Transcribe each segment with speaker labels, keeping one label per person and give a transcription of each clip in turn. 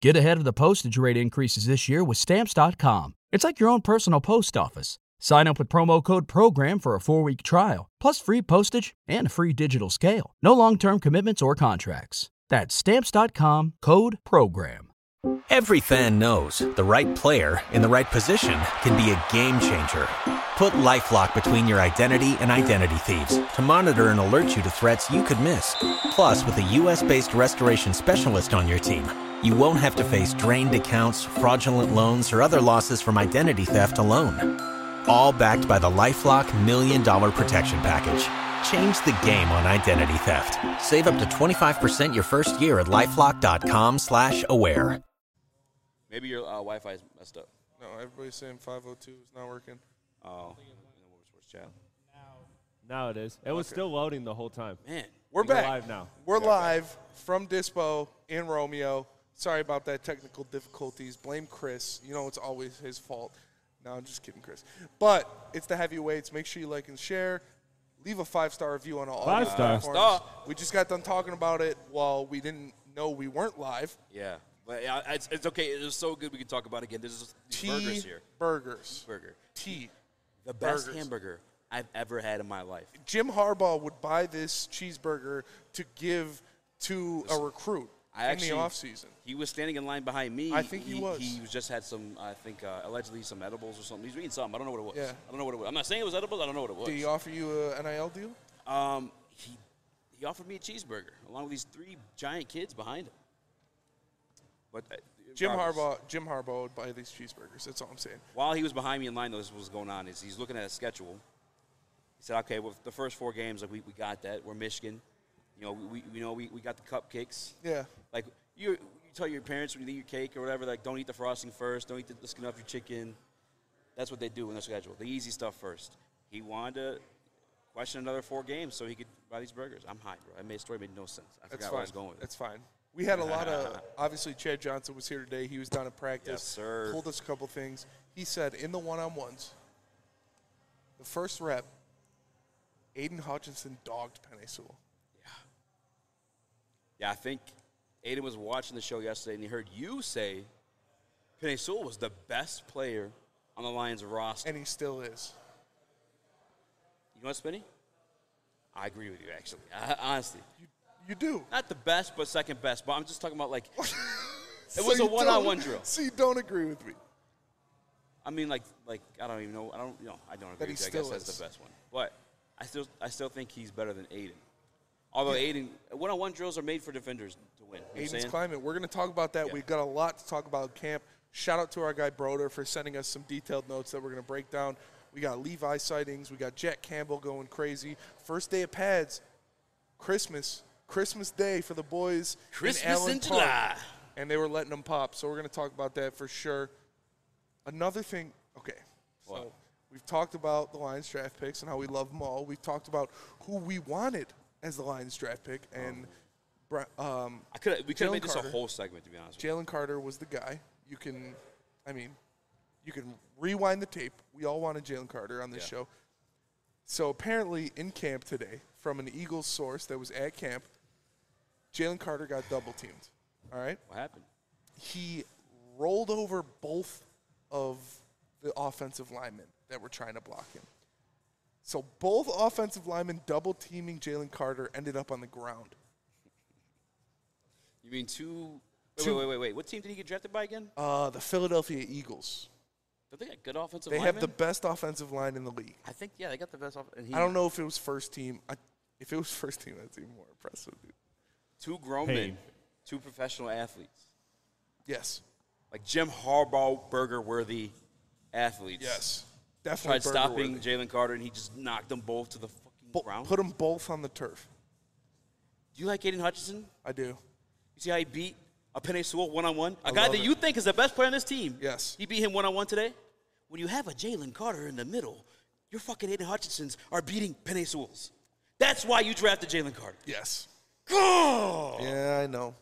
Speaker 1: Get ahead of the postage rate increases this year with Stamps.com. It's like your own personal post office. Sign up with promo code PROGRAM for a four week trial, plus free postage and a free digital scale. No long term commitments or contracts. That's Stamps.com code PROGRAM.
Speaker 2: Every fan knows the right player in the right position can be a game changer. Put LifeLock between your identity and identity thieves to monitor and alert you to threats you could miss. Plus, with a U.S.-based restoration specialist on your team, you won't have to face drained accounts, fraudulent loans, or other losses from identity theft alone. All backed by the LifeLock Million Dollar Protection Package. Change the game on identity theft. Save up to 25% your first year at LifeLock.com slash aware.
Speaker 3: Maybe your uh, Wi-Fi is messed up.
Speaker 4: No, everybody's saying 502 is not working.
Speaker 3: Oh, in the Warriors Sports chat.
Speaker 5: Now it is. It was still loading the whole time.
Speaker 3: Man,
Speaker 4: We're
Speaker 5: We're
Speaker 4: back.
Speaker 5: live now.
Speaker 4: We're live from Dispo in Romeo. Sorry about that technical difficulties. Blame Chris. You know it's always his fault. No, I'm just kidding, Chris. But it's the heavyweights. Make sure you like and share. Leave a five star review on all
Speaker 5: Five
Speaker 4: the
Speaker 5: star.
Speaker 4: platforms. We just got done talking about it while we didn't know we weren't live.
Speaker 3: yeah, but yeah, it's, it's okay. It was so good we could talk about it again. There's just these
Speaker 4: T
Speaker 3: burgers here.
Speaker 4: burgers.
Speaker 3: Burger,
Speaker 4: T.
Speaker 3: the best
Speaker 4: Burgers.
Speaker 3: hamburger I've ever had in my life.
Speaker 4: Jim Harbaugh would buy this cheeseburger to give to a recruit
Speaker 3: I
Speaker 4: in
Speaker 3: actually,
Speaker 4: the offseason.
Speaker 3: He was standing in line behind me.
Speaker 4: I think he was.
Speaker 3: He just had some, I think, uh, allegedly some edibles or something. He's eating something. I don't know what it was.
Speaker 4: Yeah.
Speaker 3: I don't know what it was. I'm not saying it was edibles. I don't know what it was.
Speaker 4: Did he offer you a NIL deal?
Speaker 3: Um, he, he offered me a cheeseburger along with these three giant kids behind him. But uh,
Speaker 4: Jim
Speaker 3: Roberts-
Speaker 4: Harbaugh, Jim Harbaugh would buy these cheeseburgers. That's all I'm saying.
Speaker 3: While he was behind me in line, though, this was going on. Is he's looking at a schedule. He said, "Okay, well, the first four games, like we, we got that. We're Michigan. You know, we, we you know we, we got the cupcakes.
Speaker 4: Yeah.
Speaker 3: Like you you tell your parents when you eat your cake or whatever, like don't eat the frosting first. Don't eat the, the skin off your chicken. That's what they do in their schedule. The easy stuff first. He wanted to question another four games so he could buy these burgers. I'm high, bro. I made story made no sense. I
Speaker 4: That's
Speaker 3: forgot
Speaker 4: fine.
Speaker 3: where I was going. With it.
Speaker 4: That's fine. We had a lot of obviously Chad Johnson was here today. He was down at practice.
Speaker 3: Yes, sir.
Speaker 4: Told us a couple things. He said in the one on ones, the first rep, Aiden Hutchinson dogged Penny Sewell.
Speaker 3: Yeah, I think Aiden was watching the show yesterday and he heard you say Penny Sewell was the best player on the Lions roster.
Speaker 4: And he still is.
Speaker 3: you know what, Spinny? I agree with you, actually. I, honestly.
Speaker 4: You do.
Speaker 3: Not the best, but second best. But I'm just talking about, like,
Speaker 4: So
Speaker 3: was a
Speaker 4: you don't-
Speaker 3: one-on-one drill.
Speaker 4: So you don't agree with me.
Speaker 3: I mean, like, like I don't even know. I don't, you know, I don't agree
Speaker 4: he
Speaker 3: with you. I
Speaker 4: still
Speaker 3: guess that's
Speaker 4: is.
Speaker 3: the best one. But I still, I still think he's better than Aiden. Although Aiden, one-on-one drills are made for defenders to win. You know what I'm
Speaker 4: Aiden's
Speaker 3: saying?
Speaker 4: climate. We're going to talk about that.
Speaker 3: Yeah.
Speaker 4: We've got a lot to talk about at camp. Shout out to our guy Broder for sending us some detailed notes that we're going to break down. We got Levi sightings. We got Jack Campbell going crazy. First day of pads, Christmas, Christmas Day for the boys. in,
Speaker 3: Christmas
Speaker 4: Allen
Speaker 3: in
Speaker 4: Park.
Speaker 3: July.
Speaker 4: and they were letting them pop. So we're going to talk about that for sure. Another thing, okay. So
Speaker 3: What?
Speaker 4: we've talked about the Lions draft picks and how we love them all. We've talked about who we wanted as the Lions draft pick and. Bra-
Speaker 3: Oh.
Speaker 4: Um,
Speaker 3: I could, we could
Speaker 4: Jalen
Speaker 3: have made this
Speaker 4: Carter.
Speaker 3: a whole segment, to be honest. with you.
Speaker 4: Jalen Carter was the guy. You can, I mean, you can rewind the tape. We all wanted Jalen Carter on this
Speaker 3: Yeah.
Speaker 4: show. So apparently, in camp today, from an Eagles source that was at camp, Jalen Carter got double teamed. All right,
Speaker 3: What happened?
Speaker 4: he rolled over both of the offensive linemen that were trying to block him. So both offensive linemen double teaming Jalen Carter ended up on the ground.
Speaker 3: You mean two? Wait,
Speaker 4: Two.
Speaker 3: wait, wait, wait, wait. What team did he get drafted by again?
Speaker 4: Uh, the Philadelphia Eagles.
Speaker 3: Don't they got good offensive
Speaker 4: They have
Speaker 3: linemen?
Speaker 4: the best offensive line in the league.
Speaker 3: I think yeah, they got the best. Off- and he,
Speaker 4: I don't know if it was first team. I, if it was first team, that's even more impressive. Dude.
Speaker 3: Two grown men,
Speaker 5: Pain.
Speaker 3: two professional athletes,
Speaker 4: Yes.
Speaker 3: like Jim Harbaugh, burger worthy athletes.
Speaker 4: Definitely.
Speaker 3: Tried
Speaker 4: burger
Speaker 3: stopping
Speaker 4: worthy.
Speaker 3: Jalen Carter, and he just knocked them both to the fucking
Speaker 4: Bo-
Speaker 3: ground.
Speaker 4: put them both on the turf.
Speaker 3: Do you like Aiden Hutchinson?
Speaker 4: I do.
Speaker 3: You see how he beat a Penny Sewell one on one?
Speaker 4: I
Speaker 3: A guy
Speaker 4: love
Speaker 3: that
Speaker 4: it.
Speaker 3: you think is the best player on this team.
Speaker 4: Yes.
Speaker 3: He beat him one on one today? When you have a Jalen Carter in the middle, your fucking Aiden Hutchinsons are beating Penny Sewells. That's why you drafted Jalen Carter.
Speaker 4: Yes.
Speaker 3: Go!
Speaker 4: Yeah, I know.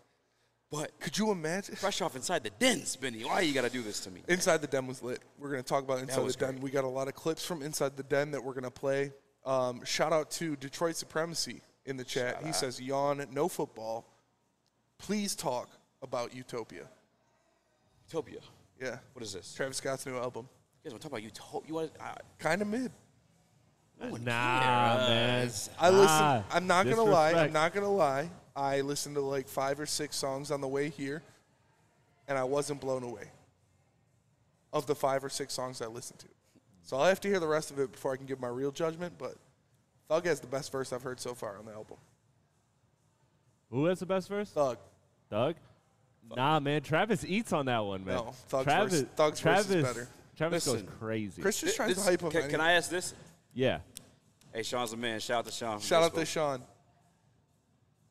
Speaker 3: But
Speaker 4: Could you imagine?
Speaker 3: fresh off inside the den, Spinny, why you gotta do this to me?
Speaker 4: Inside the Den was lit. We're going to talk about Inside
Speaker 3: was
Speaker 4: the Den.
Speaker 3: great.
Speaker 4: We got a lot of clips from Inside the Den that we're going to play. Um, shout out to Detroit Supremacy in the chat. he says, yawn, no football. Please talk about Utopia.
Speaker 3: Utopia.
Speaker 4: Yeah.
Speaker 3: What is this? You
Speaker 4: Travis Scott's new album.
Speaker 3: guys want to talk about Utopia? You want to, uh,
Speaker 4: Kind of mid.
Speaker 5: Nah, man.
Speaker 4: I
Speaker 5: Ah,
Speaker 4: listen. I'm not gonna lie. I'm
Speaker 5: disrespect.
Speaker 4: not gonna lie. I listened to like five or six songs on the way here, and I wasn't blown away. Of the five or six songs I listened to, so I'll have to hear the rest of it before I can give my real judgment. But Thug has the best verse I've heard so far on the album.
Speaker 5: Who has the best verse?
Speaker 4: Thug.
Speaker 5: Doug? Nah, man. Travis eats on that one, man.
Speaker 4: No, Thug's
Speaker 5: Travis,
Speaker 4: verse- Thug's verse
Speaker 5: Travis,
Speaker 4: is better.
Speaker 5: Travis
Speaker 3: Listen,
Speaker 5: goes crazy.
Speaker 4: Chris just tries to
Speaker 3: this-
Speaker 4: hype up.
Speaker 3: can,
Speaker 4: any-
Speaker 3: can I ask this?
Speaker 5: yeah.
Speaker 3: Hey, Sean's a man. Shout out to Sean. from
Speaker 4: Shout out to
Speaker 3: Bristol.
Speaker 4: Sean.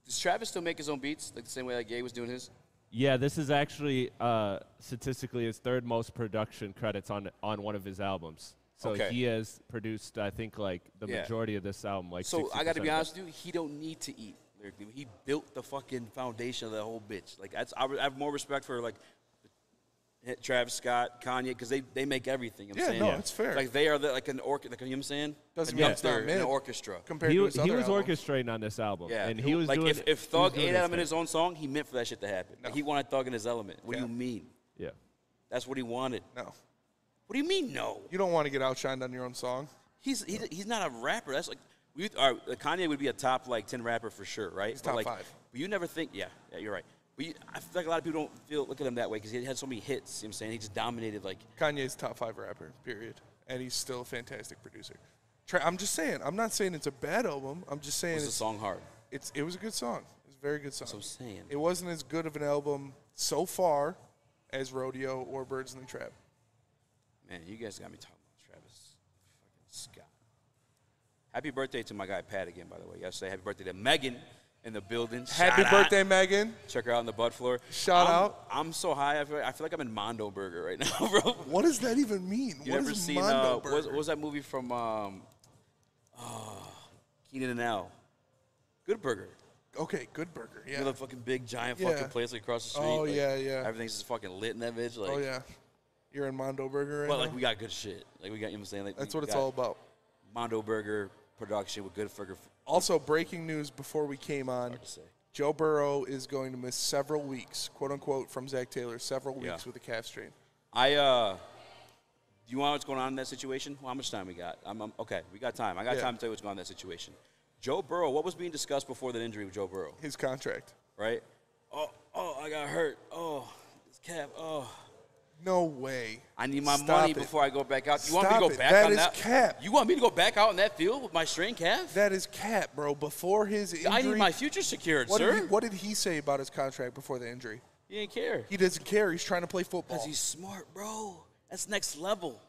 Speaker 3: Does Travis still make his own beats, like the same way that Gay was doing his?
Speaker 5: Yeah, this is actually uh, statistically his third most production credits on on one of his albums. So
Speaker 3: Okay.
Speaker 5: he has produced, I think, like the
Speaker 3: Yeah.
Speaker 5: majority of this album. Like,
Speaker 3: So I got
Speaker 5: 60%
Speaker 3: to
Speaker 5: of
Speaker 3: be
Speaker 5: it.
Speaker 3: honest with you, he don't need to eat lyrically. He built the fucking foundation of that whole bitch. Like that's I, I have more respect for like Travis Scott, Kanye, because they, they make everything. You know what I'm
Speaker 4: Yeah,
Speaker 3: saying?
Speaker 4: no, it's fair.
Speaker 3: Like they are the, like an orchestra. Like, you know what I'm saying?
Speaker 4: Doesn't
Speaker 3: Like,
Speaker 4: mean
Speaker 3: up
Speaker 4: it's not
Speaker 3: there in
Speaker 4: mid.
Speaker 3: an orchestra.
Speaker 4: Compared
Speaker 5: he,
Speaker 4: to
Speaker 5: wa-
Speaker 4: his
Speaker 5: he
Speaker 4: other
Speaker 5: was
Speaker 4: album.
Speaker 5: orchestrating on this album,
Speaker 3: Yeah,
Speaker 5: and he was
Speaker 3: like
Speaker 5: doing
Speaker 3: if, if
Speaker 5: he was
Speaker 3: Thug
Speaker 5: doing
Speaker 3: ate at him in
Speaker 5: thing.
Speaker 3: his own song, he meant for that shit to happen. Like, he wanted Thug in his element. What
Speaker 4: Yeah.
Speaker 3: do you mean?
Speaker 5: Yeah,
Speaker 3: That's what he wanted.
Speaker 4: No,
Speaker 3: What do you mean no?
Speaker 4: you don't want to get outshined on your own song.
Speaker 3: He's he's, he's not a rapper. That's like we all right, Kanye would be a top like ten rapper for sure, right? He's
Speaker 4: top
Speaker 3: like,
Speaker 4: five.
Speaker 3: But you never think, yeah, yeah, you're right. But you, I feel like a lot of people don't feel look at him that way because he had so many hits. You know what I'm saying he just dominated. Like
Speaker 4: Kanye's top five rapper, period. And he's still a fantastic producer. Tra- I'm just saying. I'm not saying it's a bad album. I'm just saying
Speaker 3: was the
Speaker 4: it's,
Speaker 3: song hard?
Speaker 4: it's it was a good song. It was a very good song.
Speaker 3: what I'm saying.
Speaker 4: It wasn't as good of an album so far as Rodeo or Birds in the Trap.
Speaker 3: Man, you guys got me talking about Travis fucking Scott. Happy birthday to my guy Pat again, by the way. Yesterday, happy birthday to Megan in the building.
Speaker 4: Happy
Speaker 3: Shout out.
Speaker 4: birthday, Megan.
Speaker 3: Check her out on the butt floor.
Speaker 4: Shout
Speaker 3: I'm-
Speaker 4: out.
Speaker 3: I'm so high. I feel, like, I feel like I'm in Mondo Burger right now, bro.
Speaker 4: What does that even mean?
Speaker 3: You
Speaker 4: what
Speaker 3: ever
Speaker 4: is
Speaker 3: seen uh,
Speaker 4: Mondo
Speaker 3: what, was,
Speaker 4: Burger?
Speaker 3: what was that movie from um, Keenan and Al? Good Burger.
Speaker 4: okay, Good Burger.
Speaker 3: You
Speaker 4: Yeah.
Speaker 3: know the fucking big giant
Speaker 4: Yeah.
Speaker 3: fucking place like across the street.
Speaker 4: Oh,
Speaker 3: Like,
Speaker 4: yeah, yeah.
Speaker 3: Everything's just fucking lit in that bitch. Like,
Speaker 4: oh yeah, you're in Mondo Burger right
Speaker 3: But
Speaker 4: now.
Speaker 3: like we got good shit. Like we got you know what I'm saying. Like,
Speaker 4: That's
Speaker 3: we
Speaker 4: what it's
Speaker 3: got
Speaker 4: all about.
Speaker 3: Mondo Burger production with Good Burger.
Speaker 4: Also, breaking news before we came on.
Speaker 3: to say.
Speaker 4: Joe Burrow is going to miss several weeks, quote unquote, from Zach Taylor, several weeks
Speaker 3: Yeah.
Speaker 4: with a calf strain.
Speaker 3: I uh, you want what's going on in that situation? Well, how much time we got? I'm, I'm- okay. We got time. I got
Speaker 4: Yeah.
Speaker 3: time to tell you what's going on in that situation. Joe Burrow. What was being discussed before that injury with Joe Burrow?
Speaker 4: His contract.
Speaker 3: Right? Oh, oh, I got hurt. Oh, this calf. Oh.
Speaker 4: No way.
Speaker 3: I need my
Speaker 4: Stop
Speaker 3: money
Speaker 4: it.
Speaker 3: before I go back out. You want me
Speaker 4: Stop
Speaker 3: to go
Speaker 4: it.
Speaker 3: back
Speaker 4: That
Speaker 3: on
Speaker 4: is
Speaker 3: that?
Speaker 4: cap.
Speaker 3: You want me to go back out in that field with my strained calf?
Speaker 4: That is cap, bro. Before his injury,
Speaker 3: I need my future secured,
Speaker 4: what,
Speaker 3: sir.
Speaker 4: Did he, what did he say about his contract before the injury?
Speaker 3: He didn't care.
Speaker 4: He doesn't care. He's trying to play football.
Speaker 3: Because he's smart, bro. That's next level.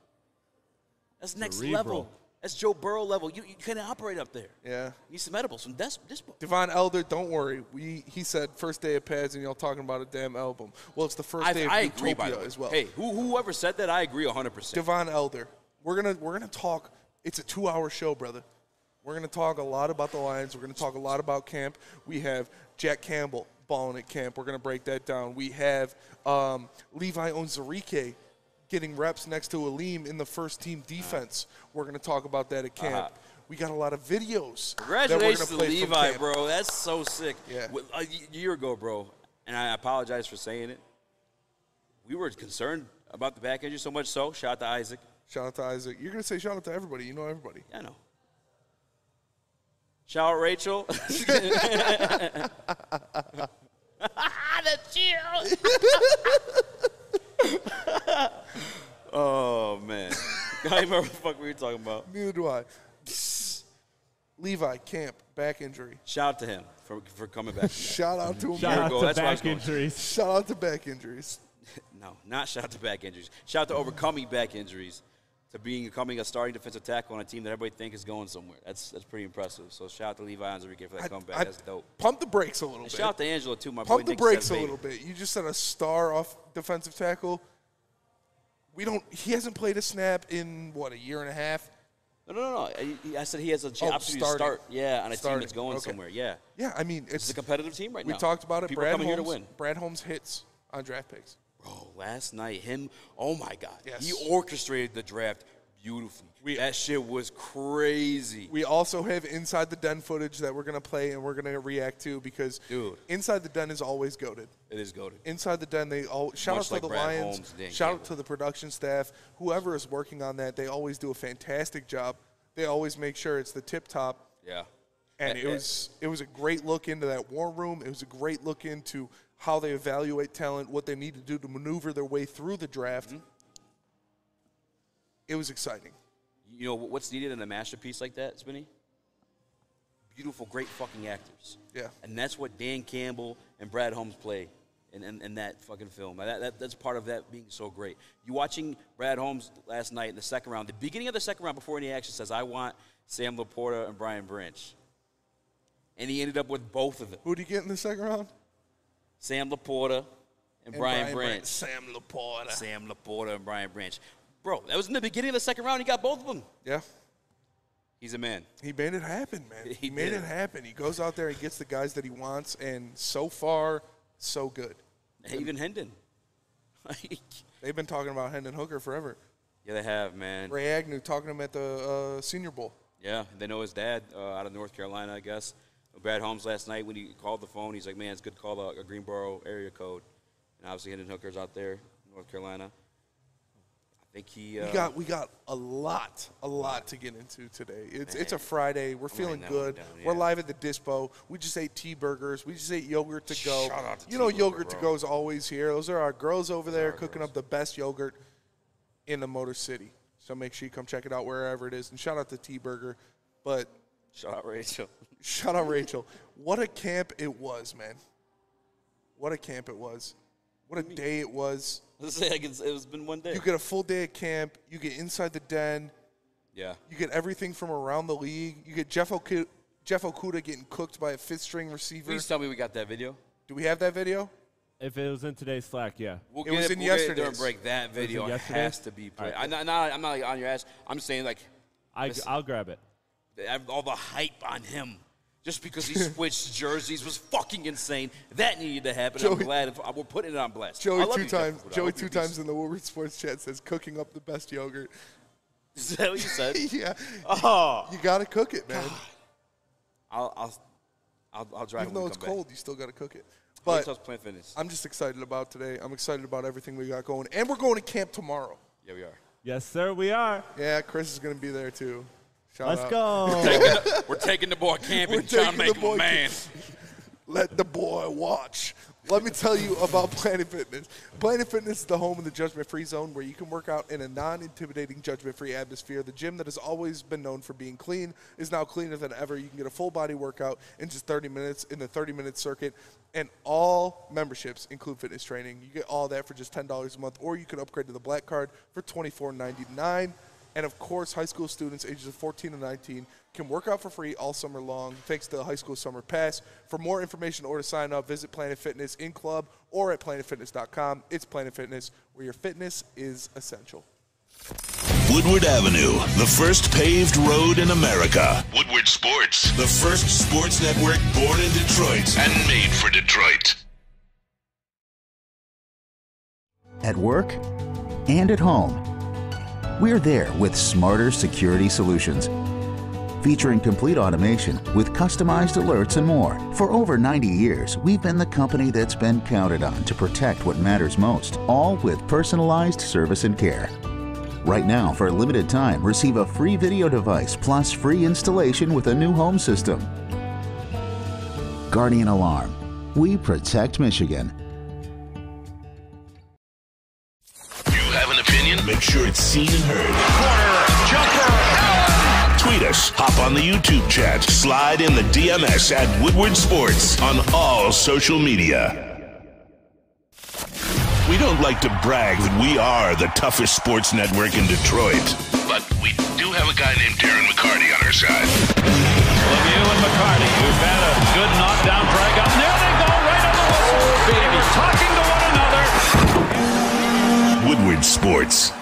Speaker 3: That's next
Speaker 5: Cerebral.
Speaker 3: level. That's Joe Burrow level. You, you can't operate up there.
Speaker 4: yeah.
Speaker 3: You need some edibles, some des- dispo.
Speaker 4: Devon Elder, don't worry. We he said first day of pads, and y'all talking about a damn album. Well, it's the first
Speaker 3: I,
Speaker 4: day of
Speaker 3: I
Speaker 4: Utopia
Speaker 3: agree, by the way.
Speaker 4: as well.
Speaker 3: Hey, who, whoever said that, I agree 100%.
Speaker 4: Devon Elder, we're gonna we're gonna talk. It's a two-hour show, brother. We're gonna talk a lot about the Lions. We're gonna talk a lot about camp. We have Jack Campbell balling at camp. We're gonna break that down. We have um, Levi Onzarike getting reps next to Aleem in the first team defense. We're gonna talk about that at camp. We got a lot of videos. that we're gonna
Speaker 3: Uh-huh. Congratulations to
Speaker 4: play from
Speaker 3: Levi,
Speaker 4: camp.
Speaker 3: bro. That's so sick.
Speaker 4: Yeah.
Speaker 3: Wh- A y- year ago, bro, and I apologize for saying it. We were concerned about the back injury so much so. Shout out to Isaac.
Speaker 4: Shout out to Isaac. You're gonna say shout out to everybody. You know everybody.
Speaker 3: Yeah, I know. Shout out Rachel. the chill. oh man, I don't even remember what the fuck we were talking about.
Speaker 4: Neither do I. Levi camp back injury.
Speaker 3: Shout out to him for for coming back.
Speaker 4: Shout out to him.
Speaker 5: shout
Speaker 3: Here we
Speaker 5: out
Speaker 3: go.
Speaker 5: to
Speaker 3: That's where I was
Speaker 5: back
Speaker 3: going.
Speaker 5: injuries.
Speaker 4: Shout out to back injuries.
Speaker 3: No, not shout out to back injuries. Shout out to overcoming back injuries to being becoming a starting defensive tackle on a team that everybody thinks is going somewhere. That's that's pretty impressive. So shout out to Levi Anzarike for that comeback. that's dope.
Speaker 4: Pump the brakes a little
Speaker 3: And
Speaker 4: bit.
Speaker 3: shout out to Angela too, my boy.
Speaker 4: Pump the
Speaker 3: Nick said
Speaker 4: brakes a
Speaker 3: baby.
Speaker 4: little bit. You just said a star off defensive tackle. We don't. He hasn't played a snap in what a year and a half.
Speaker 3: No, no, no. no. I, I said he has a
Speaker 4: Oh,
Speaker 3: chance opportunity to
Speaker 4: starting.
Speaker 3: start. Yeah, on a team
Speaker 4: Starting.
Speaker 3: that's going
Speaker 4: Okay.
Speaker 3: somewhere. Yeah,
Speaker 4: Yeah, I mean
Speaker 3: it's
Speaker 4: it's.
Speaker 3: a competitive team right
Speaker 4: we
Speaker 3: now.
Speaker 4: talked about it.
Speaker 3: People are
Speaker 4: Brad
Speaker 3: coming
Speaker 4: Holmes.
Speaker 3: here to win.
Speaker 4: Brad Holmes hits on draft picks.
Speaker 3: Bro, last night him. Oh my God.
Speaker 4: Yes.
Speaker 3: He orchestrated the draft beautiful.
Speaker 4: We-
Speaker 3: that shit was crazy.
Speaker 4: We also have Inside the Den footage that we're going to play and we're going to react to because
Speaker 3: Dude.
Speaker 4: Inside the Den is always goaded.
Speaker 3: it is goaded.
Speaker 4: Inside the Den, they all shout
Speaker 3: Much
Speaker 4: out to
Speaker 3: like
Speaker 4: the
Speaker 3: Brad
Speaker 4: Lions,
Speaker 3: Holmes and Dan
Speaker 4: shout out
Speaker 3: Campbell.
Speaker 4: to the production staff, whoever is working on that. They always do a fantastic job. They always make sure it's the tip top.
Speaker 3: Yeah.
Speaker 4: and it
Speaker 3: Eh, eh.
Speaker 4: was it was a great look into that war room. It was a great look into how they evaluate talent, what they need to do to maneuver their way through the draft.
Speaker 3: Mm-hmm.
Speaker 4: It was exciting.
Speaker 3: You know what's needed in a masterpiece like that, Spinny? Beautiful, great fucking actors.
Speaker 4: Yeah.
Speaker 3: And that's what Dan Campbell and Brad Holmes play in, in, in that fucking film. That, that, that's part of that being so great. You watching Brad Holmes last night in the second round, the beginning of the second round before any action says, I want Sam Laporta and Brian Branch. And he ended up with both of them
Speaker 4: Who would you get in the second round?
Speaker 3: Sam Laporta and, Brian, Branch.
Speaker 4: Sam Laporta.
Speaker 3: Sam Laporta and Brian Branch. Bro, that was in the beginning of the second round. He got both of them.
Speaker 4: Yeah,
Speaker 3: He's a man.
Speaker 4: he made it happen, man.
Speaker 3: He
Speaker 4: He, made
Speaker 3: did.
Speaker 4: it happen. He goes out there, he gets the guys that he wants, and so far, so good.
Speaker 3: Even Hendon. Like,
Speaker 4: They've been talking about Hendon Hooker forever.
Speaker 3: Yeah, they have, man.
Speaker 4: Ray Agnew talking to him at the uh, Senior Bowl.
Speaker 3: Yeah, they know his dad uh, out of North Carolina, I guess. Brad Holmes last night when he called the phone, he's like, "Man, it's good to call a, a Greenboro area code." And obviously, Hendon Hooker's out there, in North Carolina. I think he. Uh,
Speaker 4: We got we got a lot, a lot to get into today. It's it's a Friday. We're feeling
Speaker 3: writing that one
Speaker 4: good.
Speaker 3: down,
Speaker 4: We're
Speaker 3: yeah.
Speaker 4: live at the dispo. We just ate T burgers. We just ate yogurt to go.
Speaker 3: Shout out to
Speaker 4: you know,
Speaker 3: T Burger,
Speaker 4: yogurt to
Speaker 3: bro.
Speaker 4: go is always here. Those are our girls over there cooking up the best yogurt in the Motor City. So make sure you come check it out wherever it is. And shout out to T Burger. But
Speaker 3: shout out Rachel.
Speaker 4: shout out Rachel. What a camp it was, man. What a camp it was. What a day it was.
Speaker 3: Let's say like it's, it's been one day.
Speaker 4: You get a full day at camp. You get inside the den.
Speaker 3: yeah,
Speaker 4: You get everything from around the league. You get Jeff Okuda, Jeff Okuda getting cooked by a fifth string receiver.
Speaker 3: please tell me we got that video.
Speaker 4: Do we have that video?
Speaker 5: If it was in today's Slack, yeah.
Speaker 3: We'll
Speaker 4: It was in
Speaker 3: we'll Get it during
Speaker 4: yesterday's.
Speaker 3: break. That video
Speaker 5: yesterday's?
Speaker 3: has to be played.
Speaker 5: All right.
Speaker 3: I'm, not, not- I'm not like, on your ass. I'm saying like
Speaker 5: I,
Speaker 3: Listen.
Speaker 5: I'll grab it.
Speaker 3: all the hype on him. Just because he switched jerseys was fucking insane. That needed to happen. I'm
Speaker 4: Joey-
Speaker 3: glad if, uh, we're putting it on blast. I
Speaker 4: Joey
Speaker 3: love
Speaker 4: two
Speaker 3: you, Jeff
Speaker 4: times.
Speaker 3: Okuda. I
Speaker 4: Joey
Speaker 3: hope you
Speaker 4: two
Speaker 3: be-
Speaker 4: times in the Woodward Sports Chat says cooking up the best yogurt.
Speaker 3: Is that what you said?
Speaker 4: yeah,
Speaker 3: oh,
Speaker 4: you gotta cook it, man.
Speaker 3: I'll, I'll, I'll, I'll drive.
Speaker 4: Even
Speaker 3: when
Speaker 4: though
Speaker 3: we
Speaker 4: it's
Speaker 3: come back.
Speaker 4: cold, you still gotta cook it.
Speaker 3: Wait
Speaker 4: But
Speaker 3: till it's plant fitness.
Speaker 4: I'm just excited about today. I'm excited about everything we got going, and we're going to camp tomorrow.
Speaker 3: yeah, we are.
Speaker 5: Yes, sir, we are.
Speaker 4: Yeah, Chris is gonna be there too. Shout
Speaker 5: Let's
Speaker 4: out.
Speaker 5: go.
Speaker 3: We're taking the boy camping,
Speaker 4: We're
Speaker 3: trying to
Speaker 4: taking
Speaker 3: make
Speaker 4: the
Speaker 3: him a
Speaker 4: boy
Speaker 3: man.
Speaker 4: Let the boy watch. Let me tell you about Planet Fitness. Planet Fitness is the home of the judgment free zone where you can work out in a non intimidating, judgment free atmosphere. The gym that has always been known for being clean is now cleaner than ever. You can get a full body workout in just 30 minutes in the 30 minute circuit. And all memberships include fitness training. You get all that for just $10 a month, or you can upgrade to the black card for $24.99. And of course, high school students ages of 14 to 19 can work out for free all summer long thanks to the High School Summer Pass. For more information or to sign up, visit Planet Fitness in club or at planetfitness.com. It's Planet Fitness, where your fitness is essential.
Speaker 6: Woodward Avenue, the first paved road in America. Woodward Sports, the first sports network born in Detroit and made for Detroit.
Speaker 7: at work, and at home. We're there with smarter security solutions. Featuring complete automation with customized alerts and more. For over 90 years, we've been the company that's been counted on to protect what matters most, all with personalized service and care. Right now, for a limited time, receive a free video device plus free installation with a new home system. Guardian Alarm. We protect Michigan.
Speaker 6: You have an opinion? Make sure it's seen and heard. Tweet us, hop on the YouTube chat, slide in the DMS at Woodward Sports on all social media. We don't like to brag that we are the toughest sports network in Detroit. But we do have a guy named Darren McCarty on our side.
Speaker 8: Lemieux and McCarty, who've had a good knockdown drag up. There they go, right on the whistle. They were talking to one another.
Speaker 6: Woodward Sports.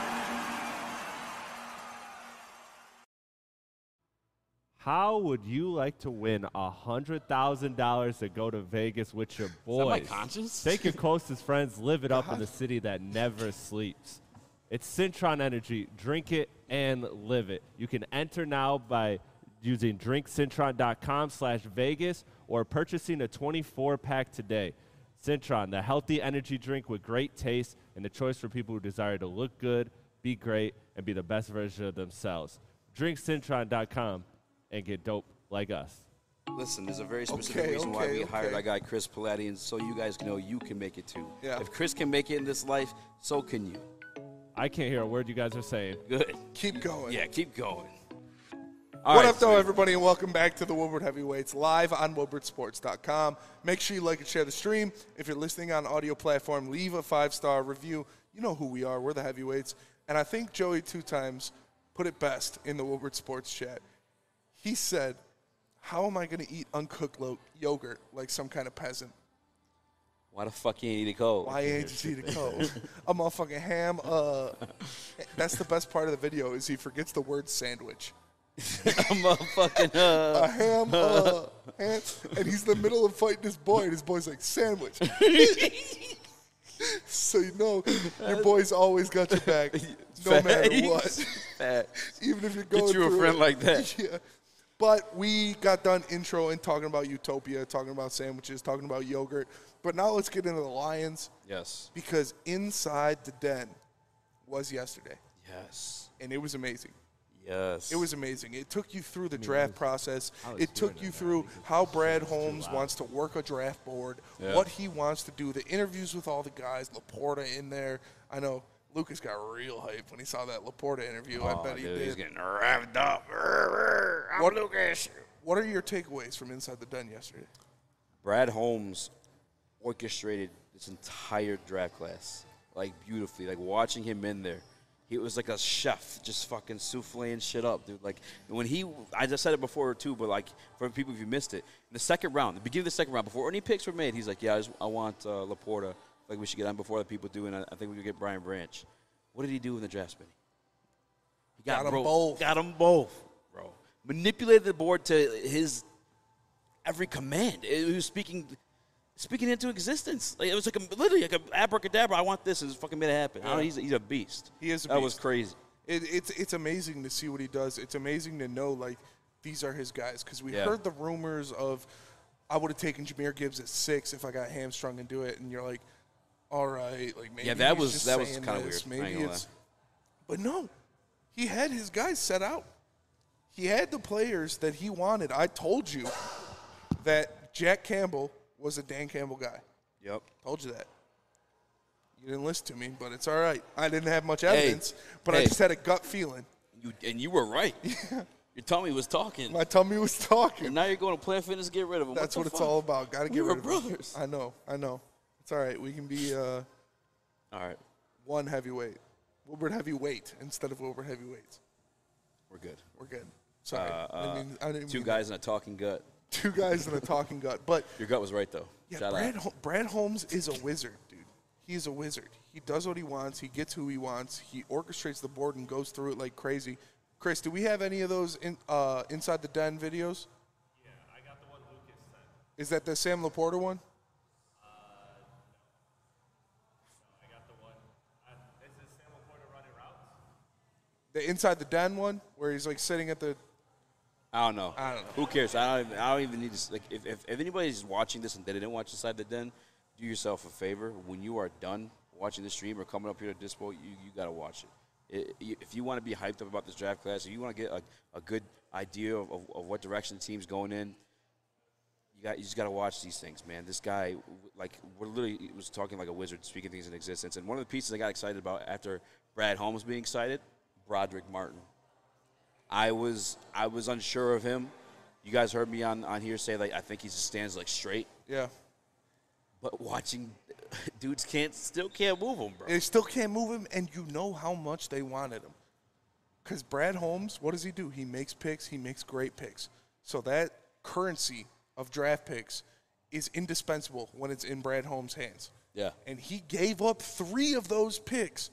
Speaker 5: How would you like to win $100,000 to go to Vegas with your boys?
Speaker 3: conscience?
Speaker 5: Take your closest friends, live it up in the city that never sleeps. It's Cintron Energy. Drink it and live it. You can enter now by using drinkcintron.com slash Vegas or purchasing a 24-pack today. Cintron, the healthy energy drink with great taste and the choice for people who desire to look good, be great, and be the best version of themselves. Drinkcintron.com and get dope like us.
Speaker 3: Listen, there's a very specific
Speaker 4: Okay,
Speaker 3: reason why
Speaker 4: okay,
Speaker 3: we hired
Speaker 4: okay.
Speaker 3: our guy Chris Palladine, and so you guys know you can make it too.
Speaker 4: Yeah.
Speaker 3: If Chris can make it in this life, so can you.
Speaker 5: I can't hear a word you guys are saying.
Speaker 3: Good.
Speaker 4: Keep going.
Speaker 3: Yeah, keep going. All
Speaker 4: What
Speaker 3: right,
Speaker 4: up, though,
Speaker 3: so-
Speaker 4: everybody, and welcome back to the Woodward Heavyweights live on WoodwardSports.com. Make sure you like and share the stream. If you're listening on audio platform, leave a five star review. You know who we are. We're the heavyweights, and I think Joey two times put it best in the Woodward Sports chat. He said, "How am I going to eat uncooked lo- yogurt like some kind of peasant?
Speaker 3: Why the fuck you ain't eat a cold?
Speaker 4: Why ain't you eat a cold? A motherfucking ham. Uh, that's the best part of the video is he forgets the word sandwich."
Speaker 3: a motherfucking
Speaker 4: a
Speaker 3: uh,
Speaker 4: ham, uh, ham, and he's in the middle of fighting his boy, and his boy's like, sandwich. so you know, your boy's always got your back, no matter what. Even if you're going
Speaker 3: Get you a
Speaker 4: through
Speaker 3: friend
Speaker 4: it.
Speaker 3: like that.
Speaker 4: Yeah. But we got done intro and talking about Utopia, talking about sandwiches, talking about yogurt. But now let's get into the Lions
Speaker 3: Yes.
Speaker 4: because inside the den was yesterday,
Speaker 3: Yes.
Speaker 4: and it was amazing.
Speaker 3: Yes.
Speaker 4: It was amazing. It took you through the draft process. It took you through how Brad Holmes wants to work a draft board, what he wants to do, the interviews with all the guys, Laporta in there. I know Lucas got real hyped when he saw that Laporta interview. I bet he
Speaker 3: Oh, Dude, he's
Speaker 4: did.
Speaker 3: getting revved up. I'm
Speaker 4: What-
Speaker 3: Lucas.
Speaker 4: What are your takeaways from inside the den yesterday?
Speaker 3: Brad Holmes orchestrated this entire draft class like beautifully. Like watching him in there, he was like a chef, just fucking souffling shit up, dude. Like when he, I just said it before too, but like for people if you missed it, in the second round, the beginning of the second round, before any picks were made, he's like, "Yeah, I, just, I want uh, Laporta. Like we should get on before other people do, and I, I think we could get Brian Branch." What did he do in the draft, Benny? He
Speaker 4: Got 'em
Speaker 3: broke.
Speaker 4: both.
Speaker 3: Got them both, bro. Manipulated the board to his every command. It, it was speaking, speaking into existence. Like, it was like a, literally like a abracadabra. I want this, and it's fucking made it happen. I don't know, he's, he's a beast.
Speaker 4: He is a
Speaker 3: that was
Speaker 4: beast.
Speaker 3: crazy.
Speaker 4: It, it's it's amazing to see what he does. It's amazing to know like these are his guys because we
Speaker 3: Yeah.
Speaker 4: heard the rumors of I would have taken Jameer Gibbs at six if I got hamstrung and do it, and you're like, all right, like maybe
Speaker 3: Yeah, that
Speaker 4: he's
Speaker 3: was-
Speaker 4: just
Speaker 3: that was
Speaker 4: saying
Speaker 3: kinda
Speaker 4: this,
Speaker 3: weird. I ain't
Speaker 4: Maybe
Speaker 3: gonna
Speaker 4: it's, but no, he had his guys set out. He had the players that he wanted. I told you that Jack Campbell was a Dan Campbell guy.
Speaker 3: Yep.
Speaker 4: Told you that. You didn't listen to me, but it's all right. I didn't have much evidence, but I
Speaker 3: hey.
Speaker 4: just had a gut feeling.
Speaker 3: You and you were right. Your tummy was talking,
Speaker 4: My tummy was
Speaker 3: and
Speaker 4: talking.
Speaker 3: now you're going to Planet Fitness to get rid of him.
Speaker 4: That's
Speaker 3: what,
Speaker 4: what
Speaker 3: the
Speaker 4: it's
Speaker 3: fuck?
Speaker 4: all about. Got to
Speaker 3: We
Speaker 4: get
Speaker 3: were
Speaker 4: rid of it.
Speaker 3: brothers.
Speaker 4: I know. I know. It's all right. We can be uh,
Speaker 3: All right,
Speaker 4: one heavyweight, Wilbert heavyweight instead of Wilbert heavyweights.
Speaker 3: we're good.
Speaker 4: We're good. Sorry. I mean, I didn't
Speaker 3: Uh, Two
Speaker 4: mean-
Speaker 3: guys and a talking gut.
Speaker 4: Two guys and a talking gut. But
Speaker 3: Your gut was right though.
Speaker 4: yeah,
Speaker 3: Shout
Speaker 4: Brad,
Speaker 3: out.
Speaker 4: Hol- Brad Holmes is a wizard, dude. He's a wizard. He does what he wants. He gets who he wants. He orchestrates the board and goes through it like crazy. Chris, do we have any of those in, uh, inside the den videos? Is that the Sam Laporta one? The inside the den one, where he's like sitting at the
Speaker 3: I don't know.
Speaker 4: I don't know.
Speaker 3: Who cares? I don't. Even, I don't even need to. s- Like, if, if, if anybody's watching this and they didn't watch Inside the Den, do yourself a favor. When you are done watching the stream or coming up here to Dispo, you you gotta watch it. It- you- If you want to be hyped up about this draft class, if you want to get a, a good idea of, of, of what direction the team's going in, you got you just got to watch these things, man. This guy, like, we're literally was talking like a wizard, speaking things in existence. And one of the pieces I got excited about after Brad Holmes being excited, Broderick Martin. I was I was unsure of him. You guys heard me on, on here say like I think he just stands like straight,
Speaker 4: yeah.
Speaker 3: but watching dudes can't still can't move him, bro.
Speaker 4: They still can't move him, and you know how much they wanted him. Because Brad Holmes, what does he do? He makes picks. He makes great picks. So that currency of draft picks is indispensable when it's in Brad Holmes' hands.
Speaker 3: Yeah.
Speaker 4: And he gave up three of those picks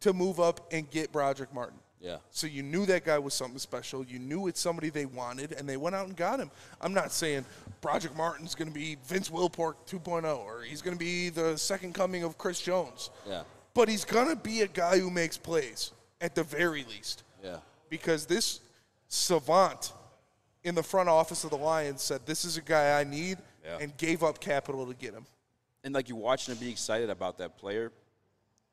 Speaker 4: to move up and get Broderick Martin.
Speaker 3: Yeah.
Speaker 4: So you knew that guy was something special. You knew it's somebody they wanted, and they went out and got him. I'm not saying Broderick Martin's oh, going to be Vince Wilpork 2.0 or he's going to be the second coming of Chris Jones.
Speaker 3: Yeah.
Speaker 4: but he's gonna be a guy who makes plays at the very least.
Speaker 3: Yeah.
Speaker 4: Because this savant in the front office of the Lions said, "This is a guy I need,"
Speaker 3: Yeah.
Speaker 4: and gave up capital to get him.
Speaker 3: And like you're watching him be excited about that player,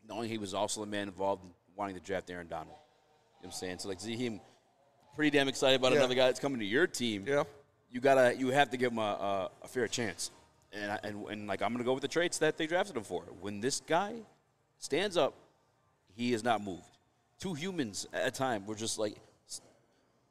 Speaker 3: knowing he was also the man involved in wanting to draft Aaron Donald. You know what I'm saying? So like see him pretty damn excited about
Speaker 4: Yeah.
Speaker 3: another guy that's coming to your team.
Speaker 4: Yeah.
Speaker 3: You gotta you have to give him a, a, a fair chance. And, I, and and like I'm gonna go with the traits that they drafted him for. When this guy stands up, he is not moved. Two humans at a time were just like s-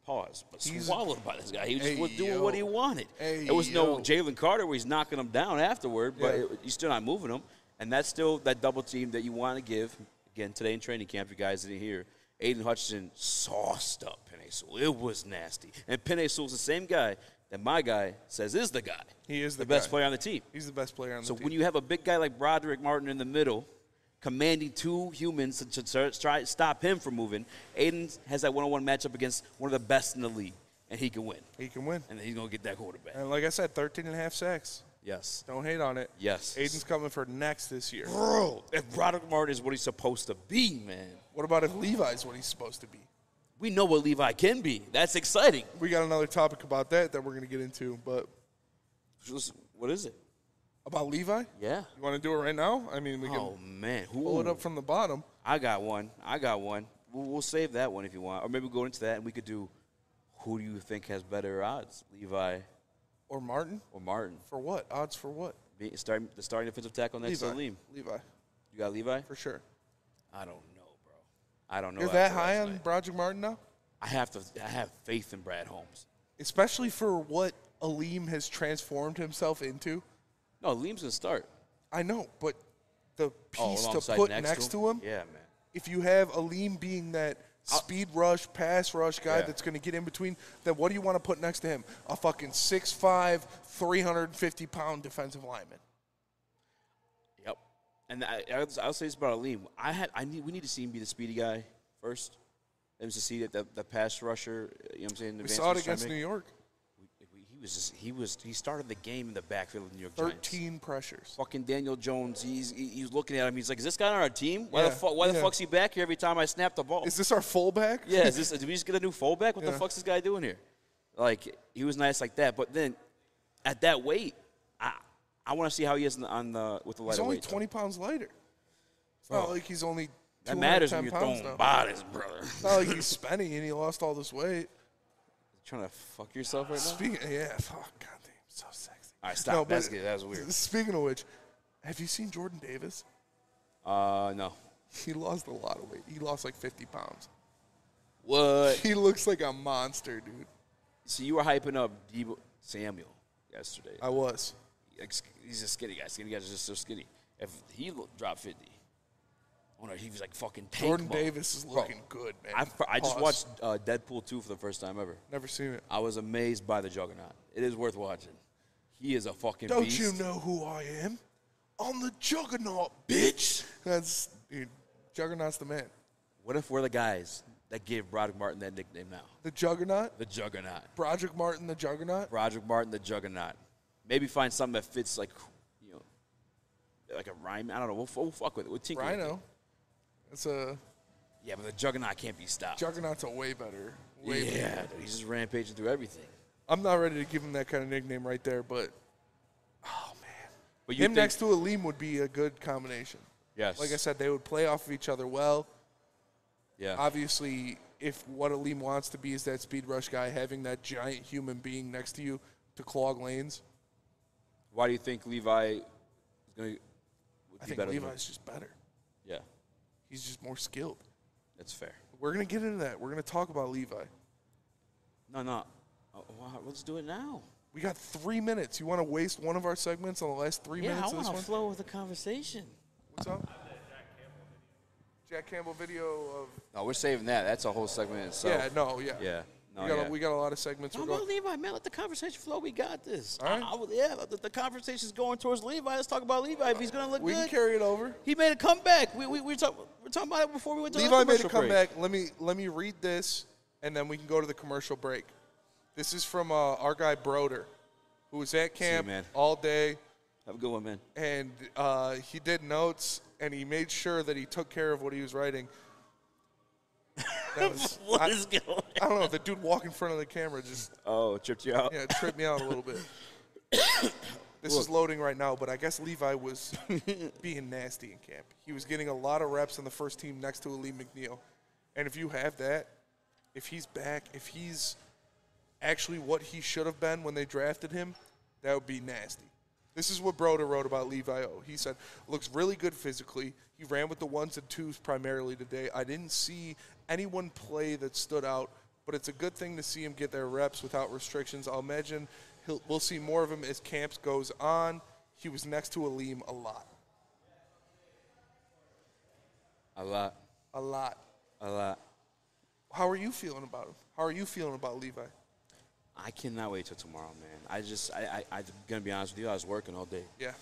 Speaker 3: pause, but
Speaker 4: He's-
Speaker 3: swallowed by this guy. He was
Speaker 4: Hey,
Speaker 3: was doing what
Speaker 4: yo.
Speaker 3: he wanted.
Speaker 4: Hey,
Speaker 3: it was no
Speaker 4: yo.
Speaker 3: Jalen Carter where he's knocking him down afterward, but
Speaker 4: Yeah.
Speaker 3: it, you're still not moving him. And that's still that double team that you want to give. Again, today in training camp, you guys didn't hear. Aiden Hutchinson sauced up Penny Sewell. It was nasty. And Penny Sewell's the same guy that my guy says is the guy.
Speaker 4: He is the
Speaker 3: best
Speaker 4: guy.
Speaker 3: player on the team.
Speaker 4: He's the best player on the
Speaker 3: So
Speaker 4: team.
Speaker 3: when you have a big guy like Broderick Martin in the middle, commanding two humans to, to try- try stop him from moving, Aiden has that one-on-one matchup against one of the best in the league, and he can win.
Speaker 4: he can win.
Speaker 3: And he's gonna get that quarterback.
Speaker 4: And like I said, 13 and a half sacks.
Speaker 3: Yes.
Speaker 4: Don't hate on it.
Speaker 3: Yes.
Speaker 4: Aiden's coming for next this year.
Speaker 3: Bro, if Roderick Martin is what he's supposed to be, man,
Speaker 4: What about if Levi's what he's supposed to be?
Speaker 3: we know what Levi can be. That's exciting.
Speaker 4: We got another topic about that that we're going to get into, but
Speaker 3: Just- What is it?
Speaker 4: about Levi?
Speaker 3: Yeah.
Speaker 4: You want to do it right now? I mean, we can
Speaker 3: Oh man, who
Speaker 4: pull it up from the bottom.
Speaker 3: I got one. I got one. We'll, we'll save that one if you want, or maybe go into that and we could do. Who do you think has better odds, Levi
Speaker 4: Or Martin?
Speaker 3: or Martin?
Speaker 4: For what? Odds for what?
Speaker 3: Be, starting the starting defensive tackle next
Speaker 4: Levi.
Speaker 3: to Aleem.
Speaker 4: Levi,
Speaker 3: You got Levi?
Speaker 4: for sure.
Speaker 3: I don't know, bro. I don't know.
Speaker 4: You're that
Speaker 3: after
Speaker 4: high
Speaker 3: last
Speaker 4: on
Speaker 3: night.
Speaker 4: Broderick Martin now?
Speaker 3: I have to. I have faith in Brad Holmes.
Speaker 4: Especially for what Aleem has transformed himself into?
Speaker 3: No, Aleem's gonna start.
Speaker 4: I know, but the
Speaker 3: Oh,
Speaker 4: piece to
Speaker 3: alongside
Speaker 4: put next, to him,
Speaker 3: Yeah, man. Uh,
Speaker 4: if you have Aleem being that speed rush, pass rush guy
Speaker 3: Yeah.
Speaker 4: that's going to get in between, then what do you want to put next to him? A fucking 6'5", 350 pound defensive lineman.
Speaker 3: Yep. And I, I'll, I'll say this about Aleem. I had. I need. We need to see him be the speedy guy first. And to see that the, the pass rusher. uh, You know what I'm saying?
Speaker 4: We saw it against New
Speaker 3: York.
Speaker 4: York.
Speaker 3: He was. Just, he was. He started the game in the backfield of the New York Giants.
Speaker 4: 13 pressures.
Speaker 3: fucking Daniel Jones. He's he- he's looking at him. He's like, "Is this guy on our team? Why the
Speaker 4: Yeah,
Speaker 3: fuck? Why the
Speaker 4: yeah.
Speaker 3: fuck's he back here every time I snap the ball?"
Speaker 4: Is this our fullback?
Speaker 3: yeah, is this? Did we just get a new fullback? What the
Speaker 4: Yeah.
Speaker 3: fuck's this guy doing here? Like, he was nice like that, but then at that weight, I I want to see how he is in the- on the with the
Speaker 4: he's
Speaker 3: lighter
Speaker 4: only
Speaker 3: weight.
Speaker 4: 20 pounds lighter. It's not like he's only
Speaker 3: Oh. that matters
Speaker 4: 210
Speaker 3: when you're
Speaker 4: pounds
Speaker 3: throwing
Speaker 4: now.
Speaker 3: bodies, brother.
Speaker 4: It's not like he's spending and he lost all this weight.
Speaker 3: Trying to fuck yourself right now.
Speaker 4: Speaking, yeah, fuck, goddamn, so sexy.
Speaker 3: All right, stop.
Speaker 4: but-
Speaker 3: That's good. That was weird.
Speaker 4: Speaking of which, have you seen Jordan Davis?
Speaker 3: Uh, no.
Speaker 4: He lost a lot of weight. He lost like 50 pounds.
Speaker 3: What?
Speaker 4: He looks like a monster, dude.
Speaker 3: so you were hyping up Debo Samuel yesterday.
Speaker 4: I was.
Speaker 3: like, sk- he's a skinny guy. Skinny guys are just so skinny. If he lo- dropped 50, oh no, he was like fucking tank
Speaker 4: Jordan
Speaker 3: mode.
Speaker 4: Davis is
Speaker 3: Bro,
Speaker 4: looking good, man.
Speaker 3: I, fr- I just
Speaker 4: Pause.
Speaker 3: watched uh, Deadpool 2 for the first time ever.
Speaker 4: Never seen it.
Speaker 3: I was amazed by the juggernaut. It is worth watching. He is a fucking
Speaker 4: Don't
Speaker 3: beast.
Speaker 4: you know who I am? I'm the Juggernaut, bitch. That's dude. Juggernaut's the man.
Speaker 3: What if we're the guys that gave Broderick Martin that nickname now?
Speaker 4: The Juggernaut.
Speaker 3: The Juggernaut.
Speaker 4: Broderick Martin, the Juggernaut.
Speaker 3: Broderick Martin, the Juggernaut. Maybe find something that fits like, you know, like a rhyme. I don't know. We'll, f- we'll fuck with it. We'll tinker with it.
Speaker 4: Rhino. It's a
Speaker 3: Yeah, but the Juggernaut can't be stopped.
Speaker 4: Juggernaut's a way better. Way better.
Speaker 3: yeah, dude, he's just rampaging through everything.
Speaker 4: I'm not ready to give him that kind of nickname right there, but
Speaker 3: But you
Speaker 4: him
Speaker 3: think-
Speaker 4: next to Aleem would be a good combination.
Speaker 3: Yes.
Speaker 4: Like I said, they would play off of each other well.
Speaker 3: Yeah.
Speaker 4: Obviously, if what Aleem wants to be is that speed rush guy, having that giant human being next to you to clog lanes,
Speaker 3: Why do you think Levi is going to
Speaker 4: I
Speaker 3: be
Speaker 4: think
Speaker 3: better? than-
Speaker 4: Levi's just better.
Speaker 3: yeah,
Speaker 4: He's just more skilled.
Speaker 3: that's fair.
Speaker 4: We're gonna get into that. We're gonna talk about Levi.
Speaker 3: No, no. Oh, wow, let's do it now.
Speaker 4: We got three minutes. You want to waste one of our segments on the last three
Speaker 3: yeah,
Speaker 4: minutes
Speaker 3: I
Speaker 4: of this
Speaker 3: want
Speaker 4: one?
Speaker 3: to flow with the conversation.
Speaker 4: What's up? Jack Campbell video of
Speaker 3: No, we're saving that. That's a whole segment in itself.
Speaker 4: yeah no yeah
Speaker 3: Yeah. No,
Speaker 4: we got
Speaker 3: yeah.
Speaker 4: A, we got a lot of segments
Speaker 3: Come
Speaker 4: we're
Speaker 3: on,
Speaker 4: going
Speaker 3: Levi, man. Let the conversation flow. We got this.
Speaker 4: All right.
Speaker 3: I- I would- yeah, the, the conversation's going towards Levi. Let's talk about Levi. If he's going to look
Speaker 4: we can
Speaker 3: good,
Speaker 4: carry it over
Speaker 3: he made a comeback. We, we, we were, talk, we were talking about it before we went to
Speaker 4: Levi
Speaker 3: the
Speaker 4: made a
Speaker 3: commercial break.
Speaker 4: comeback let me let me read this and then we can go to the commercial break this is from uh, our guy Broder who was at camp
Speaker 3: man.
Speaker 4: all day
Speaker 3: Have a good one, man.
Speaker 4: and uh, he did notes and he made sure that he took care of what he was writing. That was,
Speaker 3: What
Speaker 4: I,
Speaker 3: is going on?
Speaker 4: I don't know. The dude walking in front of the camera just
Speaker 3: Oh, it tripped you out.
Speaker 4: yeah tripped me out a little bit. This is loading right now, but I guess Levi was being nasty in camp. He was getting a lot of reps on the first team next to Ali McNeil, and if you have that, if he's back, if he's actually what he should have been when they drafted him, that would be nasty. This is what Broder wrote about Levi O. He said, looks really good physically. He ran with the ones and twos primarily today. I didn't see anyone play that stood out, but it's a good thing to see him get their reps without restrictions. I'll imagine he'll, we'll see more of him as camps goes on. He was next to Aleem a lot.
Speaker 3: A lot,
Speaker 4: A lot.
Speaker 3: a lot.
Speaker 4: How are you feeling about him? How are you feeling about Levi?
Speaker 3: I cannot wait till tomorrow, man. I just, I, I, I'm gonna be honest with you. I was working all day,
Speaker 4: Yeah.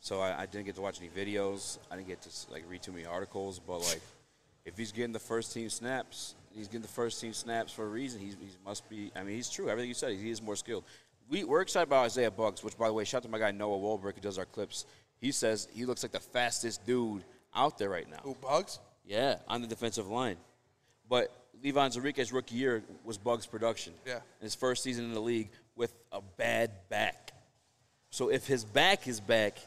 Speaker 3: so I, I didn't get to watch any videos. I didn't get to like read too many articles. But like, if he's getting the first team snaps, he's getting the first team snaps for a reason. He's, he must be. I mean, he's true. Everything you said, he is more skilled. We, we're excited about Isaiah Bugs, which by the way, shout out to my guy Noah Wolbrick who does our clips. He says he looks like the fastest dude out there right now.
Speaker 4: Who, Bugs?
Speaker 3: Yeah, on the defensive line. But Levon Enrique's rookie year was Bugs' production.
Speaker 4: Yeah.
Speaker 3: In his first season in the league with a bad back. So if his back is back,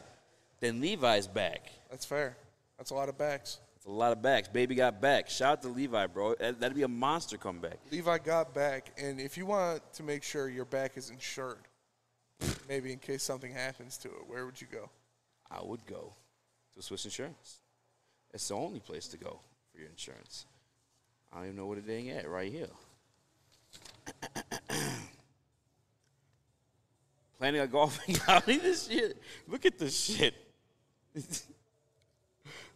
Speaker 3: then Levi's back.
Speaker 4: That's fair. That's a lot of backs.
Speaker 3: It's a lot of backs. Baby got back. Shout out to Levi, bro. That- That'd be a monster comeback.
Speaker 4: Levi got back, and if you want to make sure your back is insured, maybe in case something happens to it, where would you go?
Speaker 3: I would go to Swiss Insurance. It's the only place to go for your insurance. I don't even know where the dang at right here. Planning a golfing outing this year. Look at this shit.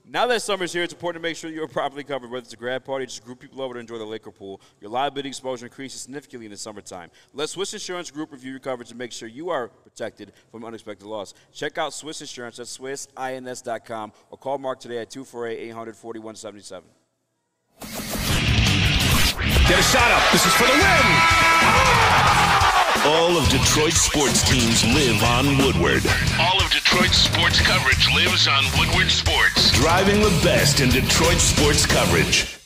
Speaker 3: Now that summer's here, it's important to make sure you're properly covered, whether it's a grad party, just a group of people over to enjoy the liquor pool. Your liability exposure increases significantly in the summertime. Let Swiss Insurance Group review your coverage to make sure you are protected from unexpected loss. Check out Swiss Insurance at swissins.com or call Mark today at 248 800 4177.
Speaker 8: Get a shot up. This is for the win.
Speaker 6: All of Detroit sports teams live on Woodward.
Speaker 9: All of Detroit's sports coverage lives on Woodward Sports.
Speaker 6: Driving the best in Detroit sports coverage.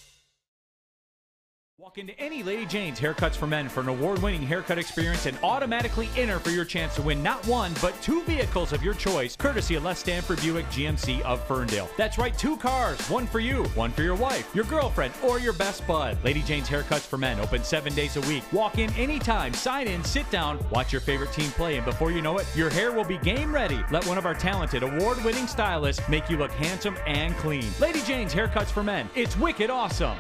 Speaker 10: Walk into any Lady Jane's Haircuts for Men for an award winning haircut experience and automatically enter for your chance to win not one, but two vehicles of your choice, courtesy of Les Stanford Buick GMC of Ferndale. That's right, two cars, one for you, one for your wife, your girlfriend, or your best bud. Lady Jane's Haircuts for Men open seven days a week. Walk in anytime, sign in, sit down, watch your favorite team play, and before you know it, your hair will be game ready. Let one of our talented award winning stylists make you look handsome and clean. Lady Jane's Haircuts for Men. It's wicked awesome.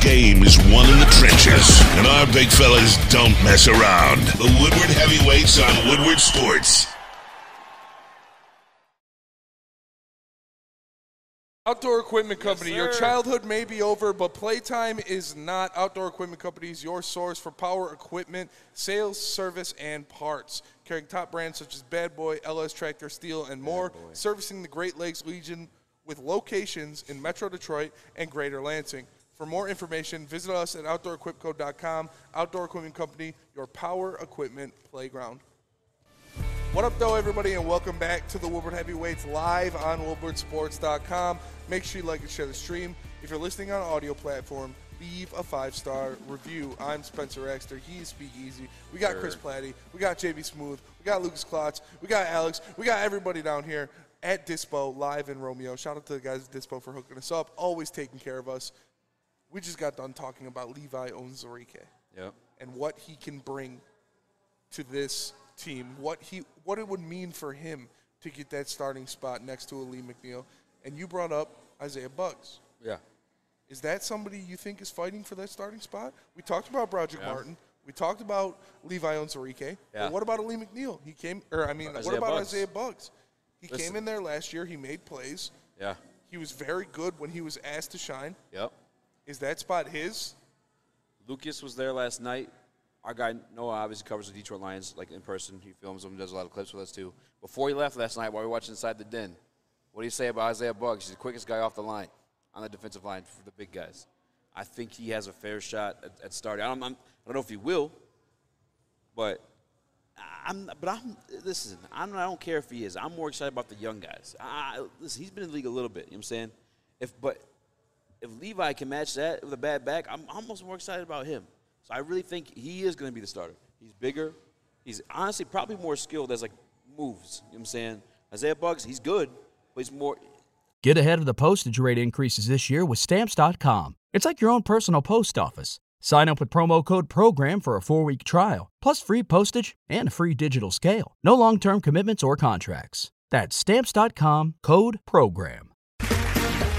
Speaker 6: Game is won in the trenches, and our big fellas don't mess around. The Woodward Heavyweights on Woodward Sports.
Speaker 4: Outdoor Equipment Company. your childhood may be over, but playtime is not. Outdoor Equipment Company is your source for power equipment, sales, service, and parts. Carrying top brands such as Bad Boy, LS Tractor, Steel, and more. Servicing the Great Lakes Legion with locations in Metro Detroit and Greater Lansing. For more information, visit us at outdoorequipco.com. Outdoor Equipment Company, your power equipment playground. What up, though, everybody, and welcome back to the Woodward Heavyweights live on WoodwardSports.com. Make sure you like and share the stream. If you're listening on audio platform, leave a five star review. I'm Spencer Exter. He's Speak Easy. We got Chris Platty. We got JB Smooth. We got Lucas Klotz. We got Alex. We got everybody down here at Dispo live in Romeo. Shout out to the guys at Dispo for hooking us up, always taking care of us. We just got done talking about Levi Onzarike
Speaker 3: Yep.
Speaker 4: and what he can bring to this team, what he what it would mean for him to get that starting spot next to Ali McNeil. And you brought up Isaiah Bugs.
Speaker 3: Yeah.
Speaker 4: Is that somebody you think is fighting for that starting spot? We talked about Broderick Martin. We talked about Levi Onzarike.
Speaker 3: Yeah.
Speaker 4: But what about Ali McNeil? He came or I mean what
Speaker 3: Isaiah
Speaker 4: about
Speaker 3: Bugs.
Speaker 4: Isaiah Bugs? He
Speaker 3: Listen.
Speaker 4: came in there last year, he made plays.
Speaker 3: Yeah.
Speaker 4: He was very good when he was asked to shine.
Speaker 3: Yep.
Speaker 4: Is that spot his?
Speaker 3: Lucas was there last night. Our guy Noah obviously covers the Detroit Lions like in person. He films them, does a lot of clips with us too. Before he left last night, while we were watching Inside the Den, what do you say about Isaiah Bugs? He's the quickest guy off the line on the defensive line for the big guys. I think he has a fair shot at, at starting. I don't, I'm, I don't know if he will, but I'm, but I'm. Listen, I'm, I don't care if he is. I'm more excited about the young guys. I, listen, he's been in the league a little bit. You know what I'm saying? If but if Levi can match that with a bad back, I'm almost more excited about him. So I really think he is going to be the starter. He's bigger. He's honestly probably more skilled as like moves. You know what I'm saying? Isaiah Bugs, he's good, but he's more.
Speaker 1: Get ahead of the postage rate increases this year with stamps.com. It's like your own personal post office. Sign up with promo code PROGRAM for a four week trial, plus free postage and a free digital scale. No long term commitments or contracts. That's stamps.com code PROGRAM.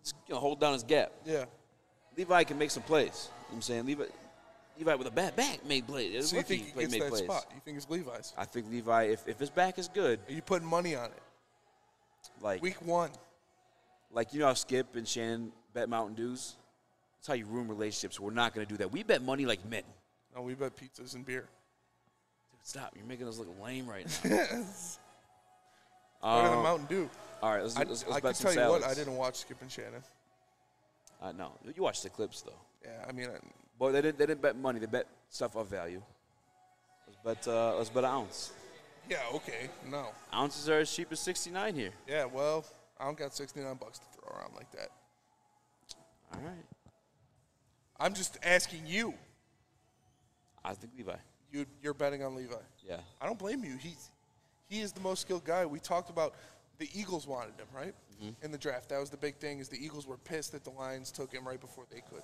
Speaker 3: He's going to hold down his gap.
Speaker 4: Yeah.
Speaker 3: Levi can make some plays. You know what I'm saying? Levi, Levi with a bad back made plays.
Speaker 4: So you think he
Speaker 3: play,
Speaker 4: gets
Speaker 3: made
Speaker 4: that
Speaker 3: plays.
Speaker 4: spot? You think it's Levi's?
Speaker 3: I think Levi, if, if his back is good,
Speaker 4: Are you putting money on it?
Speaker 3: like
Speaker 4: Week one.
Speaker 3: like you know how Skip and Shannon bet Mountain Dews? That's how you ruin relationships. We're not going to do that. We bet money like men.
Speaker 4: No, we bet pizzas and beer.
Speaker 3: Stop. You're making us look lame right now.
Speaker 4: Better than
Speaker 3: Um,
Speaker 4: Mountain Dew.
Speaker 3: all right, let's,
Speaker 4: I,
Speaker 3: let's,
Speaker 4: I
Speaker 3: let's
Speaker 4: can
Speaker 3: bet some
Speaker 4: tell you
Speaker 3: salads.
Speaker 4: what, I didn't watch Skip and Shannon.
Speaker 3: Uh, no, you watched the clips though.
Speaker 4: Yeah, I mean, I,
Speaker 3: But they didn't, they didn't bet money. They bet stuff of value. Let's bet, uh, let's bet an ounce.
Speaker 4: yeah, okay, no.
Speaker 3: Ounces are as cheap as 69 here.
Speaker 4: Yeah, well, I don't got 69 bucks to throw around like that.
Speaker 3: All right.
Speaker 4: I'm just asking you.
Speaker 3: I think Levi.
Speaker 4: you you're betting on Levi.
Speaker 3: Yeah.
Speaker 4: I don't blame you. He's he is the most skilled guy. We talked about the Eagles wanted him, right?
Speaker 3: Mm-hmm.
Speaker 4: In the draft. That was the big thing is the Eagles were pissed that the Lions took him right before they could.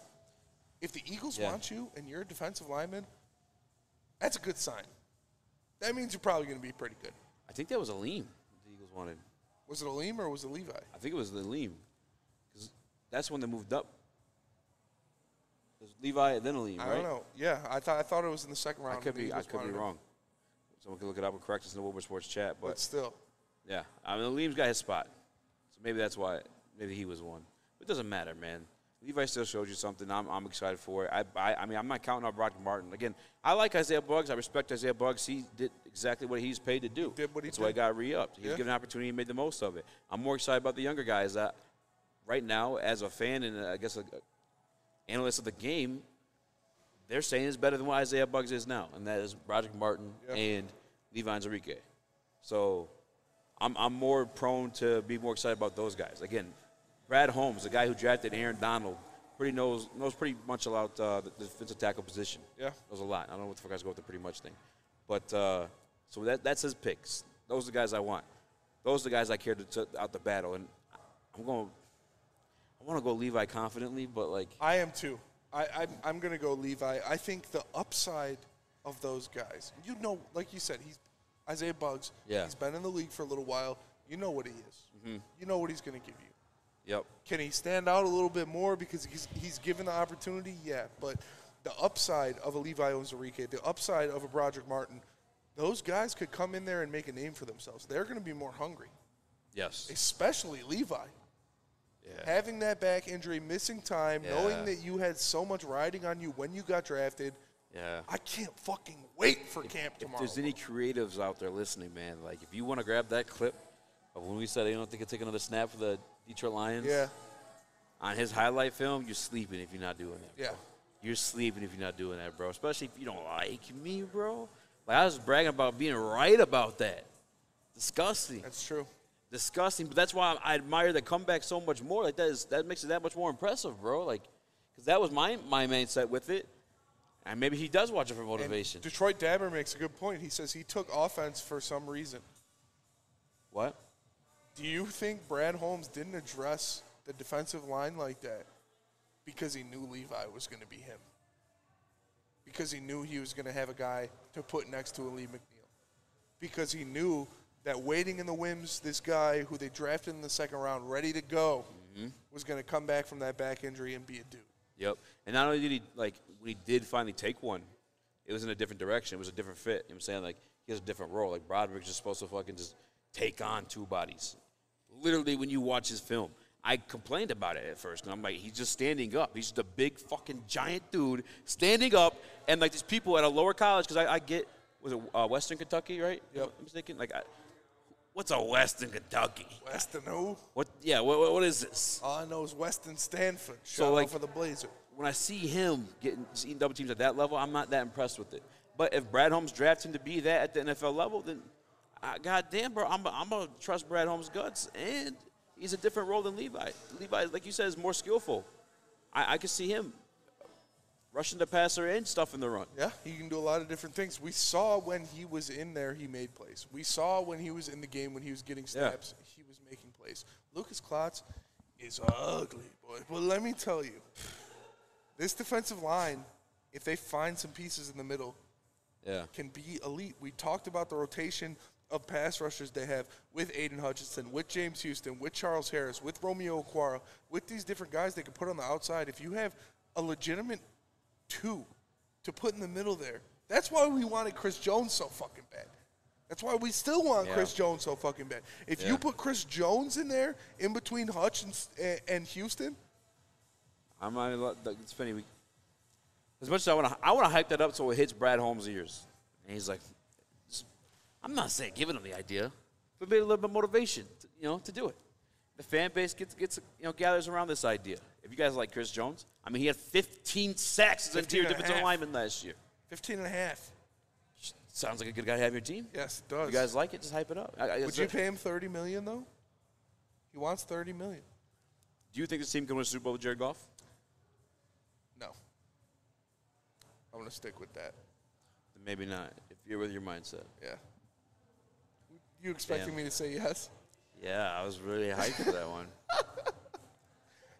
Speaker 4: If the Eagles
Speaker 3: Yeah.
Speaker 4: want you and you're a defensive lineman, that's a good sign. That means you're probably going to be pretty good.
Speaker 3: I think that was a lean the Eagles wanted.
Speaker 4: Was it a Aleem or was it Levi?
Speaker 3: I think it was the lean. Because that's when they moved up. It was Levi and then a lean,
Speaker 4: I
Speaker 3: right?
Speaker 4: don't know. Yeah, I thought I thought it was in the second
Speaker 3: I
Speaker 4: round.
Speaker 3: could
Speaker 4: when the
Speaker 3: be, I
Speaker 4: Eagles
Speaker 3: could be
Speaker 4: wanted him.
Speaker 3: wrong. Someone can look it up and correct us in the Wilbur Sports chat.
Speaker 4: but,
Speaker 3: But
Speaker 4: still,
Speaker 3: yeah, I mean, Liam's got his spot, so maybe that's why. Maybe he was one. But it doesn't matter, man. Levi still showed you something. I'm, I'm excited for it. I, I, I mean, I'm not counting out Brock Martin. Again, I like Isaiah Bugs. I respect Isaiah Bugs. He did exactly what he's paid to do.
Speaker 4: did what he
Speaker 3: That's why he
Speaker 4: did.
Speaker 3: got re-upped. He
Speaker 4: Yeah.
Speaker 3: was given an opportunity. He made the most of it. I'm more excited about the younger guys. That right now, as a fan and uh, I guess a, a analyst of the game, they're saying it's better than what Isaiah Bugs is now, and that is Roger Martin
Speaker 4: Yeah.
Speaker 3: and Levi Enrique. So I'm, I'm more prone to be more excited about those guys. Again, Brad Holmes, the guy who drafted Aaron Donald, pretty knows knows pretty much about uh, the defensive tackle position.
Speaker 4: Yeah.
Speaker 3: knows a lot. I don't know what the fuck I was going with the pretty much thing, but uh, so that that's his picks. Those are the guys I want. Those are the guys I care to, to out the battle, and I'm going. I want to go Levi confidently, but like
Speaker 4: I am too. I, I'm, I'm going to go Levi. I think the upside of those guys, you know, like you said, he's Isaiah Bugs.
Speaker 3: Yeah.
Speaker 4: He's been in the league for a little while. You know what he is. You know what he's going to give you.
Speaker 3: Mm-hmm. yep,
Speaker 4: Can he stand out a little bit more because he's, he's given the opportunity? Yeah, but the upside of a Levi Ozarike, the upside of a Broderick Martin, those guys could come in there and make a name for themselves. They're going to be more hungry
Speaker 3: yes,
Speaker 4: especially Levi. Having that back injury, missing time, knowing
Speaker 3: Yeah.
Speaker 4: that you had so much riding on you when you got drafted,
Speaker 3: yeah.
Speaker 4: I can't fucking wait for camp
Speaker 3: If
Speaker 4: tomorrow.
Speaker 3: there's any creatives out there listening, man, like if you want to grab that clip of when we said I don't think I'll take another snap for the Detroit Lions
Speaker 4: yeah,
Speaker 3: on his highlight film, you're sleeping if you're not doing that.
Speaker 4: yeah.
Speaker 3: You're sleeping if you're not doing that, bro. Especially if you don't like me, bro. Like I was bragging about being right about that. Disgusting.
Speaker 4: That's true.
Speaker 3: disgusting. But that's why I admire the comeback so much more. Like that is that makes it that much more impressive, bro. Like, because that was my my mindset with it. And maybe he does watch it for
Speaker 4: And
Speaker 3: motivation.
Speaker 4: Detroit Dabber makes a good point. He says he took offense for some reason.
Speaker 3: what?
Speaker 4: Do you think Brad Holmes didn't address the defensive line like that because he knew Levi was going to be him? Because he knew he was going to have a guy to put next to Ali McNeil? Because he knew that waiting in the whims, this guy who they drafted in the second round, ready to go, was going to come back from that back injury and be a dude.
Speaker 3: Mm-hmm. Yep. And not only did he like when he did finally take one, it was in a different direction. It was a different fit. You know what I'm saying? Like he has a different role. Like Broderick's just supposed to fucking just take on two bodies. Literally, when you watch his film, I complained about it at first, and I'm like, he's just standing up. He's just a big fucking giant dude standing up, and like these people at a lower college because I, I get was it uh, Western Kentucky, right? Yep. I'm mistaken. Like, I, what's a Western Kentucky?
Speaker 4: Weston who?
Speaker 3: What? Yeah. What, what- what is this?
Speaker 4: All I know is Weston Stanford. Shout
Speaker 3: So,
Speaker 4: out
Speaker 3: like-
Speaker 4: for the Blazer.
Speaker 3: when I see him getting seeing double teams at that level, I'm not that impressed with it. But if Brad Holmes drafts him to be that at the NFL level, then I, goddamn, bro, I'm I'm gonna trust Brad Holmes' guts, and he's a different role than Levi. Levi, like you said, is more skillful. I, I could see him rushing the passer and stuff in the run.
Speaker 4: Yeah, he can do a lot of different things. We saw when he was in there, he made plays. We saw when he was in the game, when he was getting
Speaker 3: Yeah.
Speaker 4: snaps, he was making plays. Lucas Klotz is ugly, boy. But let me tell you, this defensive line, if they find some pieces in the middle,
Speaker 3: Yeah.
Speaker 4: can be elite. We talked about the rotation of pass rushers they have with Aiden Hutchinson, with James Houston, with Charles Harris, with Romeo Aquara, with these different guys they can put on the outside. If you have a legitimate two to put in the middle there, that's why we wanted Chris Jones so fucking bad. That's why we still want
Speaker 11: Yeah.
Speaker 4: Chris Jones so fucking bad. If
Speaker 11: Yeah.
Speaker 4: you put Chris Jones in there in between Hutch and, S- and, and Houston,
Speaker 3: I'm not. gonna let- It's funny. We, as much as I want to, I want to hype that up so it hits Brad Holmes' ears, and he's like, "I'm not saying giving him the idea, but maybe a little bit of motivation, to, you know, to do it." The fan base gets gets you know gathers around this idea. If you guys like Chris Jones, I mean, he had 15 sacks as an
Speaker 4: 15
Speaker 3: interior
Speaker 4: and a
Speaker 3: defensive
Speaker 4: half.
Speaker 3: lineman last year.
Speaker 4: 15 and a half.
Speaker 3: Sounds like a good guy to have on your team.
Speaker 4: Yes, it does.
Speaker 3: You guys like it? Just hype it up. I- I-
Speaker 4: Would
Speaker 3: it's
Speaker 4: you
Speaker 3: a-
Speaker 4: pay him 30 million though? He wants 30 million.
Speaker 3: Do you think this team can win a Super Bowl with Jared Goff?
Speaker 4: No. I'm going to stick with that.
Speaker 3: Maybe not. If you're with your mindset.
Speaker 4: Yeah. You expecting
Speaker 3: Damn.
Speaker 4: me to say yes?
Speaker 3: Yeah, I was really hyped for that one.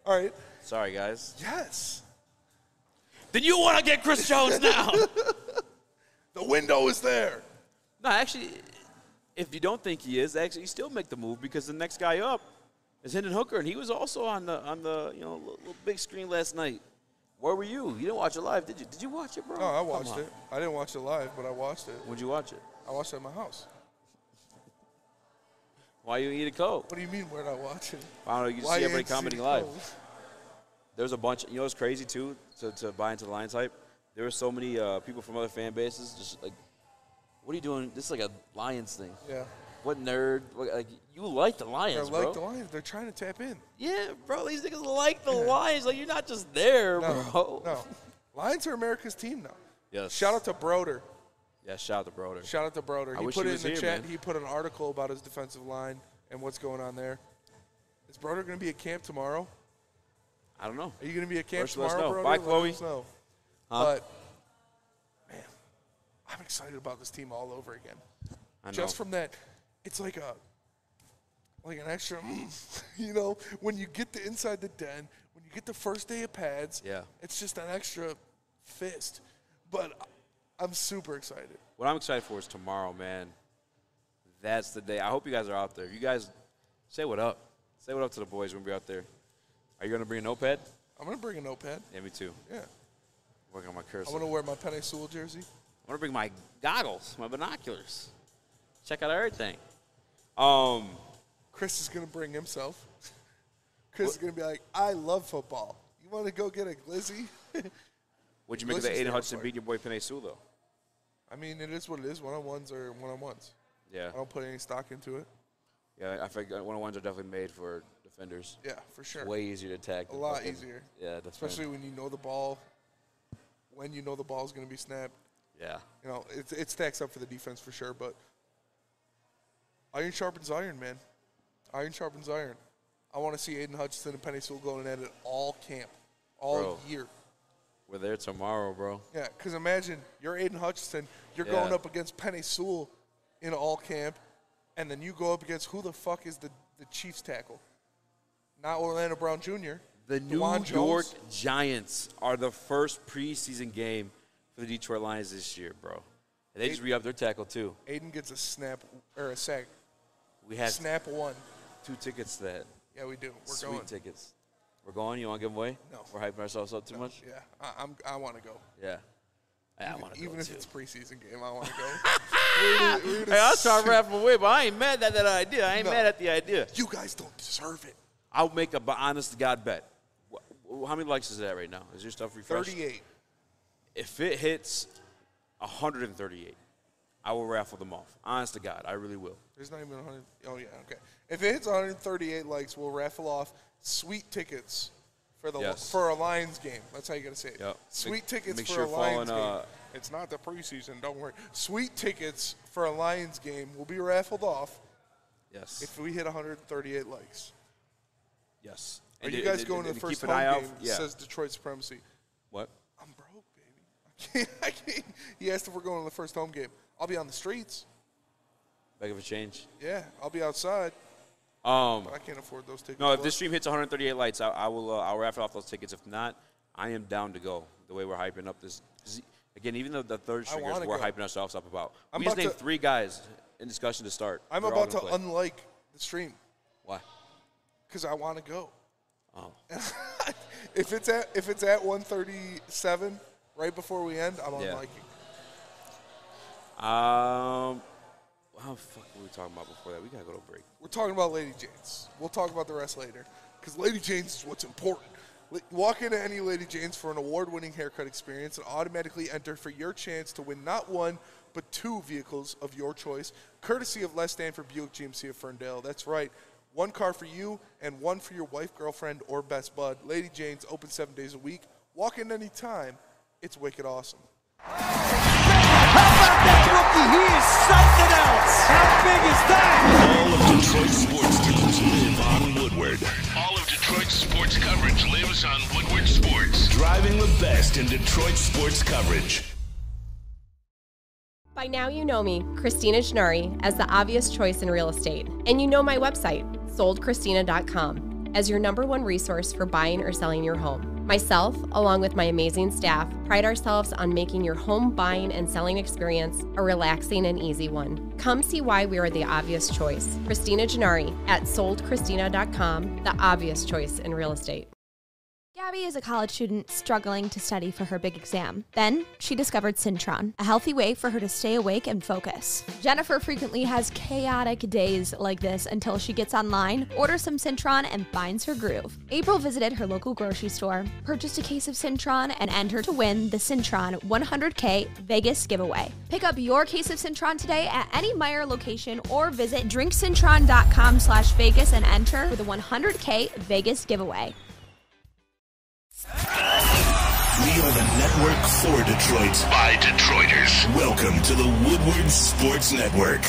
Speaker 4: All right.
Speaker 3: Sorry, guys.
Speaker 4: Yes.
Speaker 3: Then you want to get Chris Jones now.
Speaker 4: the window is there.
Speaker 3: No, actually, if you don't think he is, actually, you still make the move because the next guy up is Hendon Hooker, and he was also on the on the you know little, little big screen last night. Where were you? You didn't watch it live, did you? Did you watch it, bro?
Speaker 4: No, I
Speaker 3: Come
Speaker 4: watched
Speaker 3: on.
Speaker 4: it. I didn't watch it live, but I watched it.
Speaker 3: When'd you watch it?
Speaker 4: I watched it at my house.
Speaker 3: Why you eat a Coke?
Speaker 4: What do you mean, where'd I watch it?
Speaker 3: I don't know. You just
Speaker 4: Why
Speaker 3: see everybody
Speaker 4: ain't
Speaker 3: commenting
Speaker 4: see
Speaker 3: live.
Speaker 4: those?
Speaker 3: There's a bunch. You know what's crazy too? To, to buy into the Lions hype, there were so many uh, people from other fan bases just like, "What are you doing? This is like a Lions thing."
Speaker 4: Yeah.
Speaker 3: What nerd? What, like you like the Lions,
Speaker 4: They're
Speaker 3: bro?
Speaker 4: like the Lions. They're trying to tap in.
Speaker 3: Yeah, bro, these niggas like the Lions. Like you're not just there,
Speaker 4: No,
Speaker 3: bro.
Speaker 4: no. Lions are America's team now.
Speaker 3: Yes.
Speaker 4: Shout out to Broder.
Speaker 3: Yeah, shout out to Broder.
Speaker 4: Shout out to Broder.
Speaker 3: I
Speaker 4: he
Speaker 3: wish
Speaker 4: put
Speaker 3: he
Speaker 4: it
Speaker 3: was
Speaker 4: in the
Speaker 3: here,
Speaker 4: chat.
Speaker 3: man.
Speaker 4: He put an article about his defensive line and what's going on there. Is Broder going to be at camp tomorrow?
Speaker 3: I don't know.
Speaker 4: Are you going to be at camp
Speaker 3: First, let us
Speaker 4: tomorrow,
Speaker 3: know.
Speaker 4: Broder?
Speaker 3: Bye,
Speaker 4: Let
Speaker 3: Chloe.
Speaker 4: us know.
Speaker 3: Huh?
Speaker 4: But man, I'm excited about this team all over again.
Speaker 3: I
Speaker 4: Just
Speaker 3: know.
Speaker 4: from that, it's like a like an extra, mm, you know, when you get to inside the den, when you get the first day of pads,
Speaker 3: Yeah.
Speaker 4: it's just an extra fist. But I- I'm super excited.
Speaker 3: What I'm excited for is tomorrow, man. That's the day. I hope you guys are out there. You guys, say what up. Say what up to the boys when we're out there. Are you gonna bring a notepad?
Speaker 4: I'm gonna bring a notepad.
Speaker 3: Yeah, me too.
Speaker 4: Yeah,
Speaker 3: Working on my cursor.
Speaker 4: I'm gonna wear my Penny Sewell jersey.
Speaker 3: I'm gonna bring my goggles, my binoculars. Check out everything. Um,
Speaker 4: Chris is gonna bring himself. Chris is gonna be like, I love football. You want to go get a glizzy?
Speaker 3: what'd you make of the
Speaker 4: Listen,
Speaker 3: Aiden
Speaker 4: Stanford.
Speaker 3: Hudson beating your boy Panay Sewell, though?
Speaker 4: I mean, it is what it is. One on ones are one on ones.
Speaker 3: Yeah.
Speaker 4: I don't put any stock into it.
Speaker 3: Yeah, I think one on ones are definitely made for defenders.
Speaker 4: Yeah, for sure.
Speaker 3: Way easier to attack.
Speaker 4: A
Speaker 3: than
Speaker 4: lot
Speaker 3: fucking-
Speaker 4: easier.
Speaker 3: Yeah, defend.
Speaker 4: especially when you know the ball. When you know the ball is going to be snapped,
Speaker 3: Yeah.
Speaker 4: you know it, it stacks up for the defense for sure. But iron sharpens iron, man. Iron sharpens iron. I want to see Aiden Hutchinson and Penny Sewell going at it all camp, all
Speaker 3: Bro.
Speaker 4: year.
Speaker 3: We're there tomorrow, bro.
Speaker 4: Yeah, because imagine you're Aiden Hutchinson, you're
Speaker 3: Yeah.
Speaker 4: going up against Penny Sewell in all camp, and then you go up against who the fuck is the, the Chiefs tackle? Not Orlando Brown Jr.
Speaker 3: The New
Speaker 4: Dwan Jones.
Speaker 3: York Giants are the first preseason game for the Detroit Lions this year, bro. And they just re-upped their tackle too.
Speaker 4: Aiden gets a snap or a sack.
Speaker 3: We have
Speaker 4: snap one.
Speaker 3: two tickets to that.
Speaker 4: Yeah, we do. We're
Speaker 3: Sweet
Speaker 4: going.
Speaker 3: tickets. We're going. You want to give them away?
Speaker 4: No.
Speaker 3: We're hyping ourselves up too much.
Speaker 4: Yeah, I, I'm. I want to go.
Speaker 3: Yeah.
Speaker 11: I
Speaker 4: even
Speaker 11: wanna go
Speaker 4: even if
Speaker 11: too.
Speaker 4: it's preseason game, I want to go. We're gonna- we're gonna
Speaker 11: Hey, I'll try
Speaker 4: sit-
Speaker 11: wrapping away, but I ain't mad at that idea. I ain't
Speaker 3: No.
Speaker 11: mad at the idea.
Speaker 4: You guys don't deserve it.
Speaker 3: I'll make a b- honest to God bet. Wh- wh- How many likes is that right now? Is your stuff refreshed?
Speaker 4: 38.
Speaker 3: If it hits 138, I will raffle them off. Honest to God, I really will.
Speaker 4: There's not even 100. Oh, yeah, okay. If it hits 138 likes, we'll raffle off sweet tickets for the
Speaker 3: Yes.
Speaker 4: for a Lions game. That's how you got to say it.
Speaker 3: Yep.
Speaker 4: Sweet
Speaker 3: Make-
Speaker 4: tickets
Speaker 3: make
Speaker 4: for
Speaker 3: sure
Speaker 4: a Lions
Speaker 3: following, uh,
Speaker 4: game. It's not the preseason, don't worry. Sweet tickets for a Lions game will be raffled off
Speaker 3: Yes.
Speaker 4: if we hit 138 likes.
Speaker 3: Yes.
Speaker 4: Are
Speaker 3: And
Speaker 4: you
Speaker 3: it-
Speaker 4: guys
Speaker 3: and-
Speaker 4: going to
Speaker 3: and
Speaker 4: the
Speaker 3: keep
Speaker 4: first
Speaker 3: an
Speaker 4: home
Speaker 3: eye out-
Speaker 4: game?
Speaker 3: Yeah.
Speaker 4: Says Detroit supremacy.
Speaker 3: What?
Speaker 4: I'm broke, baby. I can't, I can't. He asked if we're going to the first home game. I'll be on the streets.
Speaker 3: Beg of a change.
Speaker 4: Yeah, I'll be outside.
Speaker 3: Um,
Speaker 4: I can't afford those tickets,
Speaker 3: No, if
Speaker 4: but-
Speaker 3: this stream hits 138 lights, I, I will. Uh, I'll raffle off those tickets. If not, I am down to go. The way we're hyping up this, 'cause again, even though the third
Speaker 4: I
Speaker 3: stringers
Speaker 4: wanna
Speaker 3: we're
Speaker 4: go.
Speaker 3: hyping ourselves up about.
Speaker 4: I'm
Speaker 3: we just
Speaker 4: about
Speaker 3: named
Speaker 4: to-
Speaker 3: three guys in discussion to start.
Speaker 4: I'm
Speaker 3: They're all
Speaker 4: about to
Speaker 3: gonna play.
Speaker 4: unlike the stream
Speaker 3: Why?
Speaker 4: because I want to go.
Speaker 3: Oh,
Speaker 4: If it's at if it's at 137 right before we end, I'm
Speaker 3: Yeah.
Speaker 4: unliking.
Speaker 3: um, how the fuck were we talking about before that? We gotta go to break.
Speaker 4: We're talking about Lady Jane's. We'll talk about the rest later because Lady Jane's is what's important. Li- Walk into any Lady Jane's for an award winning haircut experience and automatically enter for your chance to win not one, but two vehicles of your choice, courtesy of Les Stanford Buick GMC of Ferndale. That's right. One car for you and one for your wife, girlfriend, or best bud. Lady Jane's open seven days a week. Walk in any time. It's wicked awesome.
Speaker 12: Rookie, he is something else. How big is that?
Speaker 6: All of Detroit sports teams live on Woodward.
Speaker 9: All of Detroit's sports coverage lives on Woodward Sports.
Speaker 6: Driving the best in Detroit sports coverage.
Speaker 13: By now, you know me, Christina Gennari, as the obvious choice in real estate. And you know my website, soldchristina.com, as your number one resource for buying or selling your home. Myself, along with my amazing staff, pride ourselves on making your home buying and selling experience a relaxing and easy one. Come see why we are the obvious choice. Christina Gennari at soldchristina.com, the obvious choice in real estate.
Speaker 14: Gabby is a college student struggling to study for her big exam. Then she discovered Cintron, a healthy way for her to stay awake and focus. Jennifer frequently has chaotic days like this until she gets online, orders some Cintron, and finds her groove. April visited her local grocery store, purchased a case of Cintron, and entered to win the Cintron 100K Vegas giveaway. Pick up your case of Cintron today at any Meyer location or visit drinkcintron.com slash Vegas and enter for the 100K Vegas giveaway.
Speaker 6: We are the network for Detroit. By Detroiters. Welcome to the Woodward Sports Network.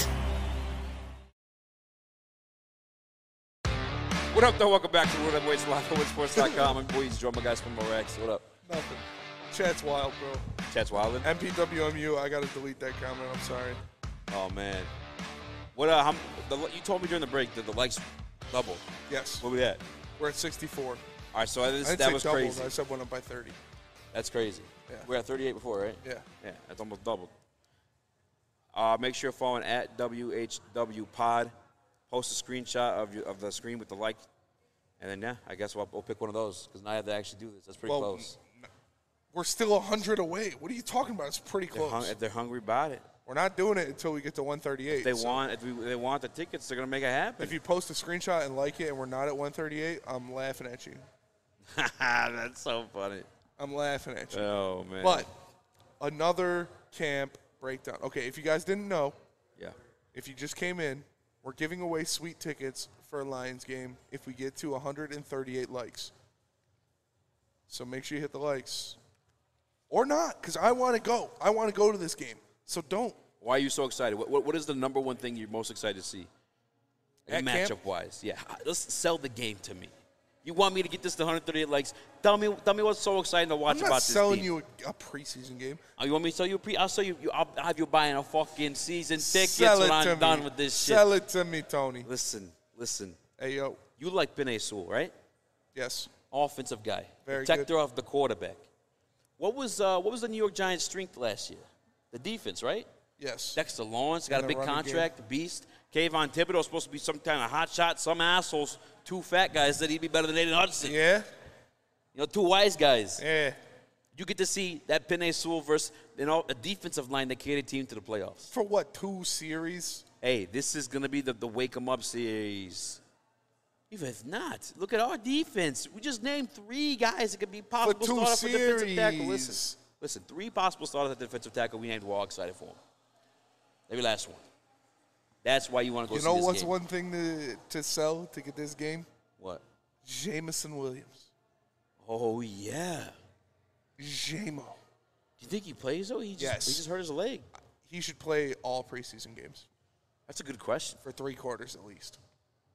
Speaker 3: What up, though? Welcome back to the World of Ways Live on WoodSports.com. I'm boys, drum my guys from Morax. What up?
Speaker 4: Nothing. Chat's wild, bro.
Speaker 3: Chats Wildin.
Speaker 4: MPWMU, I gotta delete that comment. I'm sorry.
Speaker 3: Oh man, what? Uh, how, the, you told me during the break that the likes double.
Speaker 4: Yes.
Speaker 3: What we at?
Speaker 4: We're at 64.
Speaker 3: All right, so
Speaker 4: I
Speaker 3: this,
Speaker 4: didn't
Speaker 3: that
Speaker 4: say
Speaker 3: was
Speaker 4: doubled,
Speaker 3: crazy.
Speaker 4: I said went up by 30.
Speaker 3: That's crazy.
Speaker 4: Yeah.
Speaker 3: We were at 38 before, right?
Speaker 4: Yeah.
Speaker 3: Yeah, that's almost doubled. Uh, make sure you're following at WHW Pod. Post a screenshot of, your, of the screen with the like. And then, yeah, I guess we'll, we'll pick one of those because now I have to actually do this. That's pretty
Speaker 4: Well,
Speaker 3: close.
Speaker 4: We're still 100 away. What are you talking about? It's pretty
Speaker 3: They're
Speaker 4: close.
Speaker 3: hung, if they're hungry about it,
Speaker 4: We're not doing it until we get to 138.
Speaker 3: if they,
Speaker 4: so
Speaker 3: want, if we, they want the tickets, they're going to make it happen.
Speaker 4: If you post a screenshot and like it and we're not at 138, I'm laughing at you.
Speaker 3: that's so funny.
Speaker 4: I'm laughing at you.
Speaker 3: Oh, man.
Speaker 4: But another camp breakdown. Okay, if you guys didn't know,
Speaker 3: Yeah.
Speaker 4: if you just came in, we're giving away sweet tickets for a Lions game if we get to 138 likes. So make sure you hit the likes. Or not, because I want to go. I want to go to this game. So don't.
Speaker 3: Why are you so excited? What, what, what is the number one thing you're most excited to see?
Speaker 4: At
Speaker 3: matchup
Speaker 4: camp?
Speaker 3: wise, yeah. Let's sell the game to me. You want me to get this to 138 likes? Tell me, tell me what's so exciting to watch
Speaker 4: I'm not
Speaker 3: about this
Speaker 4: selling
Speaker 3: team.
Speaker 4: you a, a preseason game.
Speaker 3: Oh, you want me to sell you a pre? I'll sell you. you I'll have you buying a fucking season ticket
Speaker 4: Sell
Speaker 3: when
Speaker 4: it to
Speaker 3: I'm
Speaker 4: me.
Speaker 3: done with this shit.
Speaker 4: Sell it to me, Tony.
Speaker 3: Listen, listen.
Speaker 4: Hey yo.
Speaker 3: You like Benay Sewell, right?
Speaker 4: Yes.
Speaker 3: Offensive guy,
Speaker 4: Very
Speaker 3: protector of the quarterback. What was uh, what was the New York Giants' strength last year? The defense, right?
Speaker 4: Yes.
Speaker 3: Dexter Lawrence got a
Speaker 4: And the
Speaker 3: big
Speaker 4: running
Speaker 3: contract, the beast. Kayvon Thibodeau was supposed to be some kind of hot shot. Some assholes, two fat guys said he'd be better than Aiden Hutchinson.
Speaker 4: Yeah.
Speaker 3: You know, two wise guys.
Speaker 4: Yeah.
Speaker 3: You get to see that Pinay Sewell versus you know, a defensive line that carried a team to the playoffs.
Speaker 4: For what, two series?
Speaker 3: Hey, this is going to be the, the wake 'em up series. Even if not, look at our defense. We just named three guys that could be possible
Speaker 4: two
Speaker 3: starters for defensive tackle.
Speaker 4: series.
Speaker 3: Listen, listen, three possible starters at defensive tackle. We named. We're all excited for them. Every last one. That's why you want to go.
Speaker 4: You
Speaker 3: see
Speaker 4: know
Speaker 3: this
Speaker 4: what's
Speaker 3: game.
Speaker 4: one thing to, to sell to get this game?
Speaker 3: What?
Speaker 4: Jamison Williams.
Speaker 3: Oh yeah.
Speaker 4: Jamo.
Speaker 3: Do you think he plays though? He just,
Speaker 4: Yes.
Speaker 3: He just hurt his leg.
Speaker 4: He should play all preseason games.
Speaker 3: That's a good question.
Speaker 4: For three quarters at least.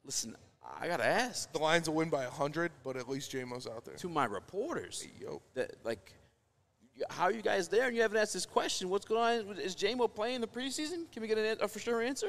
Speaker 3: Listen, I gotta ask.
Speaker 4: The Lions will win by hundred, but at least Jamo's out there.
Speaker 3: To my reporters,
Speaker 4: yo,
Speaker 3: that like, y- how are you guys there? And you haven't asked this question. What's going on? Is Jamo playing the preseason? Can we get an, an- a for sure answer?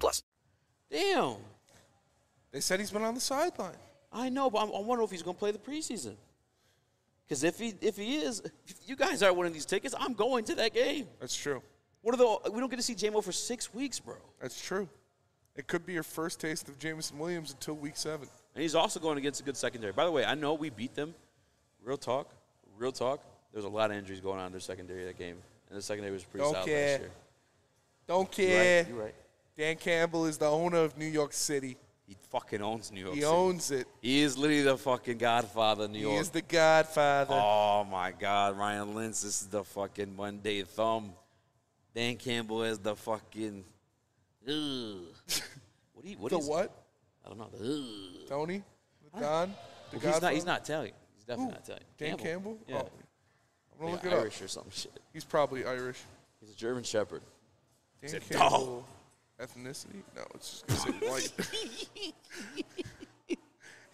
Speaker 15: plus.
Speaker 3: Damn.
Speaker 4: They said he's been on the sideline.
Speaker 3: I know, but I'm, I wonder if he's going to play the preseason. Because if he if he is, if you guys aren't winning these tickets. I'm going to that game.
Speaker 4: That's true.
Speaker 3: What are the? We don't get to see Jamo for six weeks, bro.
Speaker 4: That's true. It could be your first taste of Jamison Williams until week seven.
Speaker 3: And he's also going against a good secondary. By the way, I know we beat them. Real talk, real talk. There's a lot of injuries going on in their secondary that game, and the secondary was pretty
Speaker 4: Don't
Speaker 3: solid
Speaker 4: care.
Speaker 3: last year.
Speaker 4: Don't
Speaker 3: You're right,
Speaker 4: care.
Speaker 3: you're right.
Speaker 4: Dan Campbell is the owner of New York City.
Speaker 3: He fucking owns New York.
Speaker 4: He
Speaker 3: City.
Speaker 4: owns it.
Speaker 3: He is literally the fucking godfather of New York.
Speaker 4: He is the godfather.
Speaker 3: Oh my God, Ryan Lentz this is the fucking Monday thumb. Dan Campbell is the fucking. Ugh. What do you? What
Speaker 4: the
Speaker 3: is-
Speaker 4: what?
Speaker 3: I don't know. The, ugh.
Speaker 4: Tony? The Don? The
Speaker 3: Well, he's not. He's
Speaker 4: Godfather?
Speaker 3: not Italian. He's definitely
Speaker 4: Who?
Speaker 3: not Italian.
Speaker 4: Dan Campbell?
Speaker 3: Yeah.
Speaker 4: Oh. I'm gonna
Speaker 3: Yeah,
Speaker 4: look it up.
Speaker 3: Irish or some shit.
Speaker 4: He's probably Irish.
Speaker 3: He's a German Shepherd.
Speaker 4: Dan
Speaker 3: Said,
Speaker 4: Campbell. Ethnicity? No, it's just gonna say white.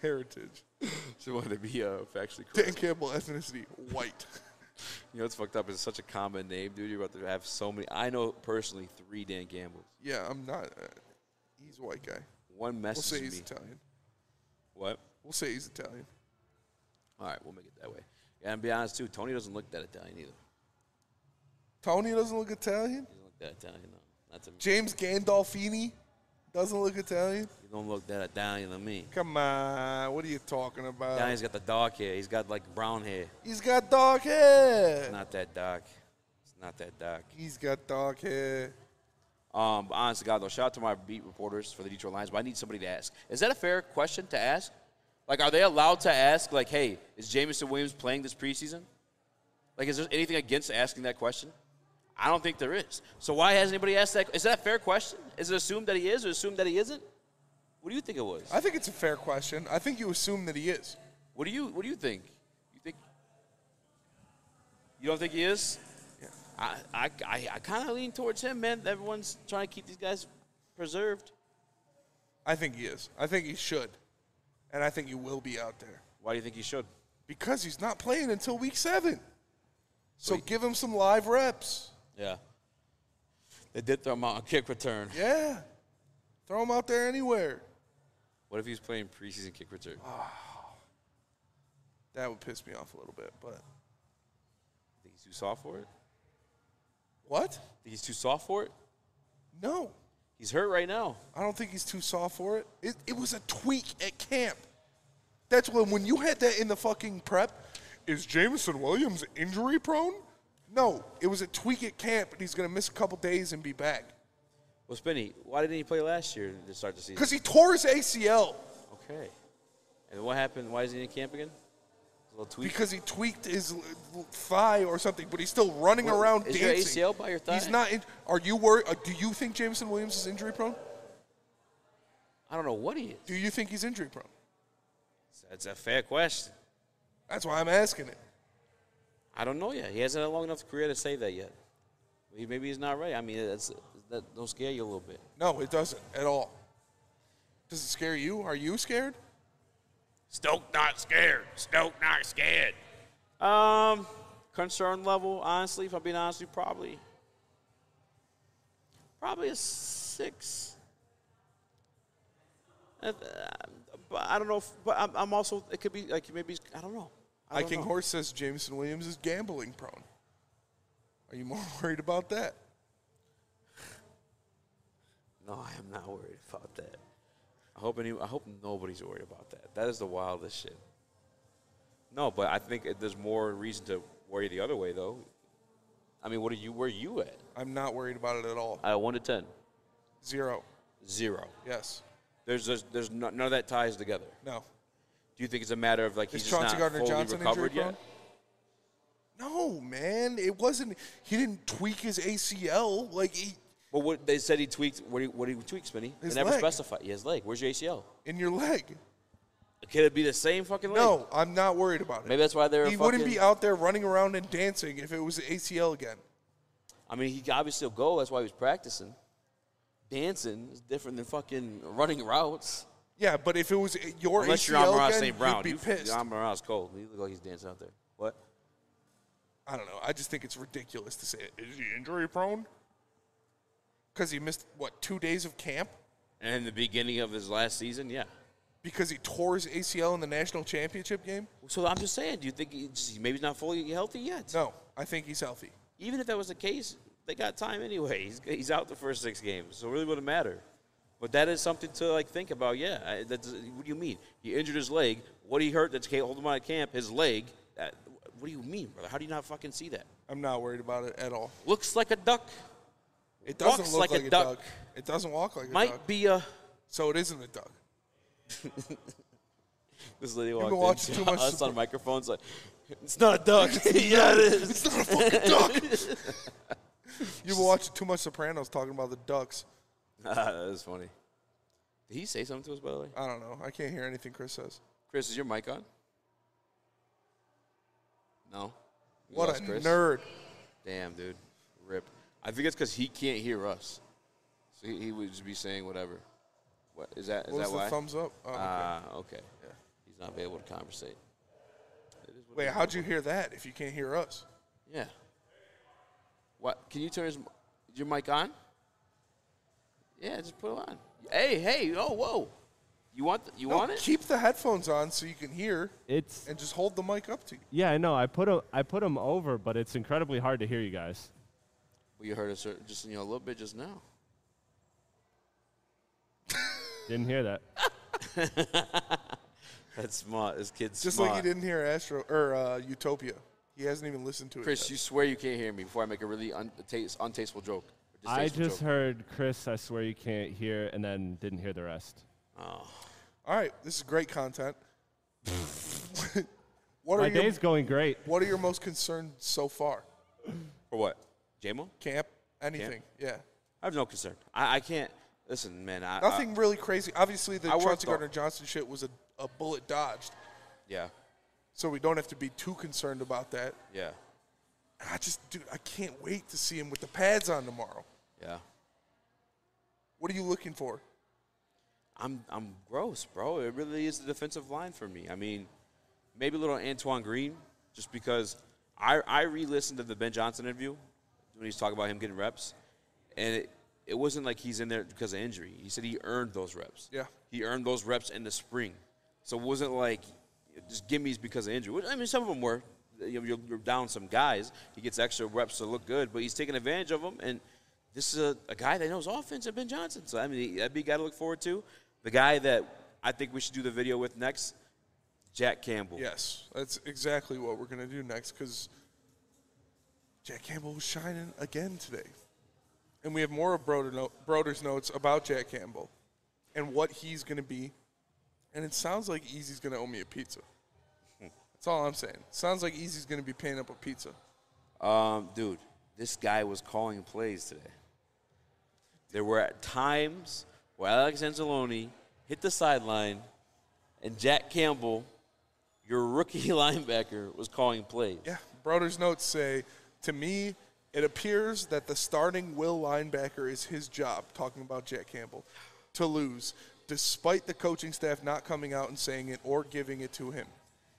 Speaker 4: Heritage.
Speaker 3: She wanted to be uh, factually correct.
Speaker 4: Dan Campbell ethnicity white.
Speaker 3: You know what's fucked up? It's such a common name, dude. You're about to have so many. I know personally three Dan Campbells.
Speaker 4: Yeah, I'm not. Uh, he's a white guy.
Speaker 3: One
Speaker 4: We'll
Speaker 3: message
Speaker 4: say he's
Speaker 3: me.
Speaker 4: Italian.
Speaker 3: What?
Speaker 4: We'll say he's Italian.
Speaker 3: All right, we'll make it that way. Yeah, and be honest too. Tony doesn't look that Italian either.
Speaker 4: Tony doesn't look Italian.
Speaker 3: He doesn't look that Italian. No, not to me.
Speaker 4: James Gandolfini doesn't look Italian.
Speaker 3: He don't look that Italian to me.
Speaker 4: Come on, what are you talking about?
Speaker 3: Italian's got the dark hair. He's got like brown hair.
Speaker 4: He's got dark hair.
Speaker 3: It's not that dark. It's not that dark.
Speaker 4: He's got dark hair.
Speaker 3: Um, but honest to God, though, shout out to my beat reporters for the Detroit Lions. But I need somebody to ask: Is that a fair question to ask? Like, are they allowed to ask? Like, hey, is Jamison Williams playing this preseason? Like, is there anything against asking that question? I don't think there is. So why has anybody asked that? Is that a fair question? Is it assumed that he is, or assumed that he isn't? What do you think it was?
Speaker 4: I think it's a fair question. I think you assume that he is.
Speaker 3: What do you What do you think? You think you don't think he is? Yeah. I I, I, I kind of lean towards him, man. Everyone's trying to keep these guys preserved.
Speaker 4: I think he is. I think he should, and I think he will be out there
Speaker 3: Why do you think he should?
Speaker 4: because he's not playing until week seven. So give him some live reps.
Speaker 3: Yeah. They did throw him out on kick return.
Speaker 4: Yeah, throw him out there anywhere.
Speaker 3: What if he was playing preseason kick return?
Speaker 4: That would piss me off a little bit, but
Speaker 3: Think he's too soft for it?
Speaker 4: what?
Speaker 3: Think he's too soft for it?
Speaker 4: No.
Speaker 3: He's hurt right now.
Speaker 4: I don't think he's too soft for it. It, it was a tweak at camp. That's when when you had that in the fucking prep. Is Jameson Williams injury prone? No, it was a tweak at camp, and he's gonna miss a couple days and be back
Speaker 3: Well, Spinny, why didn't he play last year to start the season?
Speaker 4: because he tore his ACL.
Speaker 3: Okay. And what happened? Why is he in camp again? A little tweak.
Speaker 4: because he tweaked his l- l- thigh or something, but he's still running
Speaker 3: Wait,
Speaker 4: around
Speaker 3: is your
Speaker 4: dancing.
Speaker 3: ACL by your thigh?
Speaker 4: He's not. In, are you worried? Uh, do you think Jameson Williams is injury prone?
Speaker 3: I don't know what he is.
Speaker 4: Do you think he's injury prone?
Speaker 3: That's a fair question.
Speaker 4: That's why I'm asking it.
Speaker 3: I don't know yet. He hasn't had a long enough career to say that yet. Maybe- Maybe he's not ready. I mean, that's that don't scare you a little bit.
Speaker 4: No, it doesn't at all. Does it scare you? Are you scared?
Speaker 3: Stoke not scared. Stoke not scared. Um, concern level, honestly, if I'm being honest with you, probably, probably a six. Uh, But I don't know. If, but I'm, I'm also. It could be like maybe. he's- I don't know. I
Speaker 4: I
Speaker 3: don't
Speaker 4: King
Speaker 3: know.
Speaker 4: Horse says Jameson Williams is gambling prone. Are you more worried about that?
Speaker 3: No, I am not worried about that. I hope any, I hope nobody's worried about that. That is the wildest shit. No, but I think it- there's more reason to worry the other way though. I mean, what are you? Where are you at?
Speaker 4: I'm not worried about it at all.
Speaker 3: Uh, one to ten.
Speaker 4: Zero.
Speaker 3: Zero.
Speaker 4: Yes.
Speaker 3: There's there's, there's no, none of that ties together.
Speaker 4: No.
Speaker 3: Do you think it's a matter of like
Speaker 4: Is
Speaker 3: he's just
Speaker 4: Chauncey
Speaker 3: not
Speaker 4: Gardner
Speaker 3: fully
Speaker 4: Johnson
Speaker 3: recovered
Speaker 4: injury
Speaker 3: yet?
Speaker 4: No, man. It wasn't. He didn't tweak his ACL. Like he,
Speaker 3: Well, what they said he tweaked. What he what he tweaked, Smitty?
Speaker 4: His
Speaker 3: they never
Speaker 4: leg.
Speaker 3: specified. Yeah, his leg. Where's your ACL?
Speaker 4: in your leg.
Speaker 3: Could it be the same fucking leg?
Speaker 4: No, I'm not worried about it.
Speaker 3: Maybe that's why they're.
Speaker 4: He wouldn't be out there running around and dancing if it was ACL again.
Speaker 3: I mean, he obviously will go. That's why he was practicing. Dancing is different than fucking running routes.
Speaker 4: Yeah, but if it was your
Speaker 3: Unless
Speaker 4: ACL
Speaker 3: you're Amara
Speaker 4: again,
Speaker 3: St. Brown,
Speaker 4: you'd be
Speaker 3: you, um,
Speaker 4: pissed.
Speaker 3: Amara's cold. He look like he's dancing out there. What?
Speaker 4: I don't know. I just think it's ridiculous to say it. Is he injury prone? Because he missed what two days of camp
Speaker 3: And in the beginning of his last season, yeah.
Speaker 4: because he tore his ACL in the national championship game.
Speaker 3: So I'm just saying, do you think he just, maybe he's not fully healthy yet?
Speaker 4: No, I think he's healthy.
Speaker 3: Even if that was the case, they got time anyway. He's, he's out the first six games, so it really wouldn't matter. But that is something to like think about. Yeah, I, that's, what do you mean? He injured his leg. What he hurt that can't hold him out of camp. His leg. That, what do you mean, brother? How do you not fucking see that?
Speaker 4: I'm not worried about it at all.
Speaker 3: Looks like a duck.
Speaker 4: It doesn't
Speaker 3: Walks
Speaker 4: look
Speaker 3: like
Speaker 4: like,
Speaker 3: a
Speaker 4: a
Speaker 3: duck.
Speaker 4: duck. It doesn't walk like a
Speaker 3: Might
Speaker 4: duck.
Speaker 3: be a.
Speaker 4: So it isn't a duck.
Speaker 3: This lady
Speaker 4: been
Speaker 3: walked in
Speaker 4: watching
Speaker 3: to
Speaker 4: too much
Speaker 3: us
Speaker 4: Super-
Speaker 3: on microphones like, it's not a duck. yeah, it is.
Speaker 4: It's not a fucking duck. You've been watching too much Sopranos talking about the ducks.
Speaker 3: Ah, that is funny. Did he say something to us, by the way?
Speaker 4: I don't know. I can't hear anything Chris says.
Speaker 3: Chris, is your mic on? No. We
Speaker 4: What
Speaker 3: lost
Speaker 4: a nerd.
Speaker 3: Damn, dude. Rip. I think it's because he can't hear us. So he, he would just be saying whatever. What is that? Is
Speaker 4: What
Speaker 3: that
Speaker 4: was the
Speaker 3: why?
Speaker 4: thumbs up? Oh, okay.
Speaker 3: Ah, okay. He's not able to conversate.
Speaker 4: Wait, how'd you hear that if you can't hear us?
Speaker 3: Yeah. What? Can you turn his, m- is your mic on? Yeah, just put it on. Hey, hey, oh, whoa. You want th- you
Speaker 4: No,
Speaker 3: want it?
Speaker 4: Keep the headphones on so you can hear.
Speaker 5: It's
Speaker 4: and just hold the mic up to you.
Speaker 5: Yeah, I know. I put 'em- I put 'em over, but it's incredibly hard to hear you guys.
Speaker 3: Well, you heard us uh, just you know a little bit just now.
Speaker 5: Didn't hear that.
Speaker 3: That's smart. This kid's
Speaker 4: Just
Speaker 3: smart.
Speaker 4: like you didn't hear Astro or uh, Utopia. He hasn't even listened to it.
Speaker 3: Chris,
Speaker 4: yet.
Speaker 3: you swear you can't hear me before I make a really un- taste, untasteful joke. or
Speaker 5: I
Speaker 3: distasteful
Speaker 5: just
Speaker 3: joke.
Speaker 5: heard Chris. I swear you can't hear, and then didn't hear the rest.
Speaker 3: Oh.
Speaker 4: All right, this is great content. what
Speaker 5: My
Speaker 4: are your,
Speaker 5: day's going great.
Speaker 4: What are your most concerned so far?
Speaker 3: For what? JMO?
Speaker 4: Camp? Anything? Yeah.
Speaker 3: I have no concern. I, I can't. Listen, man. I,
Speaker 4: Nothing
Speaker 3: I-
Speaker 4: really crazy. Obviously, the
Speaker 3: I worked
Speaker 4: Chauncey
Speaker 3: on-
Speaker 4: Gardner Johnson shit was a, a bullet dodged,
Speaker 3: yeah.
Speaker 4: so we don't have to be too concerned about that.
Speaker 3: Yeah.
Speaker 4: I just, dude, I can't wait to see him with the pads on tomorrow.
Speaker 3: Yeah.
Speaker 4: What are you looking for?
Speaker 3: I'm I'm gross, bro. It really is the defensive line for me. I mean, maybe a little Antoine Green, just because I I re-listened to the Ben Johnson interview when he's talking about him getting reps, and it it wasn't like he's in there because of injury. He said he earned those reps.
Speaker 4: Yeah.
Speaker 3: He earned those reps in the spring, so it wasn't like just gimmies because of injury. Which, I mean, some of them were. You know, You're, you're down some guys. He gets extra reps to look good, but he's taking advantage of them. And this is a, a guy that knows offense, and Ben Johnson. So I mean, that'd be a guy to look forward to. The guy that I think we should do the video with next, Jack Campbell.
Speaker 4: Yes, that's exactly what we're gonna do next because Jack Campbell was shining again today, and we have more of Broder no- Broder's notes about Jack Campbell and what he's gonna be And it sounds like Easy's going to owe me a pizza. That's all I'm saying. Sounds like Easy's going to be paying up a pizza.
Speaker 3: Um, dude, this guy was calling plays today. There were times where Alex Anzalone hit the sideline, and Jack Campbell, your rookie linebacker, was calling plays.
Speaker 4: Yeah, Broder's notes say, to me, it appears that the starting will linebacker is his job, talking about Jack Campbell, to lose, despite the coaching staff not coming out and saying it or giving it to him.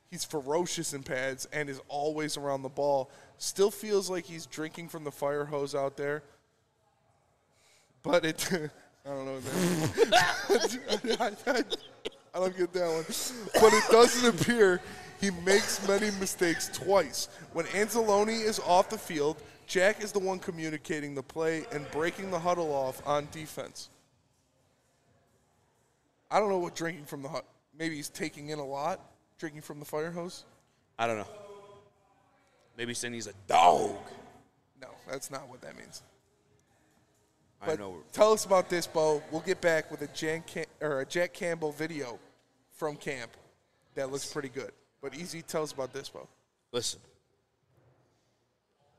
Speaker 4: He's ferocious in pads and is always around the ball. Still feels like he's drinking from the fire hose out there. But it, I don't know. Man. I, I- I don't get that one. But it doesn't appear he makes many mistakes twice. When Anzalone is off the field, Jack is the one communicating the play and breaking the huddle off on defense. I don't know what drinking from the hut. Maybe he's taking in a lot, drinking from the fire hose.
Speaker 3: I don't know. Maybe saying he's a dog.
Speaker 4: No, that's not what that means.
Speaker 3: I
Speaker 4: But
Speaker 3: know.
Speaker 4: Tell us about this, Bo. We'll get back with a Jan Cam- or a Jack Campbell video from camp that looks pretty good. But Easy, tell us about this, Bo.
Speaker 3: Listen,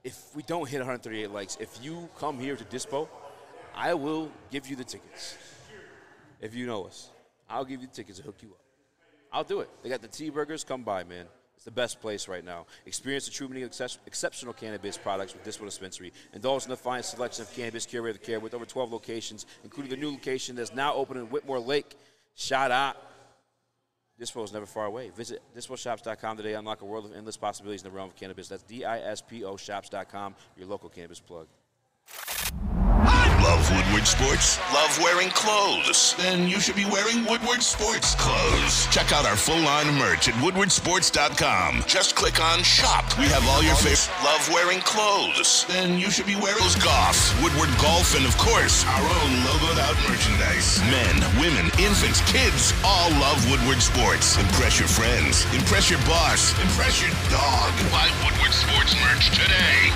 Speaker 3: if we don't hit 138 likes, if you come here to Dispo, I will give you the tickets. If you know us, I'll give you the tickets and hook you up. I'll do it. They got the T Burgers. Come by, man. It's the best place right now. Experience the true meaning of excep- exceptional cannabis products with Dispo Dispensary. Indulge in the fine selection of cannabis curated care with over 12 locations, including the new location that's now open in Whitmore Lake. Shout out Dispo is never far away. Visit disposhops.com today. Unlock a world of endless possibilities in the realm of cannabis. That's D-I-S-P-O shops.com, your local cannabis plug.
Speaker 6: Love Woodward Sports? Love wearing clothes? Then you should be wearing Woodward Sports clothes. Check out our full line of merch at woodwardsports.com. Just click on shop. We have all your favorite. Love wearing clothes? Then you should be wearing golf, Woodward Golf, and of course, our own logoed out merchandise. Men, women, infants, kids all love Woodward Sports. Impress your friends. Impress your boss. Impress your dog. Buy Woodward Sports merch today.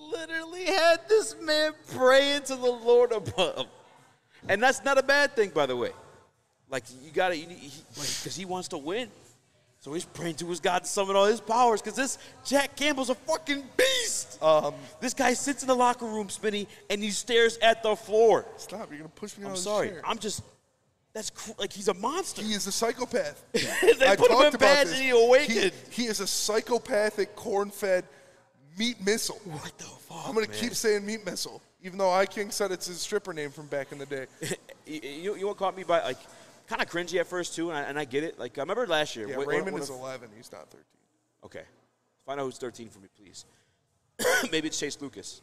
Speaker 3: literally had this man praying to the Lord above, and that's not a bad thing, by the way. Like you got to, because he wants to win, so he's praying to his God to summon all his powers. Because this Jack Campbell's a fucking beast.
Speaker 4: Um,
Speaker 3: this guy sits in the locker room, Spinny, and he stares at the floor.
Speaker 4: Stop! You're gonna push me
Speaker 3: I'm
Speaker 4: out of the
Speaker 3: sorry.
Speaker 4: chair.
Speaker 3: I'm just. That's cr- like he's a monster. He
Speaker 4: is a psychopath.
Speaker 3: they
Speaker 4: I
Speaker 3: put him
Speaker 4: talked
Speaker 3: in
Speaker 4: about
Speaker 3: bed
Speaker 4: this.
Speaker 3: and he awakened.
Speaker 4: He, he is a psychopathic, corn-fed meat missile. What the fuck? I'm gonna
Speaker 3: man?
Speaker 4: keep saying meat missile, even though I King said it's his stripper name from back in the day.
Speaker 3: you, you, you know what caught me by like kind of cringy at first too, and I, and I get it. Like I remember last year.
Speaker 4: Yeah,
Speaker 3: when- when-
Speaker 4: Raymond
Speaker 3: when
Speaker 4: is
Speaker 3: a-
Speaker 4: 11. He's not 13.
Speaker 3: Okay. Find out who's 13 for me, please. Maybe it's Chase Lucas.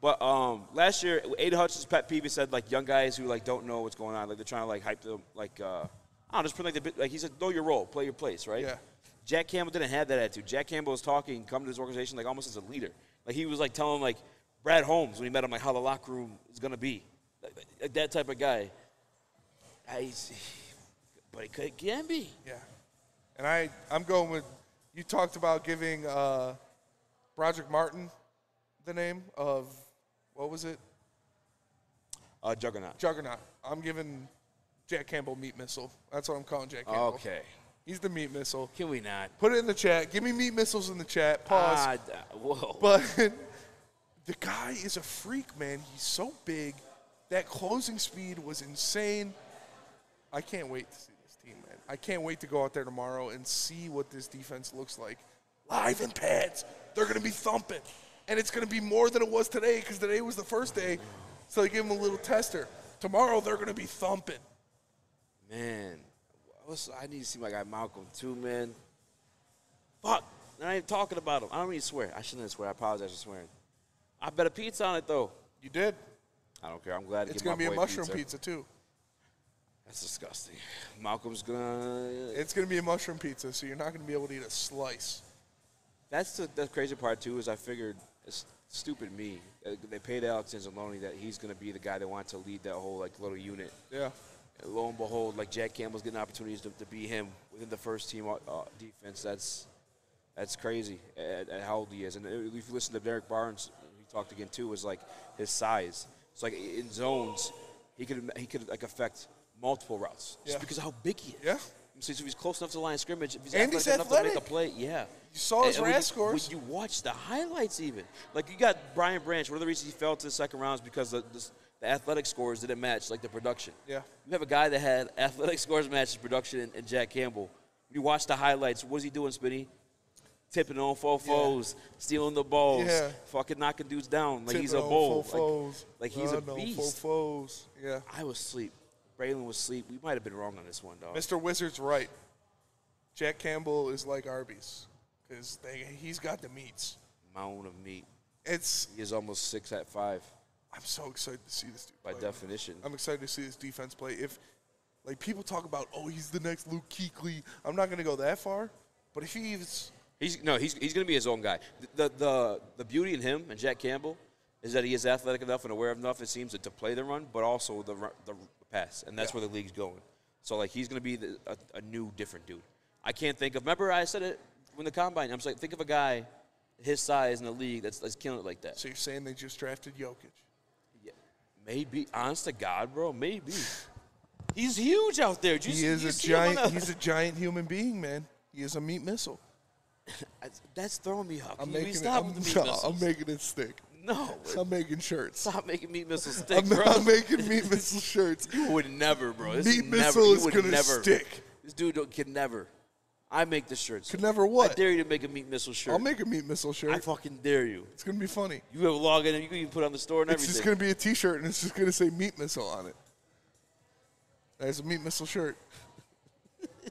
Speaker 3: But um, last year, Ada Hutchins' pet peeve is said like young guys who like don't know what's going on, like they're trying to like hype them, like uh, I don't know, just put like the bit- like he said, know your role, play your place, right? Yeah. Jack Campbell didn't have that attitude. Jack Campbell was talking, come to this organization like almost as a leader. Like he was like telling like Brad Holmes when he met him like how the locker room is gonna be, like, like, that type of guy. I, he's- but he could, can be.
Speaker 4: Yeah. And I, I'm going with. You talked about giving uh, Broderick Martin the name of what was it?
Speaker 3: Uh, Juggernaut.
Speaker 4: Juggernaut. I'm giving Jack Campbell meat missile. That's what I'm calling Jack Campbell.
Speaker 3: Okay.
Speaker 4: He's the meat missile.
Speaker 3: Can we not?
Speaker 4: Put it in the chat. Give me meat missiles in the chat. Pause.
Speaker 3: Ah, d- whoa.
Speaker 4: But the guy is a freak, man. He's so big. That closing speed was insane. I can't wait to see this team, man. I can't wait to go out there tomorrow and see what this defense looks like. Live in pads. They're going to be thumping. And it's going to be more than it was today because today was the first day. So they give them a little tester. Tomorrow they're going to be thumping.
Speaker 3: Man, I, was, I need to see my guy Malcolm too, man. Fuck, I ain't talking about him. I don't even swear. I shouldn't have swear. I apologize for swearing. I bet a pizza on it though.
Speaker 4: You did.
Speaker 3: I don't care. I'm glad to
Speaker 4: It's
Speaker 3: give my
Speaker 4: going to be a
Speaker 3: boy
Speaker 4: mushroom pizza, too.
Speaker 3: That's disgusting. Malcolm's gonna.
Speaker 4: It's going to be a mushroom pizza, so you're not going to be able to eat a slice.
Speaker 3: That's the, the crazy part too. Is I figured, it's stupid me. uh, They paid Alex Anzalone that he's gonna be the guy that wanted to lead that whole like little unit.
Speaker 4: Yeah.
Speaker 3: And lo and behold, like Jack Campbell's getting opportunities to, to be him within the first team uh, uh, defense. That's that's crazy at, at how old he is. And if you listen to Derek Barnes, he talked again too, was like his size. It's like in zones, he could he could like affect multiple routes just
Speaker 4: Yeah.
Speaker 3: because of how big he is.
Speaker 4: Yeah.
Speaker 3: So if he's close enough to the line of scrimmage, if he's
Speaker 4: And he's
Speaker 3: athletic enough to make a
Speaker 4: athletic.
Speaker 3: play, yeah.
Speaker 4: You saw his
Speaker 3: when
Speaker 4: RAS
Speaker 3: you-
Speaker 4: scores.
Speaker 3: when you watch the highlights, even like you got Brian Branch. One of the reasons he fell to the second round is because the, the, the athletic scores didn't match like the production.
Speaker 4: Yeah.
Speaker 3: You have a guy that had athletic scores matches production and, and Jack Campbell. You watch the highlights. What is he doing, Spinny? Tipping on faux foes, stealing the balls,
Speaker 4: Yeah.
Speaker 3: fucking knocking dudes down like he's a
Speaker 4: Tipping on
Speaker 3: bull.
Speaker 4: faux
Speaker 3: Like-
Speaker 4: foes,
Speaker 3: Like, he's a
Speaker 4: run on faux
Speaker 3: beast.
Speaker 4: foes. Yeah.
Speaker 3: I was asleep. Braylon was asleep. We might have been wrong on this one, dog.
Speaker 4: Mr. Wizard's right. Jack Campbell is like Arby's because he's got the meats.
Speaker 3: Mound of meat.
Speaker 4: It's
Speaker 3: he is almost six at five.
Speaker 4: I'm so excited to see this dude.
Speaker 3: By
Speaker 4: play.
Speaker 3: definition.
Speaker 4: I'm excited to see this defense play. If like people talk about, oh, he's the next Luke Kuechly. I'm not going to go that far, but if he's
Speaker 3: He's no, he's he's gonna be his own guy. The, the the the beauty in him and Jack Campbell is that he is athletic enough and aware enough it seems to, to play the run, but also the ru- the pass, and that's
Speaker 4: Yeah.
Speaker 3: where the league's going. So like he's gonna be the, a, a new different dude. I can't think of. Remember I said it when the combine. I'm just like think of a guy his size in the league that's that's killing it like that.
Speaker 4: so you're saying they just drafted Jokic.
Speaker 3: Maybe honest to God, bro, maybe. He's huge out there. Did you
Speaker 4: He
Speaker 3: see-
Speaker 4: is
Speaker 3: you
Speaker 4: a
Speaker 3: see him on
Speaker 4: giant.
Speaker 3: the-
Speaker 4: He's a giant human being, man. He is a meat missile.
Speaker 3: That's throwing me up.
Speaker 4: I'm
Speaker 3: Can
Speaker 4: making
Speaker 3: we
Speaker 4: it,
Speaker 3: stop
Speaker 4: I'm,
Speaker 3: with the meat
Speaker 4: no,
Speaker 3: missiles?
Speaker 4: I'm making it stick.
Speaker 3: No.
Speaker 4: I'm making shirts.
Speaker 3: Stop making meat missiles stick,
Speaker 4: I'm,
Speaker 3: bro.
Speaker 4: I'm making meat missile shirts.
Speaker 3: You would never, bro. This
Speaker 4: Meat
Speaker 3: is never-
Speaker 4: missile
Speaker 3: you
Speaker 4: is
Speaker 3: would
Speaker 4: gonna
Speaker 3: never-
Speaker 4: stick.
Speaker 3: This dude don't, can never. I make the shirts.
Speaker 4: Could never what?
Speaker 3: I dare you to make a meat missile shirt.
Speaker 4: I'll make a meat missile shirt.
Speaker 3: I fucking dare you.
Speaker 4: It's gonna be funny.
Speaker 3: You have a login and you can even put it on the store and
Speaker 4: It's
Speaker 3: everything.
Speaker 4: just gonna be a T-shirt, and it's just gonna say meat missile on it. That's a meat missile shirt.
Speaker 3: I,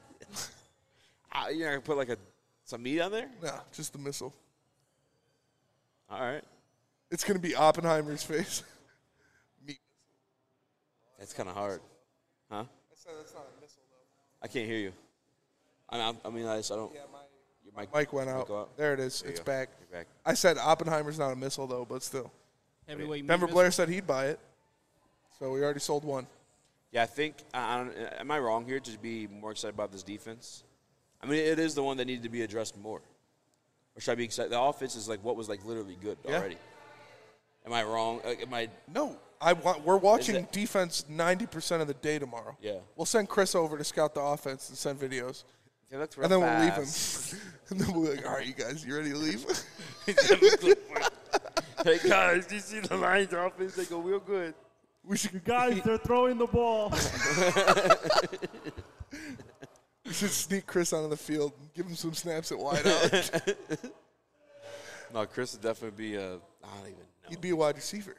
Speaker 3: Ah, you're not gonna put like a some meat on there.
Speaker 4: Nah, just the missile.
Speaker 3: All right,
Speaker 4: It's gonna be Oppenheimer's face.
Speaker 3: that's kind of hard, huh?
Speaker 4: That's not, that's not a missile
Speaker 3: I can't hear you. I mean, I'm- I, mean, I just I don't. Yeah, your mic,
Speaker 4: Mike went out.
Speaker 3: go
Speaker 4: There it is.
Speaker 3: There you
Speaker 4: it's
Speaker 3: go.
Speaker 4: back.
Speaker 3: You're back.
Speaker 4: I said Oppenheimer's not a missile though, but still.
Speaker 3: Heavyweight meat
Speaker 4: Denver
Speaker 3: missile.
Speaker 4: Blair said he'd buy it, so we already sold one.
Speaker 3: Yeah, I think. I, I don't, uh, am I wrong here to be more excited about this defense? I mean, it is the one that needed to be addressed more. Or should I be excited? The offense is like what was like literally good
Speaker 4: Yeah.
Speaker 3: already. Am I wrong? Like, am I?
Speaker 4: No, I want. We're watching
Speaker 3: it-
Speaker 4: defense ninety percent of the day tomorrow.
Speaker 3: Yeah.
Speaker 4: We'll send Chris over to scout the offense and send videos.
Speaker 3: Yeah, that's
Speaker 4: and then we'll leave
Speaker 3: fast.
Speaker 4: him. and then we'll be like, all right, you guys, you ready to leave?
Speaker 3: hey, guys, you see the Lions offense? They go real good.
Speaker 4: We should,
Speaker 5: Guys, they're throwing the ball.
Speaker 4: we should sneak Chris onto the field and give him some snaps at wideout.
Speaker 3: No, Chris would definitely be a. I don't even.
Speaker 4: He'd be a wide receiver.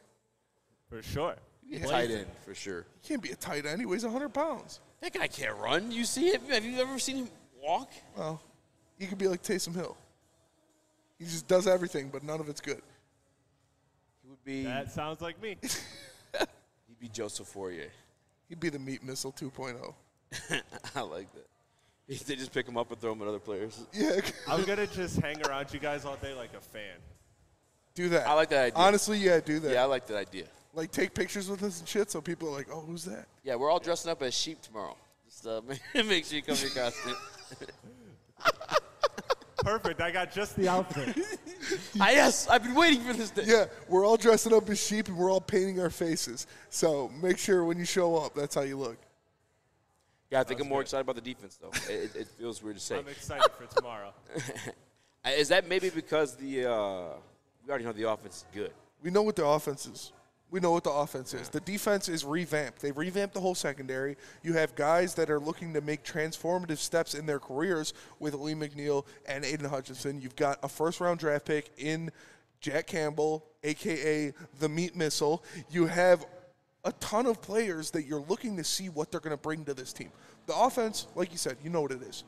Speaker 5: For sure.
Speaker 4: Yeah.
Speaker 3: Tight end for sure.
Speaker 4: He can't be a tight end. He weighs 100 pounds.
Speaker 3: That guy can't run. You see him? Have you ever seen him walk?
Speaker 4: Well, he could be like Taysom Hill. He just does everything, but none of it's good.
Speaker 3: He would be.
Speaker 5: That sounds like me.
Speaker 3: He'd be Joseph Fourier.
Speaker 4: He'd be the meat missile 2.0.
Speaker 3: I like that. They just pick him up and throw him at other players.
Speaker 4: Yeah.
Speaker 5: I'm gonna just hang around you guys all day like a fan.
Speaker 4: Do that.
Speaker 3: I like that idea.
Speaker 4: Honestly, yeah, do that.
Speaker 3: Yeah, I like that idea.
Speaker 4: Like, take pictures with us and shit so people are like, oh, who's that?
Speaker 3: Yeah, we're all dressing up as sheep tomorrow. Just uh, make sure you come to your costume.
Speaker 5: Perfect. I got just the outfit.
Speaker 3: I, yes, I've been waiting for this day.
Speaker 4: Yeah, we're all dressing up as sheep and we're all painting our faces. So make sure when you show up, that's how you look.
Speaker 3: Yeah, I think I'm more excited about the defense though. It, it- it feels weird to say. Uh,
Speaker 5: I'm excited for tomorrow.
Speaker 3: Is that maybe because the uh, we already know the offense is good?
Speaker 4: We know what the offense is. We know what the offense is. The defense is revamped. They revamped the whole secondary. You have guys that are looking to make transformative steps in their careers with Lee McNeil and Aiden Hutchinson. You've got a first round draft pick in Jack Campbell, aka the meat missile. You have a ton of players that you're looking to see what they're going to bring to this team. The offense, like you said, you know what it is.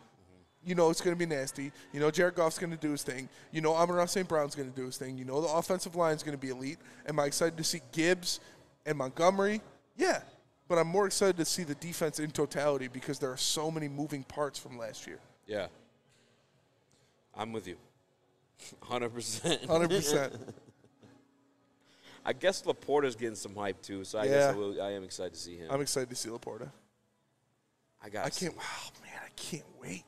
Speaker 4: You know it's going to be nasty. You know Jared Goff's going to do his thing. You know Amon St. Brown's going to do his thing. You know the offensive line's going to be elite. Am I excited to see Gibbs and Montgomery? Yeah. but I'm more excited to see the defense in totality because there are so many moving parts from last year.
Speaker 3: Yeah. I'm with you. 100%.
Speaker 4: 100%.
Speaker 3: I guess Laporta's getting some hype too, so I
Speaker 4: Yeah.
Speaker 3: guess I, will, I am excited to see him.
Speaker 4: I'm excited to see Laporta.
Speaker 3: I got.
Speaker 4: I can't. Oh man, I can't wait.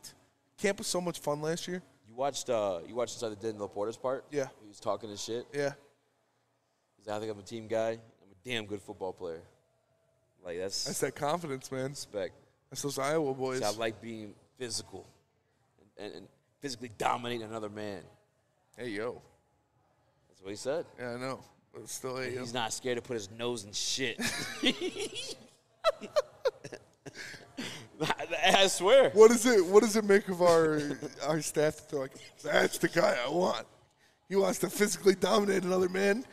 Speaker 4: Camp was so much fun last year.
Speaker 3: You watched uh you watched inside the den Laporta's part?
Speaker 4: Yeah.
Speaker 3: He was talking his shit.
Speaker 4: Yeah.
Speaker 3: He's like, I think I'm a team guy. I'm a damn good football player. Like that's
Speaker 4: That's that confidence, man.
Speaker 3: Respect.
Speaker 4: That's those Iowa boys.
Speaker 3: See, I like being physical and, and physically dominating another man.
Speaker 4: Hey yo.
Speaker 3: That's what he said.
Speaker 4: Yeah, I know. But still hey, yo.
Speaker 3: He's not scared to put his nose in shit. I swear.
Speaker 4: What is it? What does it make of our our staff? That they're like, that's the guy I want. He wants to physically dominate another man,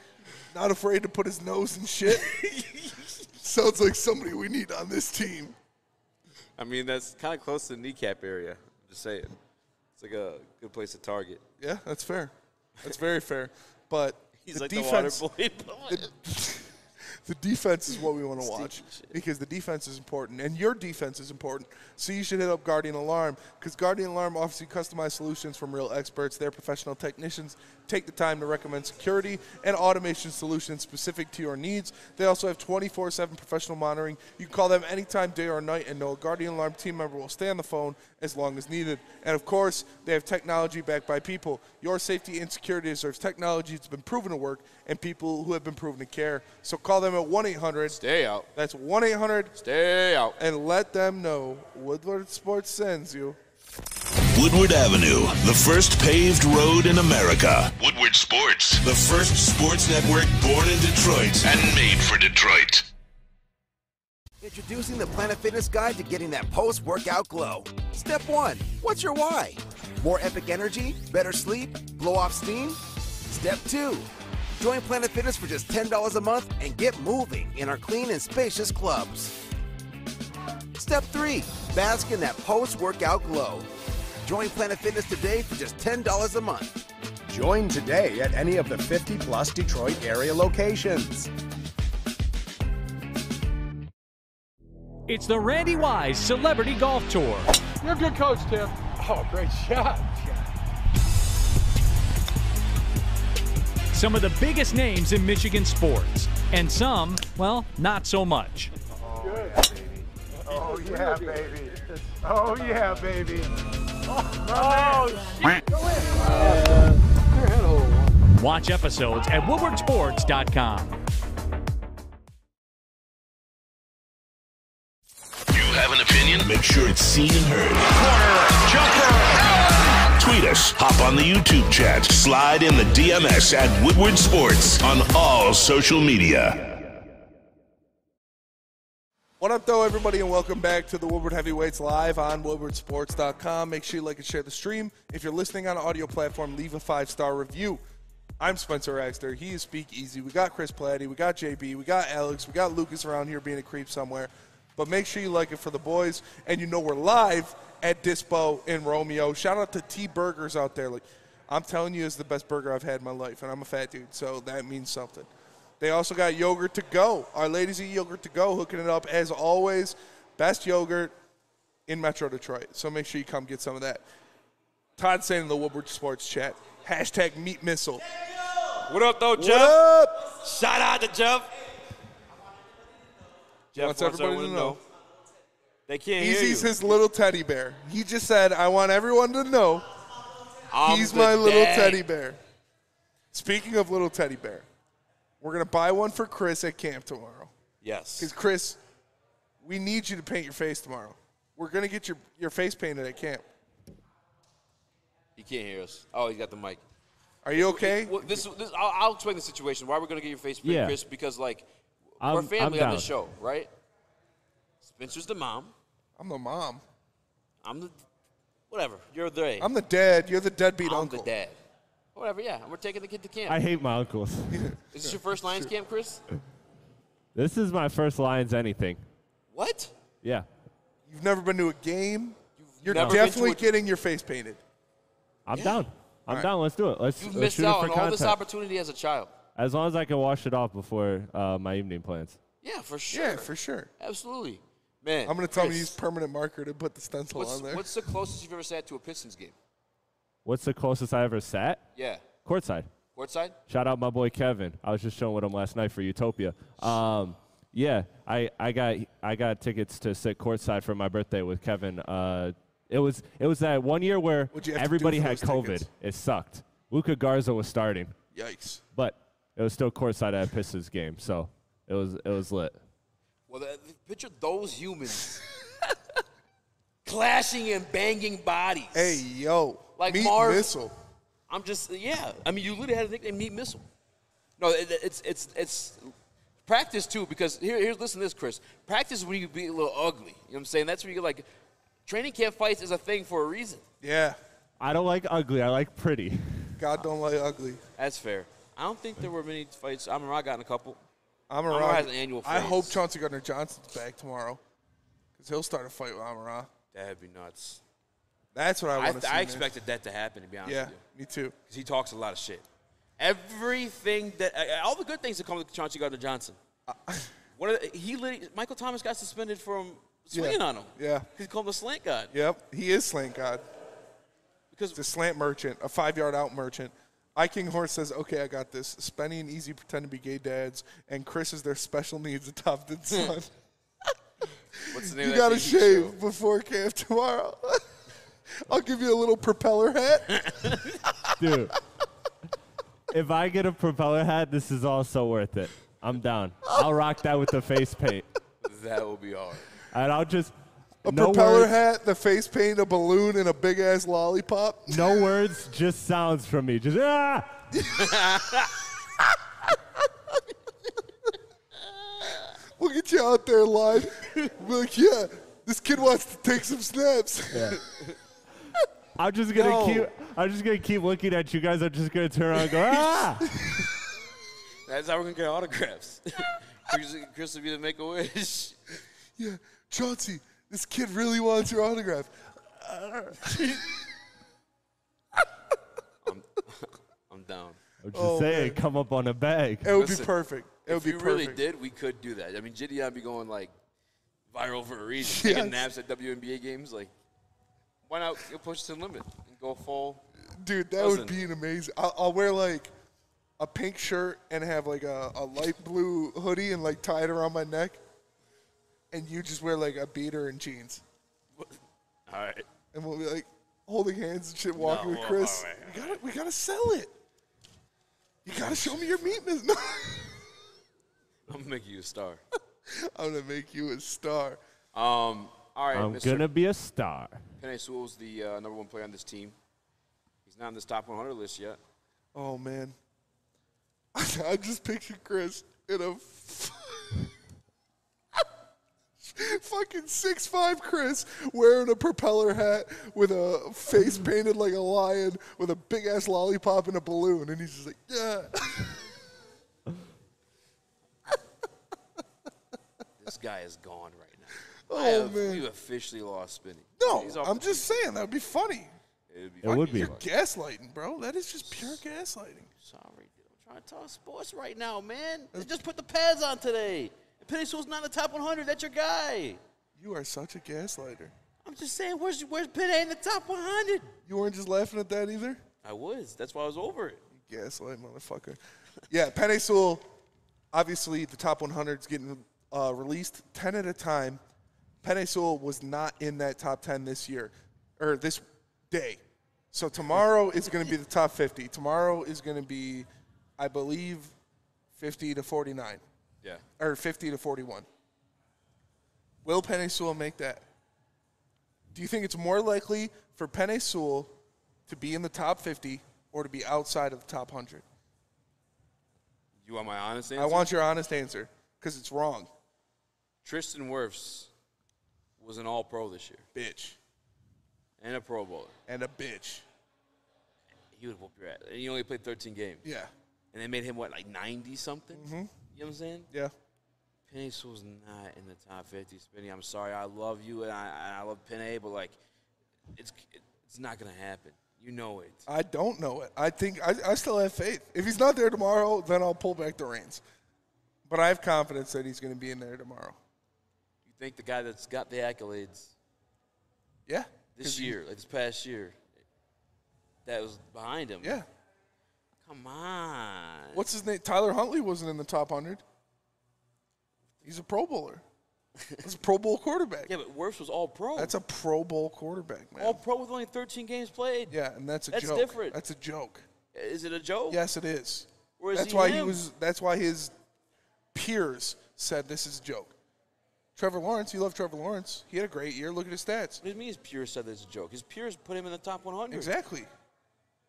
Speaker 4: not afraid to put his nose in shit. Sounds like somebody we need on this team.
Speaker 3: I mean, that's kind of close to the kneecap area. I'm just saying. It's like a good place to target.
Speaker 4: Yeah, that's fair. That's very fair. But
Speaker 3: He's
Speaker 4: the
Speaker 3: like the water
Speaker 4: defense,
Speaker 3: boy.
Speaker 4: the- the defense is what we want to watch because the defense is important and your defense is important. So you should hit up Guardian Alarm because Guardian Alarm offers you customized solutions from real experts. Their professional technicians take the time to recommend security and automation solutions specific to your needs. They also have 24 7 professional monitoring. You can call them anytime, day or night, and know a Guardian Alarm team member will stay on the phone as long as needed. And of course, they have technology backed by people. Your safety and security deserves technology that's been proven to work and people who have been proven to care. So call them at 1 800. Stay out. That's 1 800. Stay out. And let them know Woodward Sports sends you.
Speaker 6: Woodward Avenue, the first paved road in America.
Speaker 9: Woodward Sports.
Speaker 6: The first sports network born in Detroit and made for Detroit.
Speaker 7: Introducing the Planet Fitness Guide to getting that post workout glow. Step one What's your why? More epic energy? Better sleep? Blow off steam? Step two Join Planet Fitness for just $10 a month and get moving in our clean and spacious clubs. Step three Bask in that post workout glow. Join Planet Fitness today for just $10 a month.
Speaker 10: Join today at any of the 50 plus Detroit area locations.
Speaker 16: It's the Randy Wise Celebrity Golf Tour.
Speaker 17: You're a good coach, Tim. Oh, great shot.
Speaker 16: Some of the biggest names in Michigan sports, and some, well, not so much.
Speaker 10: Oh, yeah, baby. Oh, yeah, baby.
Speaker 17: Oh,
Speaker 16: Watch episodes at WoodwardSports.com.
Speaker 6: You have an opinion? Make sure it's seen and heard. Tweet us, hop on the YouTube chat, slide in the DMS at Woodward Sports on all social media.
Speaker 4: What up, though, everybody, and welcome back to the Woodward Heavyweights live on WoodwardSports.com. Make sure you like and share the stream. If you're listening on an audio platform, leave a five star review. I'm Spencer Axter. He is Speak Easy. We got Chris Platty. We got JB. We got Alex. We got Lucas around here being a creep somewhere. But make sure you like it for the boys. And you know we're live at Dispo in Romeo. Shout out to T Burgers out there. Like I'm telling you, it's the best burger I've had in my life, and I'm a fat dude, so that means something. They also got yogurt to go. Our ladies eat yogurt to go, hooking it up as always. Best yogurt in Metro Detroit. So make sure you come get some of that. Todd saying in the Woodward Sports chat. Hashtag meat missile.
Speaker 3: What up, though,
Speaker 4: Jeff? up?
Speaker 3: Shout out to Jeff. Jeff wants
Speaker 4: wants everybody
Speaker 3: everyone
Speaker 4: to
Speaker 3: to
Speaker 4: know.
Speaker 3: know. They can't hear
Speaker 4: Easy's
Speaker 3: you.
Speaker 4: his little teddy bear. He just said, I want everyone to know
Speaker 3: I'm
Speaker 4: he's
Speaker 3: the
Speaker 4: my little
Speaker 3: dad.
Speaker 4: teddy bear. Speaking of little teddy bear, we're going to buy one for Chris at camp tomorrow.
Speaker 3: Yes.
Speaker 4: Because, Chris, we need you to paint your face tomorrow. We're going to get your, your face painted at camp.
Speaker 3: He can't hear us. Oh, he got the mic.
Speaker 4: Are you okay?
Speaker 3: Well, this, this, I'll, I'll explain the situation. Why we're gonna get your face painted,
Speaker 5: Yeah.
Speaker 3: Chris? Because like
Speaker 5: I'm-
Speaker 3: we're family
Speaker 5: I'm
Speaker 3: on this
Speaker 5: down.
Speaker 3: show, right? Spencer's the mom.
Speaker 4: I'm the mom.
Speaker 3: I'm the whatever. You're the
Speaker 4: I'm the dad. You're the deadbeat
Speaker 3: I'm
Speaker 4: uncle.
Speaker 3: the dad. whatever. Yeah, and we're taking the kid to camp.
Speaker 5: I hate my uncles.
Speaker 3: Is this your first Lions camp, Chris?
Speaker 5: this is my first Lions anything.
Speaker 3: What?
Speaker 5: Yeah.
Speaker 4: You've never been to a game. You're
Speaker 5: never been to
Speaker 4: definitely
Speaker 5: a-
Speaker 4: getting your face painted.
Speaker 5: I'm down. I'm
Speaker 4: Alright.
Speaker 5: down. Let's do it. Let's,
Speaker 3: You've
Speaker 5: let's
Speaker 3: missed
Speaker 5: shoot it
Speaker 3: out
Speaker 5: for
Speaker 3: on all this
Speaker 5: content.
Speaker 3: opportunity as a child.
Speaker 5: As long as I can wash it off before uh, my evening plans.
Speaker 3: Yeah, for sure.
Speaker 4: Yeah, for sure.
Speaker 3: Absolutely. Man,
Speaker 4: I'm gonna tell him
Speaker 3: Chris.
Speaker 4: to use permanent marker to put the stencil
Speaker 3: What's,
Speaker 4: on there.
Speaker 3: what's the closest you've ever sat to a Pistons game?
Speaker 5: What's the closest I ever sat?
Speaker 3: Yeah.
Speaker 5: Courtside.
Speaker 3: Courtside?
Speaker 5: Shout out my boy Kevin. I was just showing with him last night for Utopia. Um, yeah, I, I got I got tickets to sit courtside for my birthday with Kevin. Uh, it was it was that one year where
Speaker 4: What'd you have to do
Speaker 5: everybody
Speaker 4: for
Speaker 5: had
Speaker 4: those
Speaker 5: COVID.
Speaker 4: tickets?
Speaker 5: It sucked. Luca Garza was starting,
Speaker 4: Yikes.
Speaker 5: but it was still courtside at a Pistons game, so it was it was lit.
Speaker 3: Well, that, picture those humans clashing and banging bodies.
Speaker 4: Hey, yo.
Speaker 3: Like
Speaker 4: meat
Speaker 3: Marv-
Speaker 4: missile.
Speaker 3: I'm just yeah. I mean, you literally had a nickname, Meat Missile. No, it, it's it's it's practice too because here here's listen to this, Chris. Practice when you be a little ugly. You know what I'm saying? That's where you get like training camp fights is a thing for a reason.
Speaker 4: Yeah.
Speaker 5: I don't like ugly. I like pretty.
Speaker 4: God don't like ugly.
Speaker 3: That's fair. I don't think there were many fights. I remember I got in a couple.
Speaker 4: Amara,
Speaker 3: Amara has an annual
Speaker 4: I
Speaker 3: phase.
Speaker 4: hope Chauncey Gardner Johnson's back tomorrow because he'll start a fight with Amara.
Speaker 3: That'd be nuts.
Speaker 4: That's what I
Speaker 3: I,
Speaker 4: want to see.
Speaker 3: I
Speaker 4: man.
Speaker 3: expected that to happen. To be honest
Speaker 4: Yeah,
Speaker 3: with you,
Speaker 4: me too.
Speaker 3: because he talks a lot of shit. Everything that uh, all the good things that come with Chauncey Gardner Johnson.
Speaker 4: Uh,
Speaker 3: What are, he lit, Michael Thomas got suspended from
Speaker 4: Yeah.
Speaker 3: swinging on him.
Speaker 4: Yeah.
Speaker 3: He's called the slant god.
Speaker 4: Yep, he is slant god.
Speaker 3: Because
Speaker 4: the slant merchant, a five yard out merchant. I King Horse says, "Okay, I got this." Spenny and Easy pretend to be gay dads, and Chris is their special needs adopted son.
Speaker 3: Hmm. What's the name
Speaker 4: you
Speaker 3: of
Speaker 4: gotta
Speaker 3: that TV show?
Speaker 4: shave before camp tomorrow. I'll give you a little propeller hat.
Speaker 5: Dude, if I get a propeller hat, this is also worth it. I'm down. I'll rock that with the face paint.
Speaker 3: That will be hard.
Speaker 5: And I'll just.
Speaker 4: A
Speaker 5: no
Speaker 4: propeller
Speaker 5: words,
Speaker 4: hat, the face paint, a balloon, and a big ass lollipop.
Speaker 5: No words, just sounds from me. Just, ah!
Speaker 4: We'll get you out there live. We're like, yeah, this kid wants to take some snaps.
Speaker 5: I'm just gonna
Speaker 4: No.
Speaker 5: keep. I'm just gonna keep looking at you guys. I'm just gonna turn around and go ah.
Speaker 3: That's how we're gonna get autographs. Chris, Chris will be the Make a Wish.
Speaker 4: yeah, Chauncey, this kid really wants your autograph.
Speaker 3: I'm down.
Speaker 5: I'm just
Speaker 4: Oh,
Speaker 5: saying,
Speaker 4: man.
Speaker 5: come up on a bag.
Speaker 3: Listen, if you really did, we could do that. I mean, Gideon be going like viral for a reason.
Speaker 4: Yes.
Speaker 3: Taking naps at WNBA games, like why not? You'll push it to the limit and go full.
Speaker 4: Dude, that
Speaker 3: Listen.
Speaker 4: would be an amazing. I'll, I'll wear like a pink shirt and have like a, a light blue hoodie and like tie it around my neck. And you just wear like a beater and jeans.
Speaker 3: All right.
Speaker 4: And we'll be like holding hands and shit, walking
Speaker 3: No,
Speaker 4: with
Speaker 3: well,
Speaker 4: Chris.
Speaker 3: all right,
Speaker 4: we, gotta, we gotta sell it. You gotta show me your meatness. No,
Speaker 3: I'm gonna make you a star.
Speaker 4: I'm gonna make you a star.
Speaker 3: Um. All right,
Speaker 5: I'm
Speaker 3: Mr.
Speaker 5: gonna be a star.
Speaker 3: Penny Sewell's the uh, number one player on this team. He's not on this top 100 list yet.
Speaker 4: Oh man, I just picture Chris in a f- fucking six five Chris wearing a propeller hat with a face painted like a lion with a big ass lollipop and a balloon, and he's just like, yeah.
Speaker 3: This guy is gone right now.
Speaker 4: Oh,
Speaker 3: I have,
Speaker 4: man.
Speaker 3: We've officially lost Spinning.
Speaker 4: No,
Speaker 3: He's off
Speaker 4: I'm
Speaker 3: the
Speaker 4: just saying that would be funny.
Speaker 3: It'd be
Speaker 5: It would be.
Speaker 4: You're gaslighting, bro. That is just pure gaslighting.
Speaker 3: Sorry, dude. I'm trying to talk sports right now, Oh, man. They just put the pads on today. And Penny Sewell's not in the top 100. That's your guy.
Speaker 4: You are such a gaslighter.
Speaker 3: I'm just saying, where's where's Penny in the top 100?
Speaker 4: You weren't just laughing at that either.
Speaker 3: I was. That's why I was over it.
Speaker 4: Gaslight motherfucker. Yeah, Penny Sewell, obviously the top 100's getting uh, released 10 at a time. Penny Sewell was not in that top 10 this year, or this day. So tomorrow is going to be the top 50. Tomorrow is going to be, I believe, 50 to 49,
Speaker 3: Yeah.
Speaker 4: or 50 to 41. Will Penny Sewell make that? Do you think it's more likely for Penny Sewell to be in the top 50 or to be outside of the top 100?
Speaker 3: You want my honest answer?
Speaker 4: I want your honest answer because it's wrong.
Speaker 3: Tristan Wirfs was an All Pro this year.
Speaker 4: Bitch.
Speaker 3: And a Pro Bowler.
Speaker 4: And a bitch.
Speaker 3: He would whoop your ass. And he only played 13 games.
Speaker 4: Yeah.
Speaker 3: And they made him, what, like 90 something? Mm-hmm. You know what I'm saying?
Speaker 4: Yeah.
Speaker 3: Penny Sewell's not in the top 50. Spinny, I'm sorry. I love you and I, and I love Penny, but like, it's it's not gonna happen. You know it.
Speaker 4: I don't know it. I think I, I still have faith. If he's not there tomorrow, then I'll pull back the reins. But I have confidence that he's going to be in there tomorrow.
Speaker 3: You think the guy that's got the accolades
Speaker 4: Yeah.
Speaker 3: this year, like this past year, that was behind him?
Speaker 4: Yeah.
Speaker 3: Come on.
Speaker 4: What's his name? Tyler Huntley wasn't in the top 100. He's a Pro Bowler. He's a Pro Bowl quarterback.
Speaker 3: Yeah, but Wirfs was all pro.
Speaker 4: That's a Pro Bowl quarterback, man.
Speaker 3: all pro with only 13 games played.
Speaker 4: Yeah, and that's a
Speaker 3: That's
Speaker 4: joke.
Speaker 3: different.
Speaker 4: That's a joke.
Speaker 3: Is it a joke?
Speaker 4: Yes, it is.
Speaker 3: Or is
Speaker 4: that's
Speaker 3: he
Speaker 4: why he
Speaker 3: him?
Speaker 4: was. That's why his peers said this is a joke. Trevor Lawrence, you love Trevor Lawrence. He had a great year. Look at his stats.
Speaker 3: What do you mean his peers said this is a joke? His peers put him in the top 100.
Speaker 4: Exactly.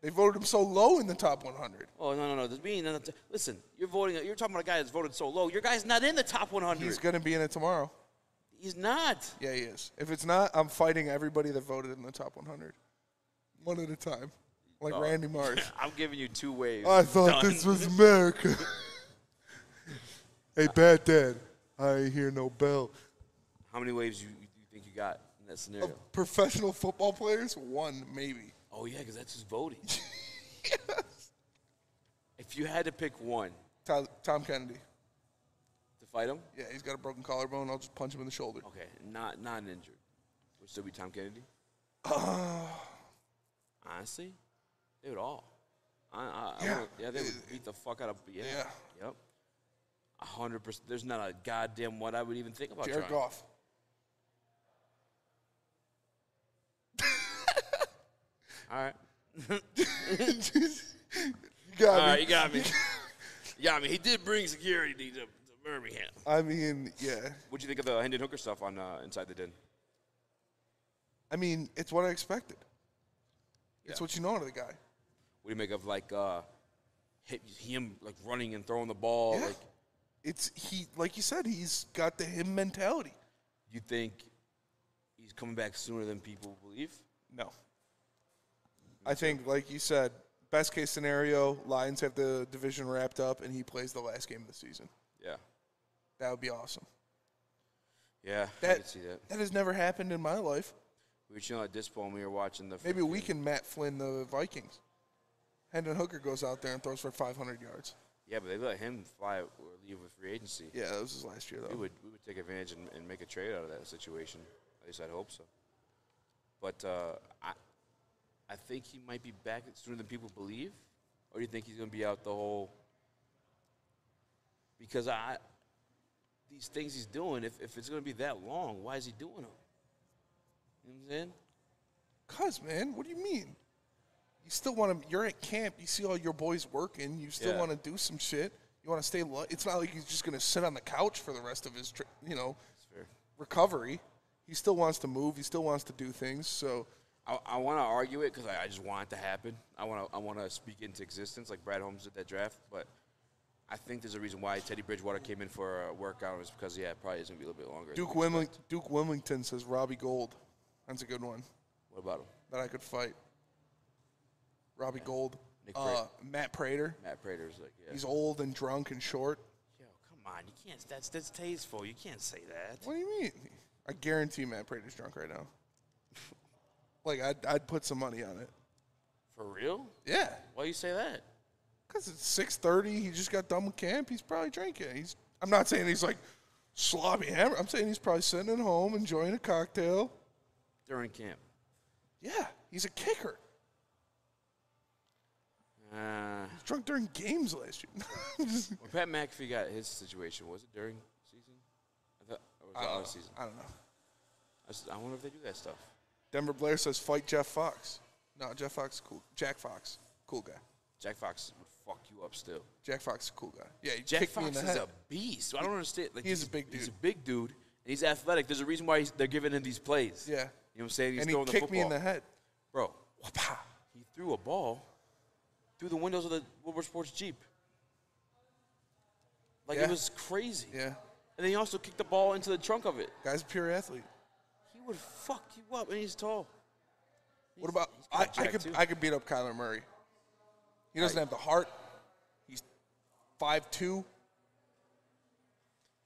Speaker 4: They voted him so low in the top 100.
Speaker 3: Oh, no, no, no. This mean, no, no, t- listen, you're voting. You're talking about a guy that's voted so low. Your guy's not in the top 100.
Speaker 4: He's going to be in it tomorrow.
Speaker 3: He's not.
Speaker 4: Yeah, he is. If it's not, I'm fighting everybody that voted in the top 100, one at a time, like
Speaker 3: Oh.
Speaker 4: Randy Marsh.
Speaker 3: I'm giving you two waves.
Speaker 4: I thought
Speaker 3: Done.
Speaker 4: this was America. hey, bad dad, I ain't hear no bell.
Speaker 3: How many waves you, you think you got in that scenario?
Speaker 4: Professional football players, one maybe.
Speaker 3: Oh yeah, because that's his voting. If you had to pick one
Speaker 4: Tom, Tom Kennedy.
Speaker 3: to fight him,
Speaker 4: Yeah, he's got a broken collarbone. I'll just punch him in the shoulder.
Speaker 3: okay, not not an injured, would still be Tom Kennedy.
Speaker 4: Uh.
Speaker 3: Honestly, they would all. I, I, I
Speaker 4: Yeah.
Speaker 3: Wanna, yeah, they would beat the fuck out of. Yeah. Yep. A hundred percent. There's not a goddamn what I would even think about.
Speaker 4: Jared
Speaker 3: trying.
Speaker 4: Goff.
Speaker 3: All right.
Speaker 4: You got
Speaker 3: All
Speaker 4: me.
Speaker 3: right, you got me. you got me. He did bring security to, to Birmingham.
Speaker 4: I mean, yeah.
Speaker 3: What'd you think of the Hendon Hooker stuff on uh, Inside the Den?
Speaker 4: I mean, it's what I expected. It's
Speaker 3: Yeah.
Speaker 4: what you know out of the guy.
Speaker 3: What do you make of like uh, hit- him like running and throwing the ball?
Speaker 4: Yeah.
Speaker 3: Like,
Speaker 4: It's he, like you said, he's got the him mentality.
Speaker 3: you think he's coming back sooner than people believe?
Speaker 4: No. I think, like you said, best case scenario, Lions have the division wrapped up, and he plays the last game of the season.
Speaker 3: Yeah.
Speaker 4: That would be awesome.
Speaker 3: Yeah. I
Speaker 4: That-
Speaker 3: could see that.
Speaker 4: That has never happened in my life.
Speaker 3: We were chilling at Dispo and we were watching the.
Speaker 4: Maybe we can Matt Flynn the Vikings. Hendon Hooker goes out there and throws for 500 yards.
Speaker 3: Yeah, but they let him fly or leave with free agency.
Speaker 4: Yeah, that was his last year, though.
Speaker 3: We would we would take advantage and, and make a trade out of that situation. At least I'd hope so. But uh, I I think he might be back sooner than people believe. Or do you think he's going to be out the whole? Because I these things he's doing, if, if it's going to be that long, why is he doing them? You know what I'm saying?
Speaker 4: Cuz, man, what do you mean? You still want to, you're at camp, you see all your boys working, you still
Speaker 3: Yeah.
Speaker 4: want to do some shit. You want to stay, lo- it's not like he's just going to sit on the couch for the rest of his, tri- you know, recovery. He still wants to move, he still wants to do things. So,
Speaker 3: I, I want to argue it because I, I just want it to happen. I want to I want to speak into existence like Brad Holmes did that draft. But I think there's a reason why Teddy Bridgewater came in for a workout. It's because yeah, it probably is gonna be a little bit longer.
Speaker 4: Duke, Wimling- Duke Wilmington says Robbie Gold. That's a good one
Speaker 3: What about him?
Speaker 4: that I could fight. Robbie Gold.
Speaker 3: Nick
Speaker 4: Uh, Matt Prater.
Speaker 3: Matt Prater's like yeah.
Speaker 4: He's old and drunk and short.
Speaker 3: Come on, you can't. That's that's tasteful. You can't say that.
Speaker 4: What do you mean? I guarantee Matt Prater's drunk right now. like, I'd, I'd put some money on it.
Speaker 3: For real?
Speaker 4: Yeah.
Speaker 3: Why you say that?
Speaker 4: Because it's 6.30, he just got done with camp, he's probably drinking. He's. I'm not saying he's like slobby hammer. I'm saying he's probably sitting at home enjoying a cocktail.
Speaker 3: During camp.
Speaker 4: Yeah, he's a kicker.
Speaker 3: Uh,
Speaker 4: He's drunk during games last year.
Speaker 3: when Pat McAfee got his situation, was it during season? I thought or was
Speaker 4: I
Speaker 3: it
Speaker 4: don't
Speaker 3: off
Speaker 4: know.
Speaker 3: season?
Speaker 4: Uh, I don't know.
Speaker 3: I, s- I wonder if they do that stuff.
Speaker 4: Denver Blair says fight Jeff Fox. No, Jeff Fox is cool. Jack Fox, cool guy.
Speaker 3: Jack Fox would fuck you up still.
Speaker 4: Jack Fox is a cool guy. Yeah, he
Speaker 3: Jack
Speaker 4: kicked
Speaker 3: Fox
Speaker 4: me in the
Speaker 3: is
Speaker 4: head.
Speaker 3: a beast. I don't understand. Like
Speaker 4: He's
Speaker 3: he's
Speaker 4: a big
Speaker 3: He's a
Speaker 4: dude.
Speaker 3: big dude. And he's athletic. There's a reason why he's, they're giving him these plays.
Speaker 4: Yeah.
Speaker 3: You know what I'm saying? He's
Speaker 4: and he
Speaker 3: throwing
Speaker 4: kicked
Speaker 3: the football.
Speaker 4: me in the head.
Speaker 3: Bro, wha-pa. he threw a ball through the windows of the Wilbur Sports Jeep. Like
Speaker 4: Yeah.
Speaker 3: it was crazy.
Speaker 4: Yeah.
Speaker 3: And then he also kicked the ball into the trunk of it.
Speaker 4: Guy's a pure athlete.
Speaker 3: He would fuck you up, and he's tall.
Speaker 4: What about I,
Speaker 3: kinda
Speaker 4: I
Speaker 3: jacked,
Speaker 4: could
Speaker 3: too.
Speaker 4: I could beat up Kyler Murray. He doesn't have the heart. He's five two.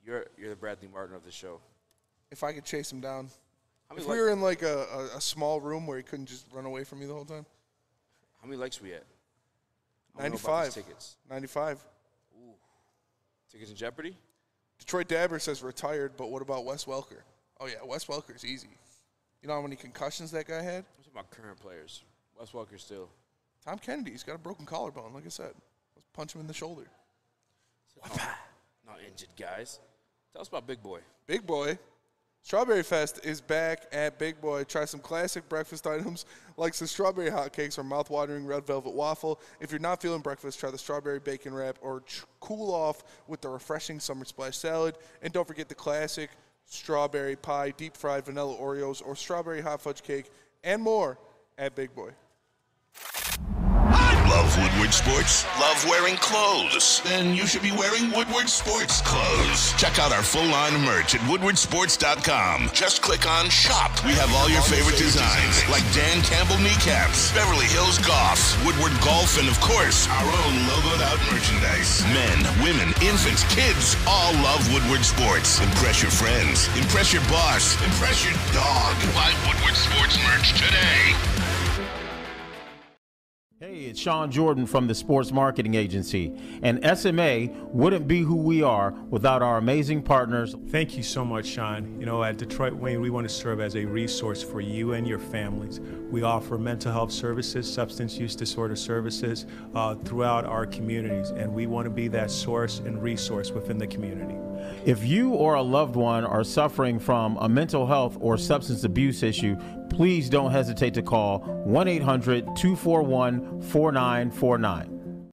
Speaker 3: You're you're the Bradley Martin of the show.
Speaker 4: If I could chase him down.
Speaker 3: How many
Speaker 4: If we
Speaker 3: like-
Speaker 4: were in like a, a, a small room where he couldn't just run away from me the whole time.
Speaker 3: How many likes we at? I wanna know
Speaker 4: Ninety
Speaker 3: about these
Speaker 4: five.
Speaker 3: tickets.
Speaker 4: Ninety five.
Speaker 3: Tickets in jeopardy?
Speaker 4: Detroit Dabber says retired, but what about Wes Welker? Oh yeah, Wes Welker's easy. You know how many concussions that guy had?
Speaker 3: What's about current players? Wes Welker still.
Speaker 4: Tom Kennedy's got a broken collarbone. Like I said, let's punch him in the shoulder.
Speaker 3: Not injured guys. Tell us about Big Boy.
Speaker 4: Big Boy. Strawberry Fest is back at Big Boy. Try some classic breakfast items like some strawberry hotcakes or mouth-watering red velvet waffle. If you're not feeling breakfast, try the strawberry bacon wrap or ch- cool off with the refreshing summer splash salad. And don't forget the classic strawberry pie, deep fried vanilla Oreos, or strawberry hot fudge cake, and more at Big Boy.
Speaker 6: Love Woodward Sports? Love wearing clothes? Then you should be wearing Woodward Sports clothes. Check out our full line merch at woodwardsports.com. Just click on shop. We have all your favorite designs, like Dan Campbell kneecaps, Beverly Hills Golf, Woodward Golf, and of course, our own logoed out merchandise. Men, women, infants, kids all love Woodward Sports. Impress your friends, impress your boss, impress your dog. Buy Woodward Sports merch today.
Speaker 1: Hey, it's Sean Jordan from the Sports Marketing Agency, and SMA wouldn't be who we are without our amazing partners.
Speaker 18: Thank you so much, Sean. You know, at Detroit Wayne, we want to serve as a resource for you and your families. We offer mental health services, substance use disorder services uh, throughout our communities, and we want to be that source and resource within the community.
Speaker 1: If you or a loved one are suffering from a mental health or substance abuse issue, please don't hesitate to call 1 800 241 4949.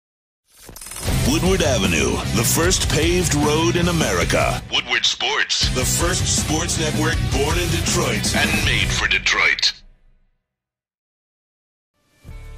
Speaker 6: Woodward Avenue, the first paved road in America.
Speaker 9: Woodward Sports.
Speaker 6: The first sports network born in Detroit and made for Detroit.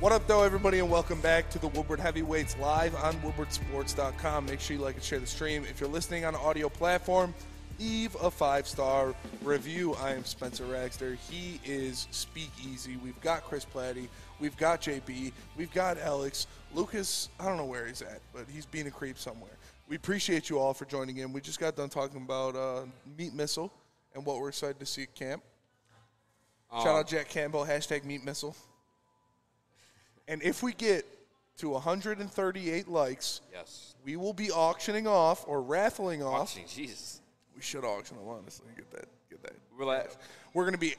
Speaker 4: What up, though, everybody, and welcome back to the Woodward Heavyweights live on WoodwardSports.com. Make sure you like and share the stream. If you're listening on an audio platform, leave a five star review. I am Spencer Raxter. He is Speakeasy. We've got Chris Platty. We've got JB. We've got Alex. Lucas, I don't know where he's at, but he's being a creep somewhere. We appreciate you all for joining in. We just got done talking about uh, Meat Missile and what we're excited to see at camp. Shout
Speaker 3: Um,
Speaker 4: out Jack Campbell, hashtag Meat Missile. And if we get to 138 likes,
Speaker 3: Yes.
Speaker 4: we will be auctioning off or raffling off.
Speaker 3: Auctioning, Jesus.
Speaker 4: We should auction them, honestly. Get that. Get that.
Speaker 3: Relax.
Speaker 4: We're going to be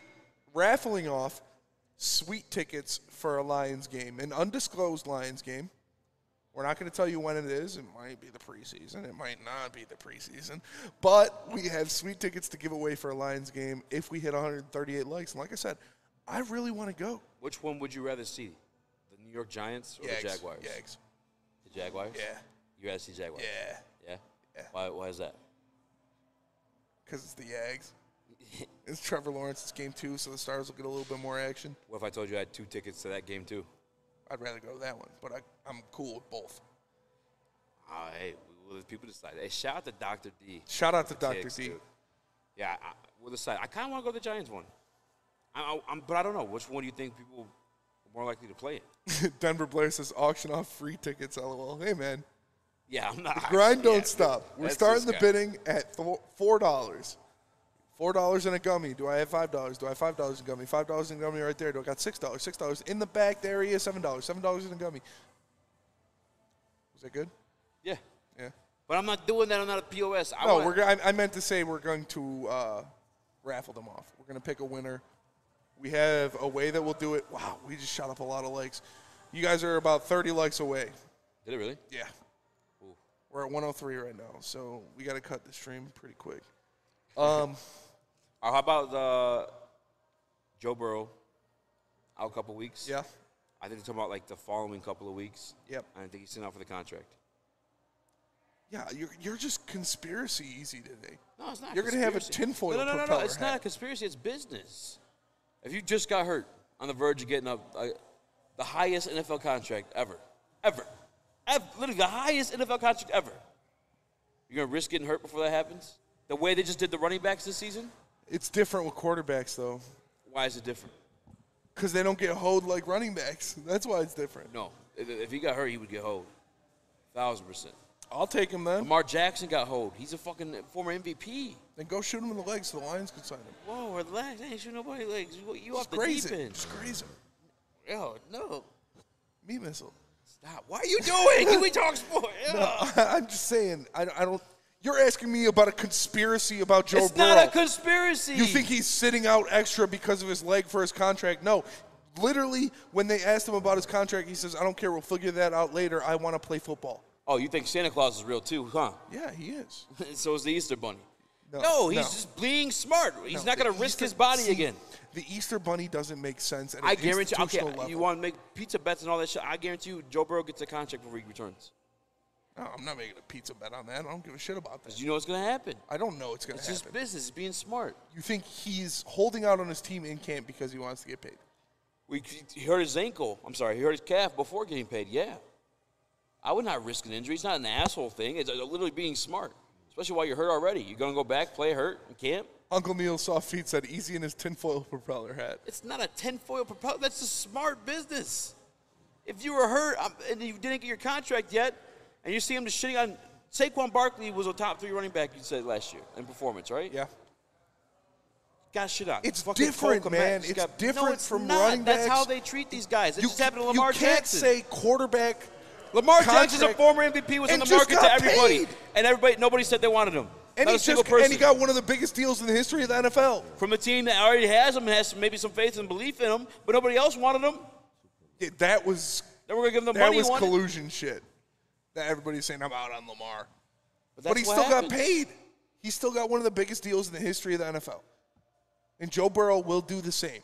Speaker 4: raffling off sweet tickets for a Lions game, an undisclosed Lions game. We're not going to tell you when it is. It might be the preseason. It might not be the preseason. But we have sweet tickets to give away for a Lions game if we hit 138 likes. And like I said, I really want to go.
Speaker 3: Which one would you rather see? The New York Giants or
Speaker 4: Yaks.
Speaker 3: the Jaguars?
Speaker 4: Yaks.
Speaker 3: The Jaguars?
Speaker 4: Yeah.
Speaker 3: You rather see Jaguars?
Speaker 4: Yeah.
Speaker 3: Yeah? Why, why is that?
Speaker 4: Because it's the Yags. it's Trevor Lawrence. It's game two, so the Stars will get a little bit more action.
Speaker 3: What if I told you I had two tickets to that game, too?
Speaker 4: I'd rather go to that one, but I, I'm cool with both.
Speaker 3: Uh, hey, we will let people decide. Hey, shout out to Dr. D.
Speaker 4: Shout out
Speaker 3: with
Speaker 4: to
Speaker 3: the
Speaker 4: Dr.
Speaker 3: ticks,
Speaker 4: D.
Speaker 3: dude. Yeah, I, we'll decide. I kind of want to go to the Giants one. I, I, am but I don't know. Which one do you think people are more likely to play it?
Speaker 4: Denver Blair says auction off free tickets. LOL. Hey man,
Speaker 3: Yeah, I'm not.
Speaker 4: the grind
Speaker 3: yeah,
Speaker 4: don't stop. We're
Speaker 3: that's
Speaker 4: starting
Speaker 3: this
Speaker 4: the
Speaker 3: guy.
Speaker 4: bidding at th- four dollars. Four dollars and a gummy. Do I have five dollars? Do I have five dollars in gummy? Five dollars in gummy right there. Do I got six dollars? Six dollars in the back. There he is. Seven dollars. Seven dollars in a gummy. Was that good?
Speaker 3: Yeah.
Speaker 4: Yeah.
Speaker 3: But I'm not doing that. I'm not a POS. I
Speaker 4: no,
Speaker 3: wanna-
Speaker 4: we're. go- I, I meant to say we're going to uh, raffle them off. We're going to pick a winner. We have a way that we'll do it. Wow, we just shot up a lot of likes. You guys are about 30 likes away.
Speaker 3: Did it really?
Speaker 4: Yeah. We're at 103 right now, so we got to cut the stream pretty quick. Um,
Speaker 3: Uh, how about the Joe Burrow out a couple weeks?
Speaker 4: Yeah.
Speaker 3: I think they're talking about like the following couple of weeks.
Speaker 4: Yep.
Speaker 3: And I think he's sitting out for the contract.
Speaker 4: yeah, you're, you're just conspiracy easy today.
Speaker 3: No, it's not.
Speaker 4: You're gonna have a
Speaker 3: conspiracy. No,
Speaker 4: tinfoil
Speaker 3: no, no, no, no.
Speaker 4: propeller
Speaker 3: It's not a conspiracy. It's business. If you just got hurt on the verge of getting up, uh, the highest NFL contract ever, ever, ever, literally the highest NFL contract ever. You're gonna risk getting hurt before that happens. The way they just did the running backs this season.
Speaker 4: It's different with quarterbacks, though,
Speaker 3: Why is it different?
Speaker 4: because they don't get hoed like running backs. That's why it's different.
Speaker 3: No, if, if he got hurt, he would get hold. Thousand percent.
Speaker 4: I'll take him then.
Speaker 3: Lamar Jackson got hold. He's a fucking former MVP.
Speaker 4: Then go shoot him in the legs so the Lions can sign him.
Speaker 3: Whoa, relax. I ain't shooting nobody legs. You, you off
Speaker 4: Just
Speaker 3: the
Speaker 4: graze
Speaker 3: deep
Speaker 4: him.
Speaker 3: end.
Speaker 4: Just graze him.
Speaker 3: Yo, no.
Speaker 4: Meat missile.
Speaker 3: God, why are you doing? Can we talk sport?
Speaker 4: No, I'm just saying. I, I don't. You're asking me about a conspiracy about Joe
Speaker 3: it's
Speaker 4: Burrow.
Speaker 3: not a conspiracy.
Speaker 4: You think he's sitting out extra because of his leg for his contract? No. Literally, when they asked him about his contract, he says, I don't care. We'll figure that out later. I want to play football.
Speaker 3: Oh, you think Santa Claus is real too, huh?
Speaker 4: Yeah, he is.
Speaker 3: so is the Easter Bunny.
Speaker 4: No,
Speaker 3: No, he's
Speaker 4: no.
Speaker 3: just being smart. He's
Speaker 4: No,
Speaker 3: not going
Speaker 4: the
Speaker 3: to risk
Speaker 4: Easter-
Speaker 3: his body
Speaker 4: see,
Speaker 3: again.
Speaker 4: The Easter Bunny doesn't make sense. At an
Speaker 3: I guarantee. Okay,
Speaker 4: institutional level.
Speaker 3: you want to make pizza bets and all that shit? I guarantee you, Joe Burrow gets a contract before he returns.
Speaker 4: No, I'm not making a pizza bet on that. I don't give a shit about that.
Speaker 3: You know what's going to happen.
Speaker 4: I don't know it's going to
Speaker 3: It's just
Speaker 4: happen.
Speaker 3: business. It's being smart.
Speaker 4: You think he's holding out on his team in camp because he wants to get paid?
Speaker 3: We, he hurt his ankle. I'm sorry, he hurt his calf before getting paid. Yeah, I would not risk an injury. It's not an asshole thing. It's uh, literally being smart, especially while you're hurt already. You're going to go back, play hurt in camp.
Speaker 4: Uncle Neil soft feet said easy in his tinfoil propeller hat.
Speaker 3: It's not a tinfoil proposal. That's just smart business. If you were hurt um, and you didn't get your contract yet, and you see him just shitting on Saquon Barkley was a top three running back you said last year in performance, right?
Speaker 4: Yeah.
Speaker 3: Got shit on.
Speaker 4: It's
Speaker 3: Fucking
Speaker 4: different,
Speaker 3: Cole Kmet
Speaker 4: man.
Speaker 3: just
Speaker 4: It's
Speaker 3: got-
Speaker 4: different
Speaker 3: no, it's
Speaker 4: from
Speaker 3: not.
Speaker 4: running
Speaker 3: That's
Speaker 4: backs.
Speaker 3: how they treat these guys. It
Speaker 4: You
Speaker 3: just happened to
Speaker 4: you
Speaker 3: Lamar
Speaker 4: can't
Speaker 3: Jackson.
Speaker 4: say quarterback.
Speaker 3: Lamar Jackson's a
Speaker 4: contract-
Speaker 3: former MVP was on
Speaker 4: and
Speaker 3: the
Speaker 4: just
Speaker 3: market to
Speaker 4: got
Speaker 3: everybody,
Speaker 4: paid.
Speaker 3: and everybody nobody said they wanted him.
Speaker 4: And
Speaker 3: Not
Speaker 4: he,
Speaker 3: a single
Speaker 4: just, and he
Speaker 3: person.
Speaker 4: got one of the biggest deals in the history of the NFL.
Speaker 3: from a team that already has him and has maybe some faith and belief in him, but nobody else wanted him.
Speaker 4: Yeah, that was
Speaker 3: Then we're gonna give him the
Speaker 4: that
Speaker 3: money. he
Speaker 4: was
Speaker 3: wanted.
Speaker 4: collusion shit. That everybody's saying I'm out on Lamar,
Speaker 3: But
Speaker 4: but
Speaker 3: that's
Speaker 4: he
Speaker 3: what
Speaker 4: still got
Speaker 3: happens.
Speaker 4: paid. He still got one of the biggest deals in the history of the NFL. And Joe Burrow will do the same.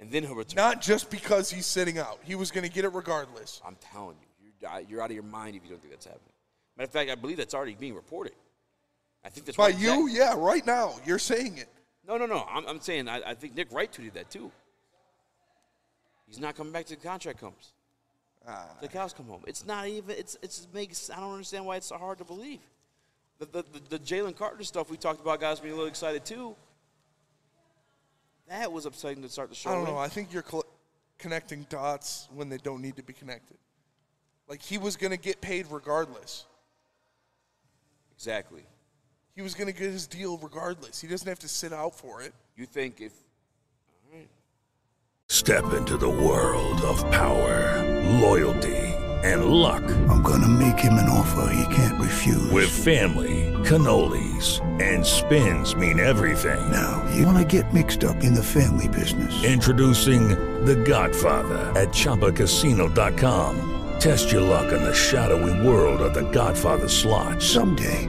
Speaker 3: And then he'll return.
Speaker 4: Not just because he's sitting out. He was going to get it regardless.
Speaker 3: I'm telling you, you're, di- you're out of your mind if you don't think that's happening. Matter of fact, I believe that's already being reported. I think that's
Speaker 4: By
Speaker 3: why
Speaker 4: you,
Speaker 3: Jack-
Speaker 4: yeah, right now. You're saying it.
Speaker 3: No, no, no. I'm, I'm saying I, I think Nick Wright tweeted that too. He's not coming back till the contract comes.
Speaker 4: Ah.
Speaker 3: the cows come home. It's not even. It's it's makes. I don't understand why it's so hard to believe. The the, the, the Jalen Carter stuff we talked about, guys, being a little excited too. That was upsetting to start the show.
Speaker 4: I don't know.
Speaker 3: with.
Speaker 4: I think you're coll- connecting dots when they don't need to be connected. Like he was going to get paid regardless.
Speaker 3: exactly.
Speaker 4: He was going to get his deal regardless. He doesn't have to sit out for it.
Speaker 3: You think if
Speaker 19: Step into the world of power, loyalty, and luck. I'm going to make him an offer he can't refuse. With family, cannolis, and spins mean everything. Now,
Speaker 11: You want to get mixed up in the family business.
Speaker 19: Introducing The Godfather at ChumbaCasino.com. Test your luck in the shadowy world of The Godfather slot.
Speaker 11: Someday,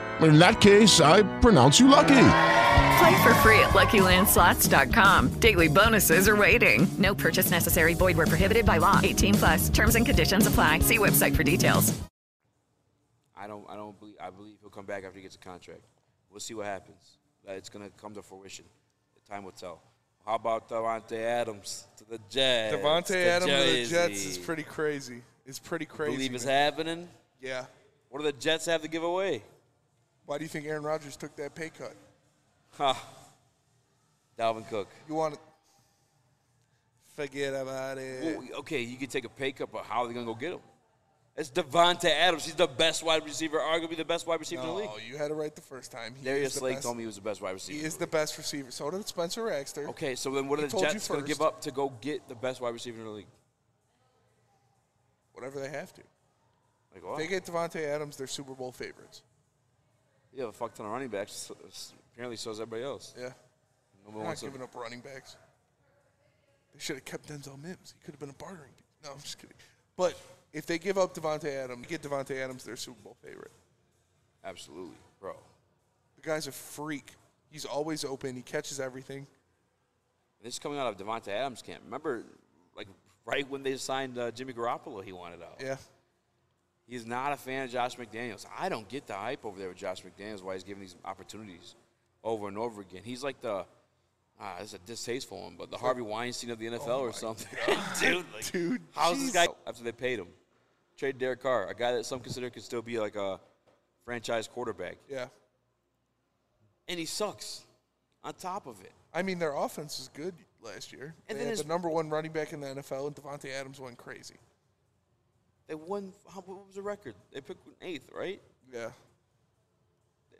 Speaker 20: In that case, I pronounce you lucky.
Speaker 13: Play for free at LuckyLandSlots.com. Daily bonuses are waiting.
Speaker 12: No purchase necessary. Void where prohibited by law. 18 plus. Terms and conditions apply. See website for details.
Speaker 3: I don't, I don't believe, I believe he'll come back after he gets a contract. We'll see what happens. Uh, It's gonna come to fruition. The time will tell. How about Devontae Adams to the Jets?
Speaker 4: Devontae
Speaker 3: to
Speaker 4: Adams to the Jets is
Speaker 3: Jersey?
Speaker 4: pretty crazy. It's pretty crazy.
Speaker 3: Believe it's
Speaker 4: man.
Speaker 3: happening.
Speaker 4: Yeah.
Speaker 3: What do the Jets have to give away?
Speaker 4: Why do you think Aaron Rodgers took that pay cut?
Speaker 3: Huh. Dalvin Cook.
Speaker 4: You want to forget about it.
Speaker 3: Well, okay, you could take a pay cut, but how are they gonna go get him? It's Devontae Adams. He's the best wide receiver, arguably the best wide receiver in the
Speaker 4: no,
Speaker 3: league.
Speaker 4: you had it right the first time. He
Speaker 3: Darius
Speaker 4: is the
Speaker 3: Slay
Speaker 4: best-
Speaker 3: told me he was the best wide receiver.
Speaker 4: He is the best receiver. So did Spencer Raxter.
Speaker 3: Okay, so then what
Speaker 4: He
Speaker 3: are the
Speaker 4: told you
Speaker 3: Jets going to
Speaker 4: first.
Speaker 3: give up to go get the best wide receiver in the league?
Speaker 4: Whatever they have to.
Speaker 3: Like, wow.
Speaker 4: If they get Devontae Adams, they're Super Bowl favorites.
Speaker 3: You have a fuck ton of running backs. so- s- apparently, so does everybody else. No
Speaker 4: Yeah. They're
Speaker 3: one
Speaker 4: not
Speaker 3: wants to-
Speaker 4: giving up running backs. They should have kept Denzel Mims. He could have been a bartering. piece. No, I'm just kidding. But if they give up Devontae Adams, get Devontae Adams, their Super Bowl favorite.
Speaker 3: Absolutely, bro.
Speaker 4: The guy's a freak. He's always open. He catches everything.
Speaker 3: This is coming out of Devonta Adams' camp. Remember, like right when they signed uh, Jimmy Garoppolo, he wanted out.
Speaker 4: Yeah.
Speaker 3: He's not a fan of Josh McDaniels. I don't get the hype over there with Josh McDaniels. Why he's giving these opportunities over and over again? He's like the ah, this is a distasteful one, but the Harvey Weinstein of the NFL or something, dude. Like,
Speaker 4: Oh Dude,
Speaker 3: how's this guy
Speaker 4: Jesus.
Speaker 3: after they paid him? trade Derek Carr, a guy that some consider could still be like a franchise quarterback,
Speaker 4: Yeah.
Speaker 3: and he sucks. On top of it,
Speaker 4: I mean, their offense was good last year.
Speaker 3: And
Speaker 4: they
Speaker 3: then
Speaker 4: had the
Speaker 3: his-
Speaker 4: number one running back in the NFL, and Devontae Adams went crazy.
Speaker 3: they won. How, what was the record? They picked eighth, right?
Speaker 4: Yeah.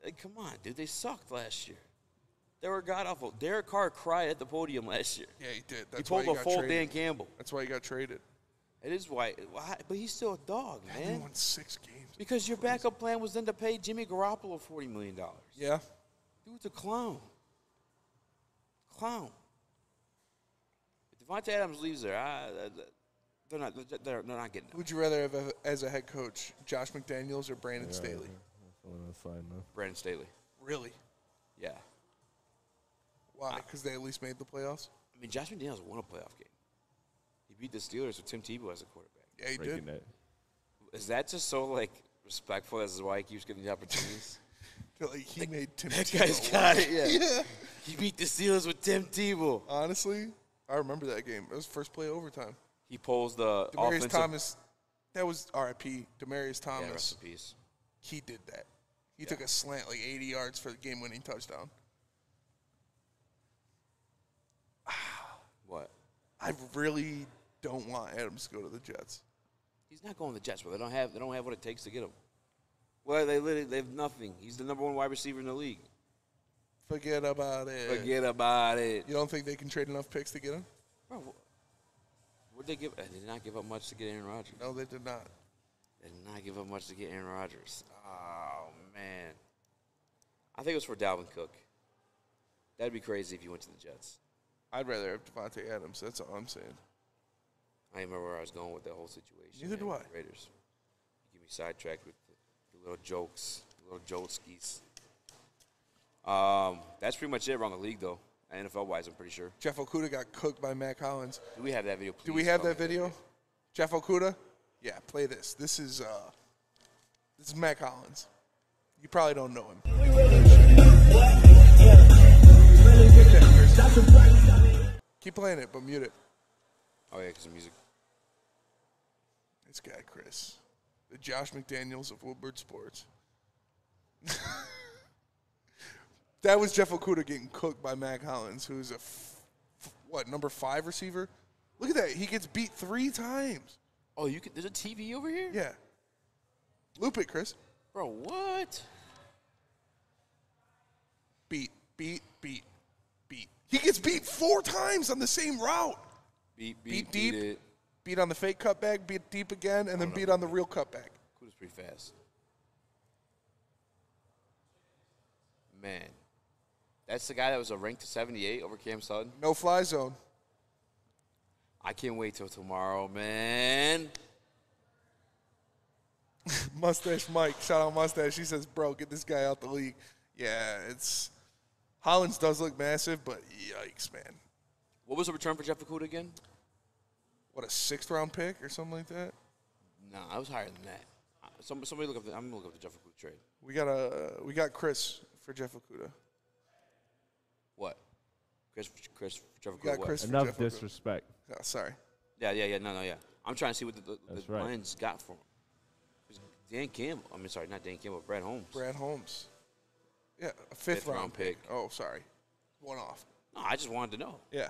Speaker 3: Like, come on, dude. They sucked last year. They were god awful. Derek Carr cried at the podium last year.
Speaker 4: Yeah, he did.
Speaker 3: he
Speaker 4: That's
Speaker 3: pulled
Speaker 4: why he
Speaker 3: a
Speaker 4: got
Speaker 3: full
Speaker 4: traded.
Speaker 3: Dan Campbell.
Speaker 4: That's why he got traded.
Speaker 3: It is why, why- but he's still a dog, man.
Speaker 4: He won six games.
Speaker 3: Because your backup plan was then to pay Jimmy Garoppolo forty million dollars.
Speaker 4: Yeah.
Speaker 3: Dude's a clown. Clown. If Devontae Adams leaves there, I, I- they're not. They're, they're not getting it.
Speaker 4: Would you rather have a, as a head coach Josh McDaniels or Brandon
Speaker 3: Yeah,
Speaker 4: Staley?
Speaker 3: Brandon Staley.
Speaker 4: Really?
Speaker 3: Yeah.
Speaker 4: Why? Because they at least made the playoffs.
Speaker 3: I mean, Josh McDaniels won a playoff game. He beat the Steelers with Tim Tebow as a quarterback.
Speaker 4: Yeah, he
Speaker 5: Breaking
Speaker 4: did.
Speaker 5: it.
Speaker 3: Is that just so like respectful? That's why he keeps getting the opportunities.
Speaker 4: They're Like he made Tim.
Speaker 3: that
Speaker 4: Tebow
Speaker 3: guy's
Speaker 4: work.
Speaker 3: got it. Yeah. He beat the Steelers with Tim Tebow.
Speaker 4: Honestly, I remember that game. It was first play overtime.
Speaker 3: He pulls the
Speaker 4: Demarius
Speaker 3: offensive.
Speaker 4: Thomas. That was RIP. Demarius Thomas.
Speaker 3: Yeah, rest in peace.
Speaker 4: He did that. He took a slant like 80 yards for the game-winning touchdown.
Speaker 3: What?
Speaker 4: I really don't want Adams to go to the Jets.
Speaker 3: He's not going to the Jets, but they don't have they don't have what it takes to get him. Well, they literally they have nothing. He's the number one wide receiver in the league.
Speaker 4: Forget about it.
Speaker 3: Forget about it.
Speaker 4: You don't think they can trade enough picks to get him?
Speaker 3: Bro, What they give? uh, They did not give up much to get Aaron Rodgers.
Speaker 4: No, they did not.
Speaker 3: They did not give up much to get Aaron Rodgers. Oh man, I think it was for Dalvin Cook. That'd be crazy if you went to the Jets.
Speaker 4: I'd rather have Devontae Adams. That's all I'm saying.
Speaker 3: I didn't remember where I was going with that whole situation.
Speaker 4: Neither do
Speaker 3: man,
Speaker 4: I.
Speaker 3: with the Raiders. You get me sidetracked with the, the little jokes, the little jolskies. Um, that's pretty much it around the league, though. NFL wise, I'm pretty sure.
Speaker 4: Jeff Okuda got cooked by Mac Hollins.
Speaker 3: Do we have that video? Please
Speaker 4: Do we have
Speaker 3: tell me.
Speaker 4: that video? Jeff Okuda? Yeah, play this. This is uh, this is Mac Hollins. You probably don't know him. Keep playing it, but mute it.
Speaker 3: Oh yeah, because the music.
Speaker 4: This guy, Chris, the Josh McDaniels of Woodward Sports. that was Jeff Okuda getting cooked by Mac Hollins, who's a f- f- what number five receiver. Look at that. He gets beat three times.
Speaker 3: Oh, you could. There's a TV over here.
Speaker 4: Yeah. Loop it, Chris.
Speaker 3: Bro, what?
Speaker 4: Beat, beat, beat, beat. He gets beat four times on the same route.
Speaker 3: Beat,
Speaker 4: Beat
Speaker 3: beat, beat,
Speaker 4: deep.
Speaker 3: it.
Speaker 4: Beat on the fake cutback, beat deep again,
Speaker 3: Oh,
Speaker 4: and then beat on the real cutback.
Speaker 3: Kuda's pretty fast. Man, that's the guy that was a ranked 78 over Cam Sutton.
Speaker 4: No fly zone.
Speaker 3: I can't wait till tomorrow, man.
Speaker 4: Mustache Mike, shout out Mustache. He says, "Bro, get this guy out the league." Yeah, it's Hollins does look massive, but yikes, man!
Speaker 3: What was the return for Jeff Okuda again?
Speaker 4: What a sixth round pick or something like that.
Speaker 3: Nah, I was higher than that. Uh, Some, somebody look up. The, I'm gonna look up the Jeff Okuda trade.
Speaker 4: We got a we got Chris for Jeff Okuda.
Speaker 3: What? Chris, Chris, Jeff Okuda.
Speaker 4: got
Speaker 3: what?
Speaker 4: Chris for
Speaker 5: Enough
Speaker 4: Jeff Okuda.
Speaker 5: disrespect.
Speaker 4: Oh, sorry,
Speaker 3: Yeah, yeah, yeah. No, no, yeah. I'm trying to see what the, the,
Speaker 5: That's
Speaker 3: the
Speaker 5: right.
Speaker 3: Lions got for him. 'Cause Dan Campbell. I mean, sorry, not Dan Campbell. Brad Holmes.
Speaker 4: Brad Holmes. Yeah, a fifth,
Speaker 3: Fifth round pick.
Speaker 4: Oh, sorry, one off.
Speaker 3: No, I just wanted to know.
Speaker 4: Yeah,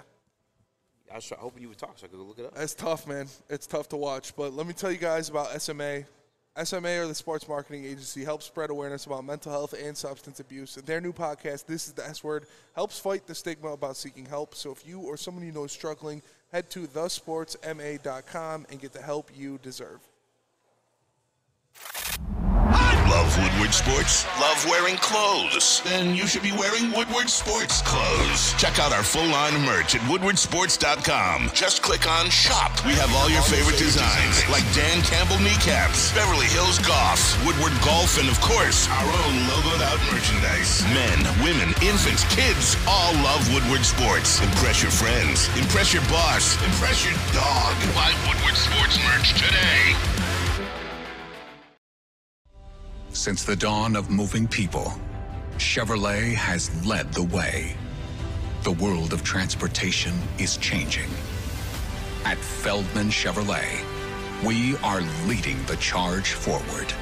Speaker 3: I was try- hoping you would talk so I could go look it up.
Speaker 4: That's tough, man. It's tough to watch. But let me tell you guys about SMA. SMA, or the Sports Marketing Agency, helps spread awareness about mental health and substance abuse. And their new podcast, This is the S Word, helps fight the stigma about seeking help. So if you or someone you know is struggling, head to thesportsma.com and get the help you deserve.
Speaker 6: Love Woodward Sports? Love wearing clothes? Then you should be wearing Woodward Sports clothes. Check out our full line merch at woodwardsports.com. Just click on shop. We have all your favorite designs, like Dan Campbell kneecaps, Beverly Hills Golf, Woodward Golf, and of course, our own logoed out merchandise. Men, women, infants, kids all love Woodward Sports. Impress your friends, impress your boss, impress your dog. Buy Woodward Sports merch today.
Speaker 2: Since the dawn of moving people, Chevrolet has led the way. The world of transportation is changing. At Feldman Chevrolet, We are leading the charge forward.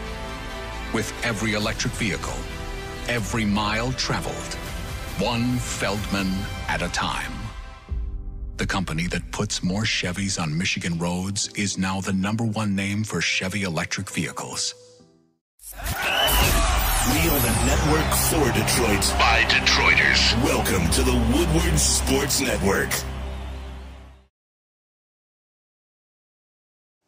Speaker 2: With every electric vehicle, every mile traveled, one Feldman at a time. The company that puts more Chevys on Michigan roads is now the number one name for Chevy electric vehicles.
Speaker 6: Feel the network for Detroit by Detroiters. Welcome to the Woodward Sports Network.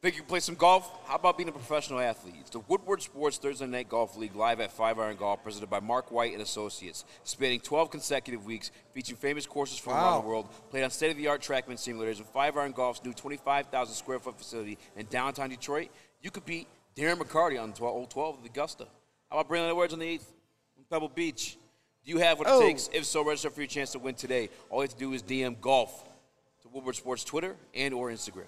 Speaker 3: Think you can play some golf? How about being a professional athlete? It's the Woodward Sports Thursday Night Golf League live at Five Iron Golf, presented by Mark White and Associates, spanning 12 consecutive weeks, featuring famous courses from around
Speaker 4: Wow.
Speaker 3: the world, played on state-of-the-art trackman simulators in Five Iron Golf's new 25,000 square foot facility in downtown Detroit. You could beat Darren McCarty on 12, Old 12 at Augusta. How about Braylon Edwards on the 8th in Pebble Beach? Do you have what it
Speaker 4: Oh.
Speaker 3: takes? If so, register for your chance to win today. All you have to do is DM golf to Woodward Sports Twitter and or Instagram.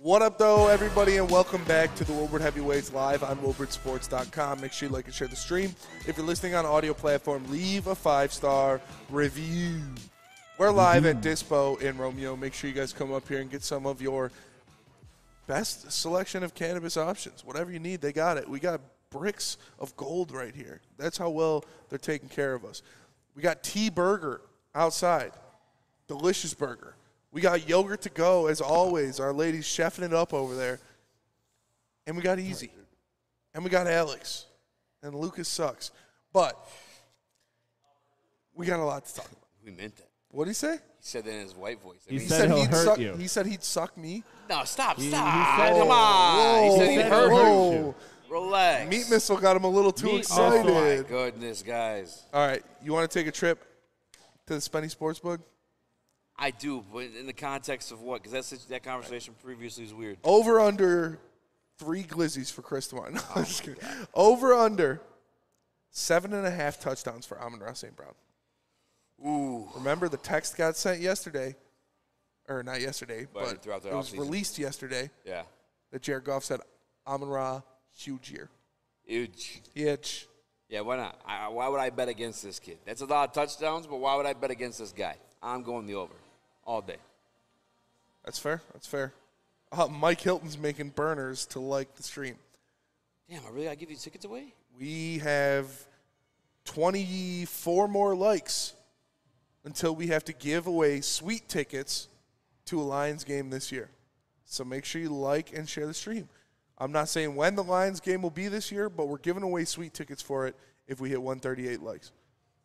Speaker 4: What up, though, everybody, and welcome back to the Wilbert Heavyweights live on WilbertSports.com. Make sure you like and share the stream. If you're listening on audio platform, leave a five star review. We're live at Dispo in Romeo. Make sure you guys come up here and get some of your best selection of cannabis options. Whatever you need, they got it. We got bricks of gold right here. That's how well they're taking care of us. We got T Burger outside, delicious burger. We got yogurt to go, as always. Our ladies chefing it up over there. And we got Easy. And we got Alex. And Lucas sucks. But we got a lot to talk about.
Speaker 3: We meant that.
Speaker 4: What did he say?
Speaker 3: He said that in his white voice.
Speaker 4: He said he'd suck- He said he'd suck me.
Speaker 3: No, stop,
Speaker 4: He- he
Speaker 3: stop.
Speaker 4: said-
Speaker 3: Come on.
Speaker 4: Whoa,
Speaker 3: he said he
Speaker 4: whoa,
Speaker 3: hurt
Speaker 4: whoa.
Speaker 3: you. Relax.
Speaker 4: Meat missile got him a little too
Speaker 3: Meat
Speaker 4: excited.
Speaker 3: missile. Oh, my goodness, guys.
Speaker 4: All right, you want to take a trip to the Spenny Sportsbook?
Speaker 3: I do, but in the context of what? Because that, that conversation previously was weird.
Speaker 4: Over under three glizzies for Chris tomorrow. No, I'm
Speaker 3: Oh,
Speaker 4: just kidding. Over under seven and a half touchdowns for Amon Ross St. Brown.
Speaker 3: Ooh.
Speaker 4: Remember the text got sent yesterday, or not yesterday,
Speaker 3: But
Speaker 4: but,
Speaker 3: throughout the
Speaker 4: it was
Speaker 3: offseason.
Speaker 4: released yesterday
Speaker 3: Yeah.
Speaker 4: that Jared Goff said Amon Ra huge year.
Speaker 3: Huge.
Speaker 4: Huge.
Speaker 3: Yeah, why not? I, I- why would I bet against this kid? That's a lot of touchdowns, but why would I bet against this guy? I'm going the over all day.
Speaker 4: That's fair. That's fair. Uh, Mike Hilton's making burners to like the stream.
Speaker 3: Damn, I really got to give these tickets away?
Speaker 4: We have 24 more likes until we have to give away sweet tickets to a Lions game this year. So make sure you like and share the stream. I'm not saying when the Lions game will be this year, but we're giving away sweet tickets for it if we hit 138 likes.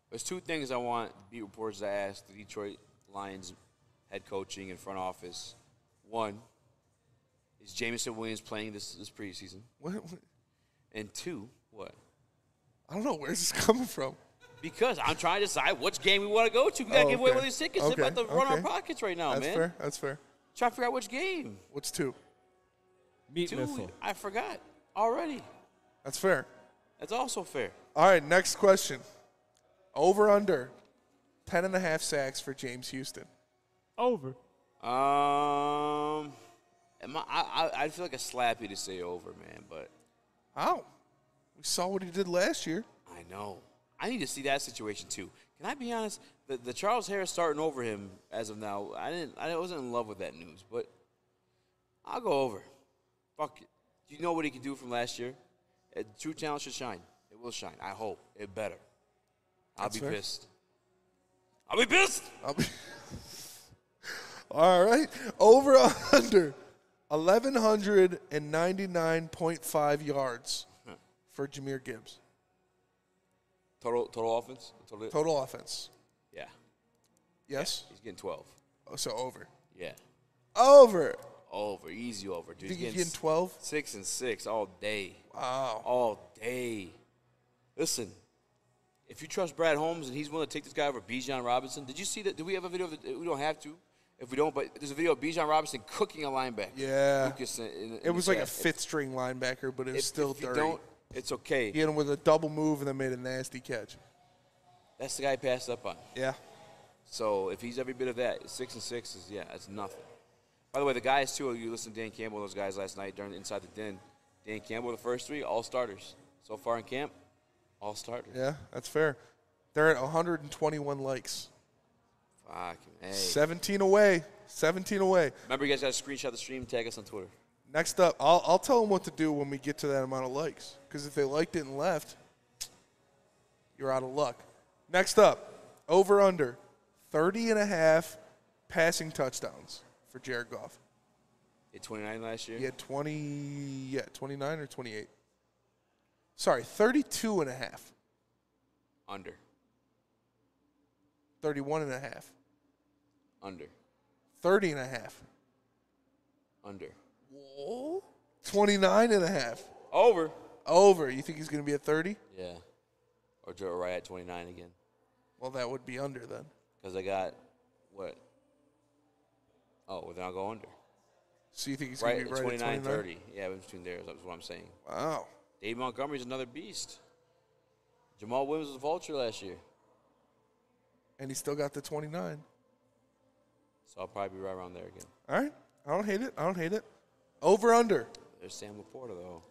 Speaker 3: There's two things I want beat reporters to ask the Detroit Lions head coaching and front office. One, is Jamison Williams playing this, this preseason?
Speaker 4: What, what-
Speaker 3: And two, what?
Speaker 4: I don't know where's this coming from.
Speaker 3: Because I'm trying to decide which game we want to go to. We got to
Speaker 4: Oh,
Speaker 3: give away one
Speaker 4: okay.
Speaker 3: of these tickets.
Speaker 4: Okay,
Speaker 3: They're about to run our
Speaker 4: okay.
Speaker 3: pockets right now,
Speaker 4: That's
Speaker 3: man.
Speaker 4: fair. That's fair.
Speaker 3: Trying to figure out which game.
Speaker 4: What's two?
Speaker 5: Meat
Speaker 3: Two,
Speaker 5: missile.
Speaker 3: I forgot already.
Speaker 4: That's fair.
Speaker 3: That's also fair.
Speaker 4: All right, next question. Over under 10 and a half sacks for James Houston.
Speaker 5: Over.
Speaker 3: Um, am I, I, I- I feel like a slappy to say over, man, but
Speaker 4: How? We saw what he did last year.
Speaker 3: I know. I need to see that situation too. Can I be honest? The, the Charles Harris starting over him as of now, I didn't. I wasn't in love with that news, but I'll go over. Fuck it. You know what he can do from last year? Uh, true talent should shine. It will shine. I hope it better. I'll
Speaker 4: That's
Speaker 3: be
Speaker 4: fair.
Speaker 3: pissed. I'll be pissed.
Speaker 4: I'll be- All right. Over under 1199.5 yards for Jameer Gibbs.
Speaker 3: Total total offense. Total.
Speaker 4: Total offense.
Speaker 3: Yeah.
Speaker 4: Yes.
Speaker 3: He's getting twelve.
Speaker 4: Oh, So over.
Speaker 3: Yeah.
Speaker 4: Over.
Speaker 3: Over, easy over, dude.
Speaker 4: Think he's
Speaker 3: s-
Speaker 4: getting 12?
Speaker 3: Six and six all day.
Speaker 4: Wow.
Speaker 3: All day. Listen, if you trust Brad Holmes and he's willing to take this guy over Bijan Robinson, did you see that? Do we have a video of the, we don't have to. If we don't, but there's a video of Bijan Robinson cooking a linebacker.
Speaker 4: Yeah.
Speaker 3: Lucas in- in- in
Speaker 4: It was
Speaker 3: the
Speaker 4: like a
Speaker 3: chat.
Speaker 4: fifth string linebacker, but it was
Speaker 3: If-
Speaker 4: still
Speaker 3: if you
Speaker 4: dirty.
Speaker 3: don't, it's okay.
Speaker 4: He hit him with a double move and then made a nasty catch.
Speaker 3: That's the guy he passed up on.
Speaker 4: Yeah.
Speaker 3: So if he's every bit of that, six and six is yeah, that's nothing. By the way, the guys too. You listened to Dan Campbell, and those guys last night during Inside the Den. Dan Campbell, the first three, all starters so far in camp, all starters.
Speaker 4: Yeah, that's fair. They're at 121 likes.
Speaker 3: Fuck, hey.
Speaker 4: 17 away 17 away.
Speaker 3: Remember, you guys got to screenshot the stream, tag us on Twitter.
Speaker 4: Next up, I'll, I'll tell them what to do when we get to that amount of likes. Because if they liked it and left, you're out of luck. Next up, over under 30 and a half passing touchdowns for Jared Goff.
Speaker 3: At 29 last year.
Speaker 4: He had 20, yeah, 29 or 28. Sorry, 32 and a half,
Speaker 3: Under.
Speaker 4: 31 and a half,
Speaker 3: Under.
Speaker 4: 30 and a half,
Speaker 3: Under.
Speaker 4: 29 and a half.
Speaker 3: Over.
Speaker 4: Over. You think he's going to be at 30?
Speaker 3: Yeah. Or Joe right at 29 again.
Speaker 4: Well, that would be under then.
Speaker 3: Because I got, what? Oh, well, then I'll go under.
Speaker 4: So you think he's
Speaker 3: right
Speaker 4: going to be right at 29?
Speaker 3: 30. Yeah, between there. That's what I'm saying.
Speaker 4: Wow.
Speaker 3: Dave Montgomery's another beast. Jamal Williams was a vulture last year.
Speaker 4: And he still got the 29.
Speaker 3: So I'll probably be right around there again.
Speaker 4: All right. I don't hate it. I don't hate it. Over under.
Speaker 3: There's Sam Laporta, though.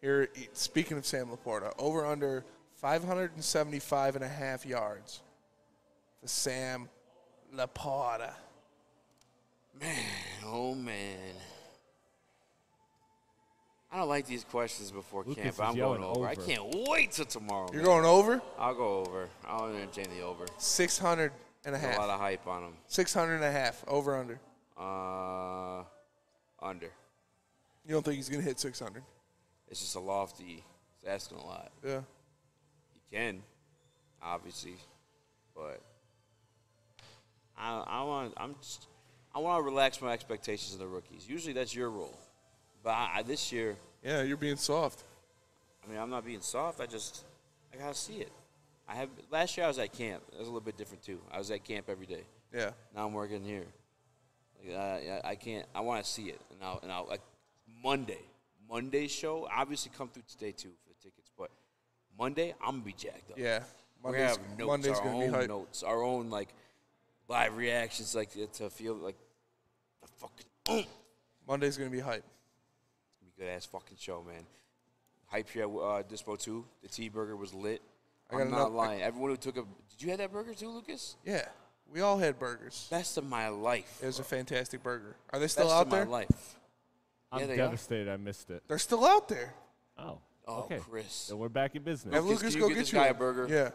Speaker 4: Here, e, speaking of Sam Laporta, over under 575 and a half yards for Sam Laporta.
Speaker 3: Oh, man. I don't like these questions before
Speaker 4: Lucas
Speaker 3: camp.
Speaker 4: is
Speaker 3: but I'm going
Speaker 4: yelling
Speaker 3: over. I
Speaker 4: over.
Speaker 3: can't wait till tomorrow.
Speaker 4: You're
Speaker 3: man.
Speaker 4: going over?
Speaker 3: I'll go over. I'll entertain the over.
Speaker 4: 600 and a
Speaker 3: There's
Speaker 4: half.
Speaker 3: A lot of hype on him.
Speaker 4: 600 and a half, over under.
Speaker 3: Uh, under.
Speaker 4: You don't think he's going to hit 600?
Speaker 3: It's just a lofty. It's asking a lot.
Speaker 4: Yeah.
Speaker 3: He can, obviously, but I, I want. I'm. Just, I want to relax my expectations of the rookies. Usually, that's your role, but I, I, this year,
Speaker 4: Yeah, you're being soft.
Speaker 3: I mean, I'm not being soft. I just, I gotta see it. I have. Last year, I was at camp. It was a little bit different too. I was at camp every day.
Speaker 4: Yeah.
Speaker 3: Now I'm working here. Like, I, I I can't. I want to see it. And I'll, and I'll like Monday. Monday's show obviously come through today too for the tickets. But Monday I'm gonna be jacked up.
Speaker 4: Yeah.
Speaker 3: Monday we
Speaker 4: Monday's-
Speaker 3: have notes.
Speaker 4: Monday's
Speaker 3: our
Speaker 4: gonna be
Speaker 3: own
Speaker 4: hype.
Speaker 3: notes. Our own like live reactions. Like to feel like the fucking boom.
Speaker 4: Monday's going to be hype.
Speaker 3: Be good ass fucking show, man. Hype here at uh, Dispo two. The T burger was lit.
Speaker 4: I
Speaker 3: I'm
Speaker 4: got
Speaker 3: not
Speaker 4: another- I-
Speaker 3: lying. Everyone who took a did you have that burger too, Lucas?
Speaker 4: Yeah. We all had burgers.
Speaker 3: Best of my life.
Speaker 4: It was a fantastic burger. Are they still
Speaker 3: Best
Speaker 4: out
Speaker 3: of
Speaker 4: there?
Speaker 3: My life.
Speaker 5: I'm
Speaker 3: Yeah, they are.
Speaker 5: devastated. I missed it.
Speaker 4: They're still out there.
Speaker 5: Oh.
Speaker 3: Oh,
Speaker 5: okay.
Speaker 3: Chris.
Speaker 5: Then we're back in business.
Speaker 4: Have Lucas
Speaker 3: Can you
Speaker 4: go
Speaker 3: get
Speaker 4: get
Speaker 3: this
Speaker 4: you
Speaker 3: guy
Speaker 4: one.
Speaker 3: a burger?
Speaker 4: Yeah.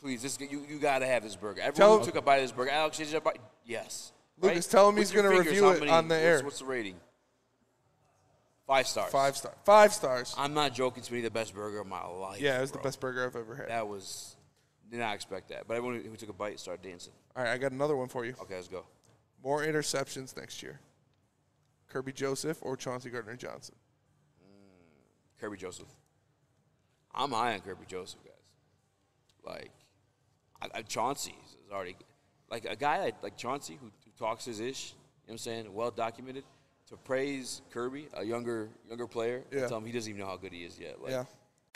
Speaker 3: Please, this, you, you gotta have this burger. Everyone
Speaker 4: Tell
Speaker 3: who
Speaker 4: him-
Speaker 3: took a bite of this burger. Alex, did you bite? Yes.
Speaker 4: Lucas, tell him he's
Speaker 3: your
Speaker 4: gonna
Speaker 3: fingers,
Speaker 4: review
Speaker 3: how
Speaker 4: it on the
Speaker 3: what's-
Speaker 4: air.
Speaker 3: What's the rating? Five stars.
Speaker 4: Five star. Five stars.
Speaker 3: I'm not joking. To me, the best burger of my life.
Speaker 4: yeah, it was
Speaker 3: bro.
Speaker 4: the best burger I've ever had.
Speaker 3: That was. Did not expect that. But everyone who took a bite started dancing.
Speaker 4: All right, I got another one for you.
Speaker 3: Okay, let's go.
Speaker 4: More interceptions next year. Kirby Joseph or Chauncey Gardner Johnson.
Speaker 3: Kirby Joseph. I'm high on Kirby Joseph, guys. Like, I, I, Chauncey is already like a guy like, like Chauncey who, who talks his ish. You know what I'm saying? Well documented. To praise Kirby, a younger younger player, and
Speaker 4: Yeah.
Speaker 3: tell him he doesn't even know how good he is yet. Like,
Speaker 4: Yeah.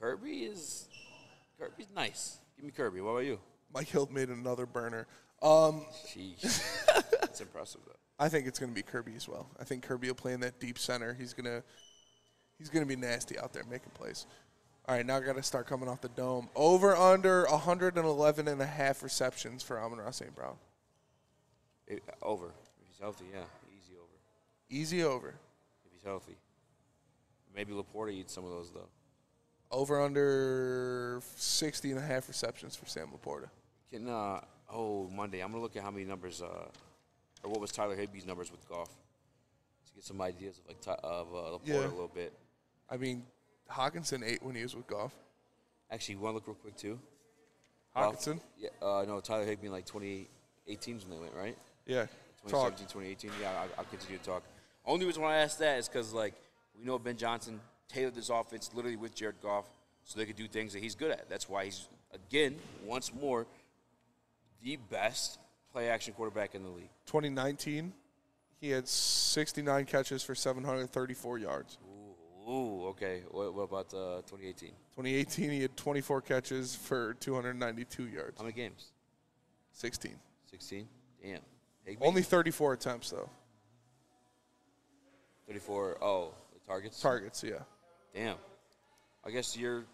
Speaker 3: Kirby is Kirby's nice. Give me Kirby. What about you?
Speaker 4: Mike Hill made another burner. Um,
Speaker 3: Jeez, that's impressive though.
Speaker 4: I think it's going to be Kirby as well. I think Kirby will play in that deep center. He's going to he's going to be nasty out there making plays. All right, now I got to start coming off the dome. Over under 111 and a half receptions for Amon-Ra St. Brown.
Speaker 3: It- over. If he's healthy, yeah, easy over.
Speaker 4: Easy over.
Speaker 3: If he's healthy, maybe Laporta eats some of those though.
Speaker 4: Over under 60 and a half receptions for Sam Laporta.
Speaker 3: Can uh oh Monday I'm gonna look at how many numbers uh or what was Tyler Higby's numbers with golf to get some ideas of like Ty- of uh, Laporta
Speaker 4: Yeah.
Speaker 3: a little bit.
Speaker 4: I mean, Hawkinson ate when he was with golf.
Speaker 3: Actually, you want to look real quick too? Goff-
Speaker 4: Hawkinson?
Speaker 3: yeah. Uh, no, Tyler Higby in like 2018 teams when they went right.
Speaker 4: Yeah. Talk.
Speaker 3: 2017, 2018. Yeah, I'll, I'll continue to talk. Only reason why I asked that is because like we know Ben Johnson tailored this offense literally with Jared Goff, so they could do things that he's good at. That's why he's again once more the best play action quarterback in the league.
Speaker 4: 2019, he had 69 catches for 734 yards.
Speaker 3: Ooh, okay. What, what about uh, 2018?
Speaker 4: 2018, he had 24 catches for 292 yards.
Speaker 3: How many games?
Speaker 4: 16.
Speaker 3: 16? Damn. Higby?
Speaker 4: Only 34 attempts, though.
Speaker 3: 34. Oh, the targets?
Speaker 4: Targets, yeah.
Speaker 3: Damn. I guess year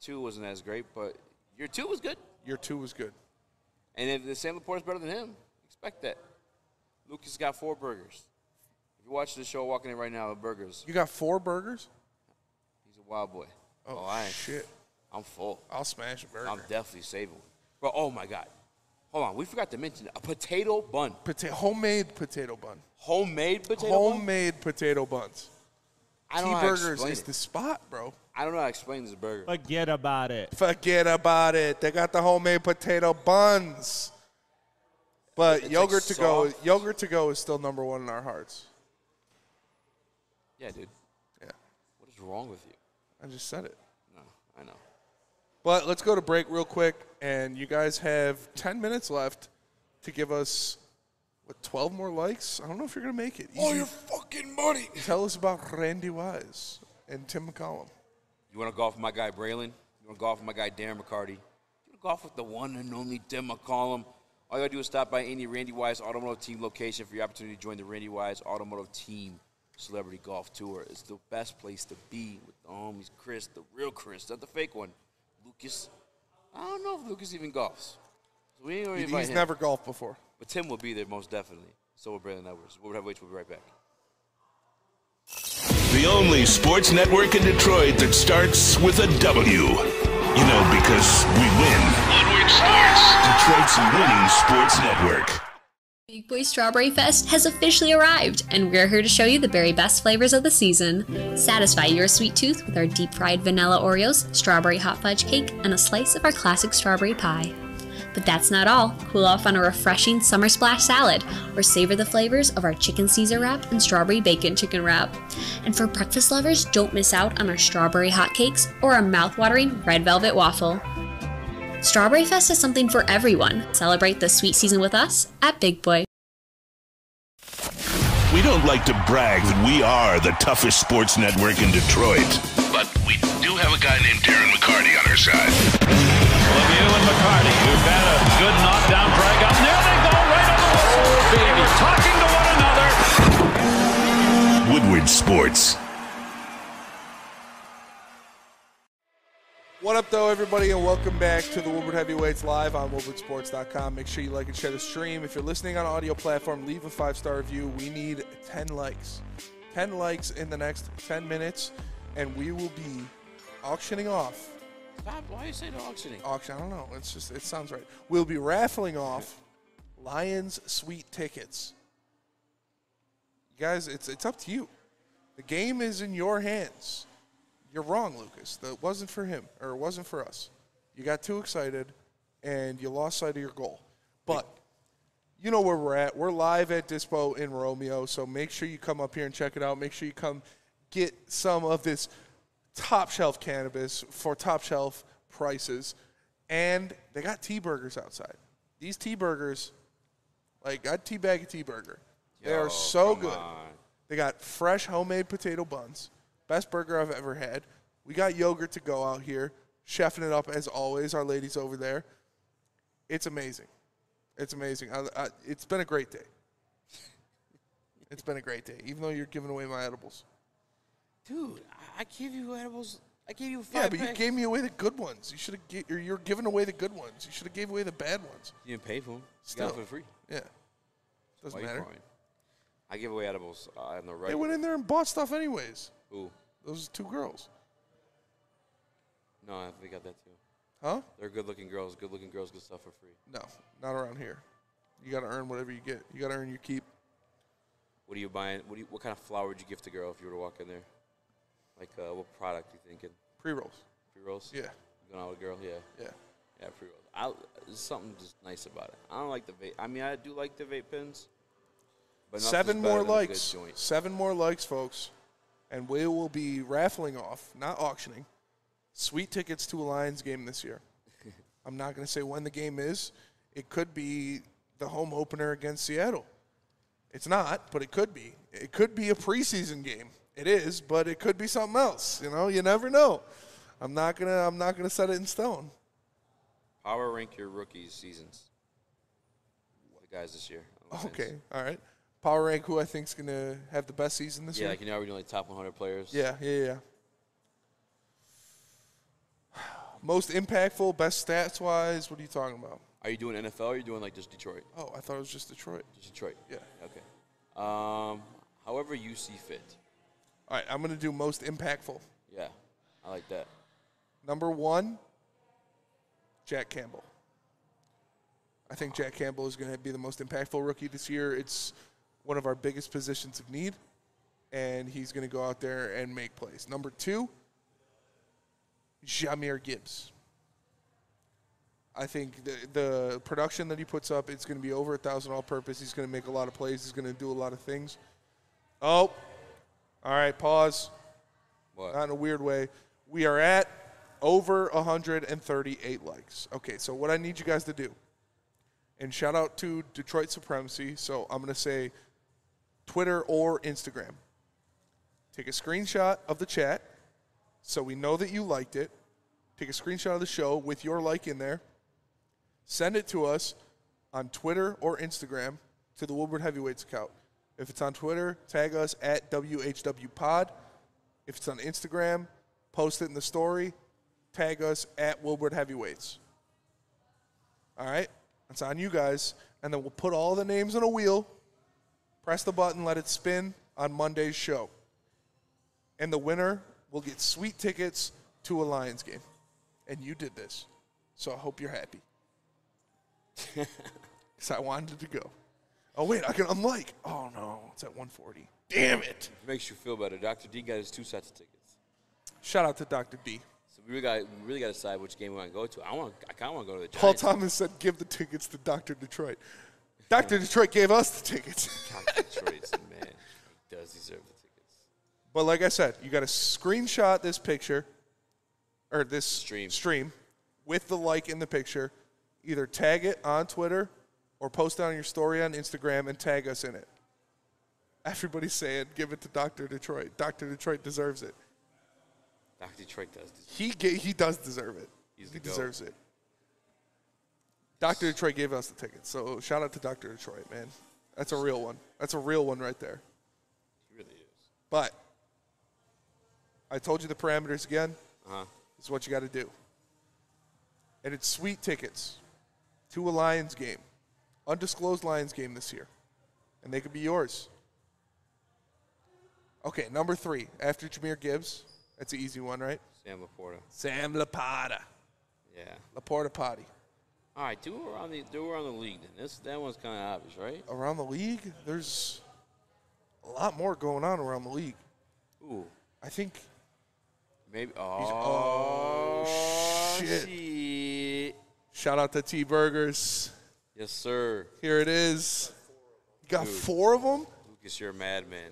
Speaker 3: two wasn't as great, but year two was good.
Speaker 4: Year two was good.
Speaker 3: And if the Sam Laporte's better than him, expect that. Lucas got four burgers. If you're watching the show, walking in right now, the burgers.
Speaker 4: You got four burgers?
Speaker 3: He's a wild boy.
Speaker 4: Oh,
Speaker 3: I ain't.
Speaker 4: shit.
Speaker 3: I'm full.
Speaker 4: I'll smash a burger.
Speaker 3: I'm definitely saving one. But oh my god, hold on, we forgot to mention a potato bun,
Speaker 4: Pota- homemade potato bun.
Speaker 3: homemade potato bun.
Speaker 4: homemade potato buns.
Speaker 3: I don't know how to
Speaker 4: T-Burgers
Speaker 3: explain
Speaker 4: is
Speaker 3: it.
Speaker 4: the spot, bro.
Speaker 3: I don't know how to explain this burger.
Speaker 5: Forget about it.
Speaker 4: Forget about it. They got the homemade potato buns. But
Speaker 3: It's
Speaker 4: yogurt
Speaker 3: like
Speaker 4: to go,
Speaker 3: soft.
Speaker 4: yogurt to go is still number one in our hearts.
Speaker 3: Yeah, dude.
Speaker 4: Yeah.
Speaker 3: What is wrong with you?
Speaker 4: I just said it.
Speaker 3: No, I know.
Speaker 4: But let's go to break real quick, and you guys have 10 minutes left to give us what 12 more likes. I don't know if you're gonna make it. All your
Speaker 3: fucking money.
Speaker 4: Tell us about Randy Wise and Tim McCollum.
Speaker 3: You want to golf with my guy Braylon? You want to golf with my guy Darren McCarty? You want to golf with the one and only Tim McCollum? All you got to do is stop by any Randy Wise Automotive Team location for your opportunity to join the Randy Wise Automotive Team Celebrity Golf Tour. It's the best place to be with the homies Chris, the real Chris, not the fake one. Lucas, I don't know if Lucas even golfs. So we ain't gonna
Speaker 4: He-
Speaker 3: invite
Speaker 4: He's
Speaker 3: him.
Speaker 4: never golfed before.
Speaker 3: But Tim will be there most definitely. So will Braylon Edwards. We'll have H. We'll be right back.
Speaker 6: The only sports network in Detroit that starts with a W. You know, because we win. Woodward Sports. Detroit's winning sports network.
Speaker 14: Big Boy Strawberry Fest has officially arrived, and we're here to show you the very best flavors of the season. Satisfy your sweet tooth with our deep fried vanilla Oreos, strawberry hot fudge cake, and a slice of our classic strawberry pie. But that's not all. Cool off on a refreshing summer splash salad, or savor the flavors of our chicken Caesar wrap and strawberry bacon chicken wrap. And for breakfast lovers, don't miss out on our strawberry hotcakes or our mouthwatering red velvet waffle. Strawberry Fest is something for everyone. Celebrate the sweet season with us at Big Boy.
Speaker 6: We don't like to brag that we are the toughest sports network in Detroit.
Speaker 9: But we do have a guy named Darren McCarty on our side.
Speaker 21: Lemieux and McCarty, who had a good knockdown drag up. There they go, right on the whistle. baby. Talking to one another.
Speaker 6: Woodward Sports.
Speaker 4: What up, though, everybody, and welcome back to the Woodward Heavyweights live on WoodwardSports.com. Make sure you like and share the stream. If you're listening on audio platform, leave a five star review. We need 10 likes. 10 likes in the next 10 minutes, and we will be auctioning off.
Speaker 3: Bob, why you say no auctioning?
Speaker 4: Auction, I don't know. It's just, it sounds right. We'll be raffling off Lions Suite tickets. You guys, it's, it's up to you. The game is in your hands. You're wrong, Lucas. That wasn't for him, or it wasn't for us. You got too excited, and you lost sight of your goal. But you know where we're at. We're live at Dispo in Romeo, so make sure you come up here and check it out. Make sure you come get some of this top shelf cannabis for top shelf prices. And they got T burgers outside. These T burgers, like I'd teabag a T burger. They
Speaker 3: Yo,
Speaker 4: are so
Speaker 3: come
Speaker 4: good.
Speaker 3: on.
Speaker 4: They got fresh homemade potato buns. Best burger I've ever had. We got yogurt to go out here, chefing it up as always. Our ladies over there. It's amazing. It's amazing. I, I, it's been a great day. It's been a great day, even though you're giving away my edibles.
Speaker 3: Dude, I, I gave you edibles. I gave you
Speaker 4: Yeah, but you gave me away the good ones. You should have. Or you're giving away the good ones. You should have gave away the bad ones.
Speaker 3: You didn't pay for them.
Speaker 4: Still
Speaker 3: you got 'em for free.
Speaker 4: Yeah, doesn't
Speaker 3: Why you
Speaker 4: matter.
Speaker 3: crying? I give away edibles. uh, I have no right.
Speaker 4: They went in there and bought stuff anyways.
Speaker 3: Who?
Speaker 4: Those two girls,
Speaker 3: No, I think we got that too.
Speaker 4: huh?
Speaker 3: They're good-looking girls. Good-looking girls get stuff for free.
Speaker 4: No, not around here. You got to earn whatever you get. You got to earn your keep.
Speaker 3: What are you buying? What, do you, what kind of flower would you give the girl if you were to walk in there? Like, uh, what product you thinking?
Speaker 4: Pre rolls.
Speaker 3: Pre rolls.
Speaker 4: Yeah.
Speaker 3: Going out with a girl. Yeah.
Speaker 4: Yeah.
Speaker 3: Yeah, pre rolls. I there's something just nice about it. I don't like the vape. I mean, I do like the vape pens. nothing's
Speaker 4: Seven
Speaker 3: better
Speaker 4: more
Speaker 3: than a good
Speaker 4: likes.
Speaker 3: joint.
Speaker 4: Seven more likes, folks. And we will be raffling off, not auctioning, sweet tickets to a Lions game this year. I'm not going to say when the game is. It could be the the home opener against Seattle. It's not, but it could be. It could be a preseason game. It is, but it could be something else. You know, you never know. I'm not gonna. I'm not gonna set it in stone.
Speaker 3: Power rank your rookies' seasons. The guys this year.
Speaker 4: Okay, all right. Power rank who I think's gonna have the best season this
Speaker 3: yeah,
Speaker 4: year.
Speaker 3: like you know, we're doing like top 100 players.
Speaker 4: Yeah, yeah, yeah. Most impactful, best stats wise. What are you talking about?
Speaker 3: Are you doing NFL or are you doing like just Detroit?
Speaker 4: Oh, I thought it was just Detroit.
Speaker 3: Just Detroit.
Speaker 4: Yeah.
Speaker 3: Okay. Um, however you see fit.
Speaker 4: All right, I'm gonna do most impactful.
Speaker 3: Yeah, I like that.
Speaker 4: Number one, Jack Campbell. I think Jack Campbell is going to be the most impactful rookie this year. It's one of our biggest positions of need, and he's going to go out there and make plays. Number two, Jameer Gibbs. I think the, the production that he puts up, it's going to be over a thousand all-purpose. He's going to make a lot of plays. He's going to do a lot of things. Oh, all right, pause. Not in a weird way. We are at over 138 likes. Okay, so what I need you guys to do, and shout out to Detroit Supremacy. So I'm going to say Twitter or Instagram. Take a screenshot of the chat so we know that you liked it. Take a screenshot of the show with your like in there. Send it to us on Twitter or Instagram to the Woodward Heavyweights account. If it's on Twitter, tag us at WHWPod. If it's on Instagram, post it in the story. Tag us at Wilbert Heavyweights. All right? That's on you guys. And then we'll put all the names on a wheel, press the button, let it spin on Monday's show. And the winner will get sweet tickets to a Lions game. And you did this. So I hope you're happy. Because I wanted to go. Oh, wait, I can, I'm like, oh no, it's at 140. Damn it.
Speaker 3: Makes you feel better. Dr. D got his two sets of tickets.
Speaker 4: Shout out to Dr. D.
Speaker 3: So we really got we really got to decide which game we want to go to. I want I kind of want to go to the
Speaker 4: Paul
Speaker 3: Giants.
Speaker 4: Thomas said, give the tickets to Dr. Detroit. Dr. Detroit gave us the tickets.
Speaker 3: Detroit's the man. He does deserve the tickets.
Speaker 4: But like I said, you got to screenshot this picture or this stream. with the like in the picture. Either tag it on Twitter or post it on your story on Instagram and tag us in it. Everybody say it. Give it to Dr. Detroit. Dr. Detroit deserves it.
Speaker 3: Dr. Detroit does. Deserve
Speaker 4: He ga- he does deserve it.
Speaker 3: He's
Speaker 4: he
Speaker 3: the GOAT.
Speaker 4: deserves it. Dr. Detroit gave us the tickets, so shout out to Dr. Detroit, man. That's a real one. That's a real one right there.
Speaker 3: He really is.
Speaker 4: But I told you the parameters again.
Speaker 3: Uh-huh.
Speaker 4: It's what you got to do. And it's sweet tickets to a Lions game, undisclosed Lions game this year. And they could be yours. Okay, number three, after Jameer Gibbs. That's an easy one, right?
Speaker 3: Sam Laporta.
Speaker 4: Sam Laporta.
Speaker 3: Yeah.
Speaker 4: Laporta Potty.
Speaker 3: All right, do around the do around the league. Then this that one's kind of obvious, right?
Speaker 4: Around the league, there's a lot more going on around the league.
Speaker 3: Ooh.
Speaker 4: I think
Speaker 3: Maybe. Oh,
Speaker 4: shit.
Speaker 3: shit.
Speaker 4: Shout out to T Burgers.
Speaker 3: Yes, sir.
Speaker 4: Here it is. You got
Speaker 3: Dude.
Speaker 4: four of them?
Speaker 3: Lucas, you're a madman.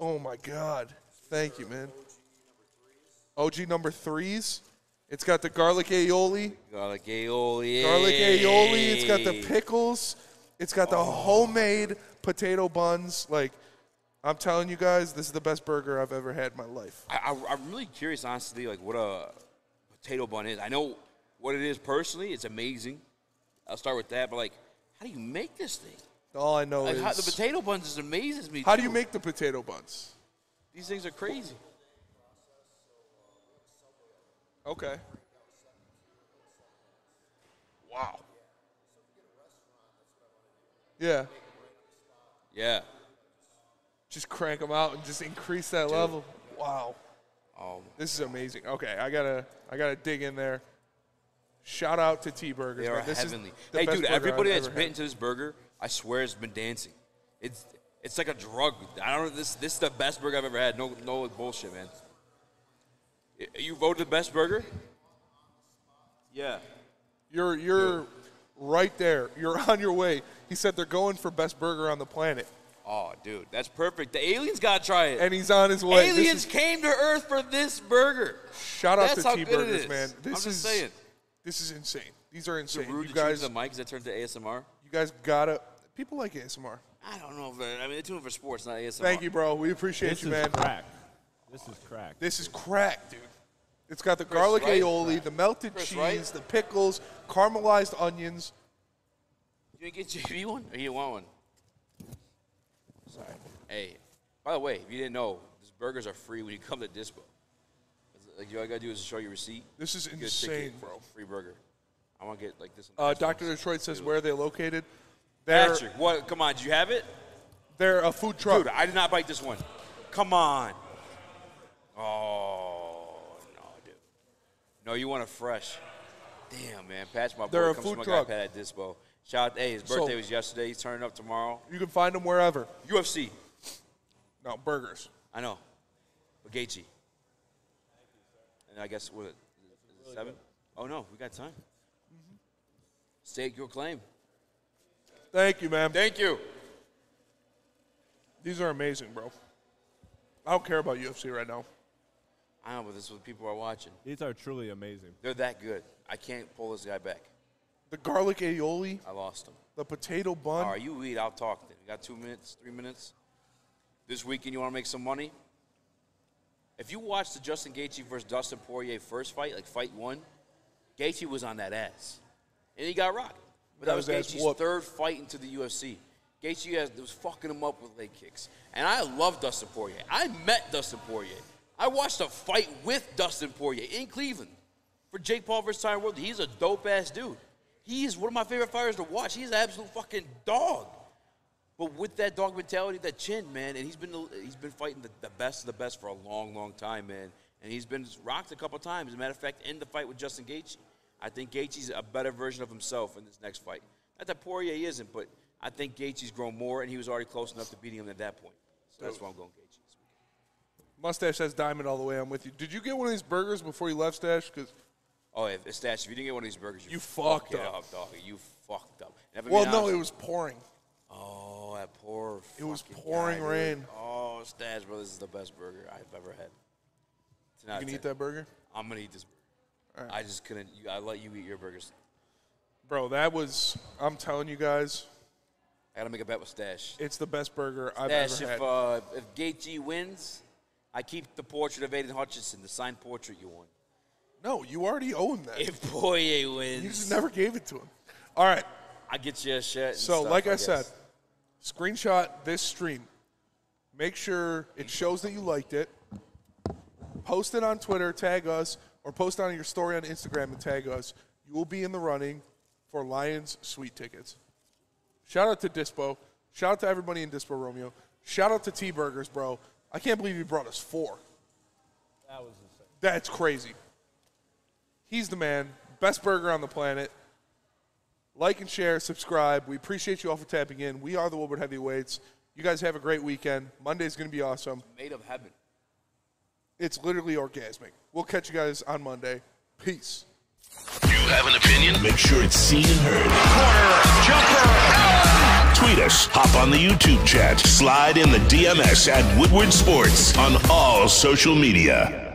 Speaker 4: Oh my God. Thank you, man. OG number threes. It's got the garlic aioli,
Speaker 3: Garlic aioli.
Speaker 4: garlic aioli. It's got the
Speaker 3: Hey.
Speaker 4: pickles. It's got the homemade potato buns. Like, I'm telling you guys, this is the best burger I've ever had in my life.
Speaker 3: I, I, I'm really curious, honestly, like what a potato bun is. I know what it is personally. It's amazing. I'll start with that. But like, how do you make this thing?
Speaker 4: All I know
Speaker 3: Like,
Speaker 4: is
Speaker 3: how, the potato buns just amazes me.
Speaker 4: how do you
Speaker 3: too.
Speaker 4: make the potato buns?
Speaker 3: These things are crazy.
Speaker 4: Okay. Wow. Yeah,
Speaker 3: Yeah.
Speaker 4: just crank them out and just increase that
Speaker 3: Dude.
Speaker 4: level. Wow.
Speaker 3: Oh, my-
Speaker 4: This is amazing. Okay, I gotta I gotta dig in there. Shout out to T Burgers.
Speaker 3: they are
Speaker 4: man. This is
Speaker 3: heavenly.
Speaker 4: the
Speaker 3: Hey,
Speaker 4: best
Speaker 3: dude,
Speaker 4: burger I've
Speaker 3: everybody that's
Speaker 4: ever
Speaker 3: bitten
Speaker 4: had.
Speaker 3: to this burger, I swear, has been dancing. It's it's like a drug. I don't know. This this is the best burger I've ever had. No no bullshit, man. Y- You voted the best burger? Yeah.
Speaker 4: You're you're right there. You're on your way. He said they're going for best burger on the planet.
Speaker 3: Oh, dude, that's perfect. The aliens gotta try it.
Speaker 4: And he's on his way. This
Speaker 3: Aliens
Speaker 4: is-
Speaker 3: came to Earth for this burger.
Speaker 4: Shout out
Speaker 3: That's
Speaker 4: to
Speaker 3: how
Speaker 4: T
Speaker 3: good it
Speaker 4: Burgers,
Speaker 3: is.
Speaker 4: man. This
Speaker 3: I'm just
Speaker 4: is
Speaker 3: saying.
Speaker 4: this is insane. These are
Speaker 3: Is it
Speaker 4: insane.
Speaker 3: rude
Speaker 4: you
Speaker 3: to choose
Speaker 4: guys
Speaker 3: the mic? Does that turn to ASMR?
Speaker 4: you You guys gotta. People like ASMR.
Speaker 3: I don't know, but I mean, they're doing it for sports, not ASMR.
Speaker 4: Thank you, bro. We appreciate
Speaker 3: This
Speaker 4: you,
Speaker 3: is
Speaker 4: man.
Speaker 3: crack.
Speaker 5: This is crack.
Speaker 4: This is crack, dude. It's got the
Speaker 3: Chris,
Speaker 4: garlic
Speaker 3: right?
Speaker 4: aioli, the melted
Speaker 3: Chris,
Speaker 4: cheese,
Speaker 3: right?
Speaker 4: the pickles, caramelized onions.
Speaker 3: You didn't get JV one, or you want one? Sorry. Hey, by the way, if you didn't know, these burgers are free when you come to Dispo. Like, all you gotta do is show your receipt.
Speaker 4: This is
Speaker 3: You get a
Speaker 4: insane,
Speaker 3: ticket, Free burger. I want to get like this.
Speaker 4: Uh, Doctor Detroit says where they're located. They're
Speaker 3: Patrick, what? Come on, do you have it?
Speaker 4: they're a food truck.
Speaker 3: Dude, I did not bite this one. Come on. Oh no, dude. No, you want a fresh. Damn, man. Patch my
Speaker 4: They're
Speaker 3: boy
Speaker 4: a
Speaker 3: comes
Speaker 4: food
Speaker 3: from my
Speaker 4: truck.
Speaker 3: guy Pat at Dispo. Shout out, hey, his
Speaker 4: So-
Speaker 3: birthday was yesterday. He's turning up tomorrow.
Speaker 4: you can find them wherever.
Speaker 3: UFC.
Speaker 4: No burgers.
Speaker 3: I know. But Gaethje. And I guess what? is it seven? Oh no, we got time. Stake your claim.
Speaker 4: Thank you, man.
Speaker 3: Thank you.
Speaker 4: These are amazing, bro. I don't care about UFC right now.
Speaker 3: I know, but this is what people are watching.
Speaker 5: These are truly amazing.
Speaker 3: They're that good. I can't pull this guy back.
Speaker 4: The garlic aioli,
Speaker 3: I lost him.
Speaker 4: the potato bun.
Speaker 3: All right, you eat. I'll talk then. You got two minutes, three minutes. This weekend, you want to make some money? If you watch the Justin Gaethje versus Dustin Poirier first fight, like fight one, Gaethje was on that ass, and he got rocked. But
Speaker 4: Got
Speaker 3: that was
Speaker 4: his ass
Speaker 3: Gaethje's
Speaker 4: whooped.
Speaker 3: third fight into the UFC. Gaethje has, was fucking him up with leg kicks, and I love Dustin Poirier. I met Dustin Poirier. I watched a fight with Dustin Poirier in Cleveland for Jake Paul versus Tyron Woodley. He's a dope ass dude. He is one of my favorite fighters to watch. He's an absolute fucking dog. But with that dog mentality, that chin, man, and he's been he's been fighting the, the best of the best for a long, long time, man. And he's been rocked a couple times. As a matter of fact, in the fight with Justin Gaethje, I think Gaethje's a better version of himself in this next fight. Not that Poirier isn't, but I think Gaethje's grown more, and he was already close enough to beating him at that point. So that's why I'm going Gaethje.
Speaker 4: Mustache has diamond all the way. I'm with you. Did you get one of these burgers before you left, Stash? Because
Speaker 3: Oh, if, if Stash, if you didn't get one of these burgers, you,
Speaker 4: You fucked
Speaker 3: fucking
Speaker 4: up.
Speaker 3: dog. You fucked up. And if I'm
Speaker 4: well,
Speaker 3: being
Speaker 4: no,
Speaker 3: honest-
Speaker 4: it was pouring.
Speaker 3: Oh, that poor.
Speaker 4: It was
Speaker 3: fucking
Speaker 4: pouring
Speaker 3: guy, dude.
Speaker 4: rain.
Speaker 3: Oh, Stash, bro, this is the best burger I've ever had. It's
Speaker 4: You
Speaker 3: not
Speaker 4: can
Speaker 3: ten.
Speaker 4: eat that burger,
Speaker 3: I'm gonna eat this. burger. I just couldn't. You, I let you eat your burgers.
Speaker 4: bro. That was. I'm telling you guys,
Speaker 3: I gotta make a bet with Stash.
Speaker 4: it's the best burger I've
Speaker 3: Stash,
Speaker 4: ever
Speaker 3: if
Speaker 4: had.
Speaker 3: uh, if Gaethje wins, I keep the portrait of Aiden Hutchinson, the signed portrait you won.
Speaker 4: no, you already owe him that.
Speaker 3: If Poirier wins,
Speaker 4: you just never gave it to him. All right.
Speaker 3: I get you a shit. and
Speaker 4: So,
Speaker 3: stuff,
Speaker 4: like I,
Speaker 3: guess.
Speaker 4: said, screenshot this stream. Make sure it shows that you liked it. Post it on Twitter, tag us, or post it on your story on Instagram and tag us. You will be in the running for Lions Sweet tickets. Shout out to Dispo. Shout out to everybody in Dispo Romeo. Shout out to T Burgers, bro. I can't believe you brought us four.
Speaker 5: That was
Speaker 4: That's crazy. He's the man. Best burger on the planet. Like and share, subscribe. We appreciate you all for tapping in. We are the Wilbert Heavyweights. You guys have a great weekend. Monday's going to be awesome.
Speaker 3: made of heaven.
Speaker 4: It's literally orgasmic. We'll catch you guys on Monday. Peace.
Speaker 9: You have an opinion?
Speaker 6: Make sure it's seen and heard. Tweet us, hop on the YouTube chat, slide in the DMS at Woodward Sports on all social media.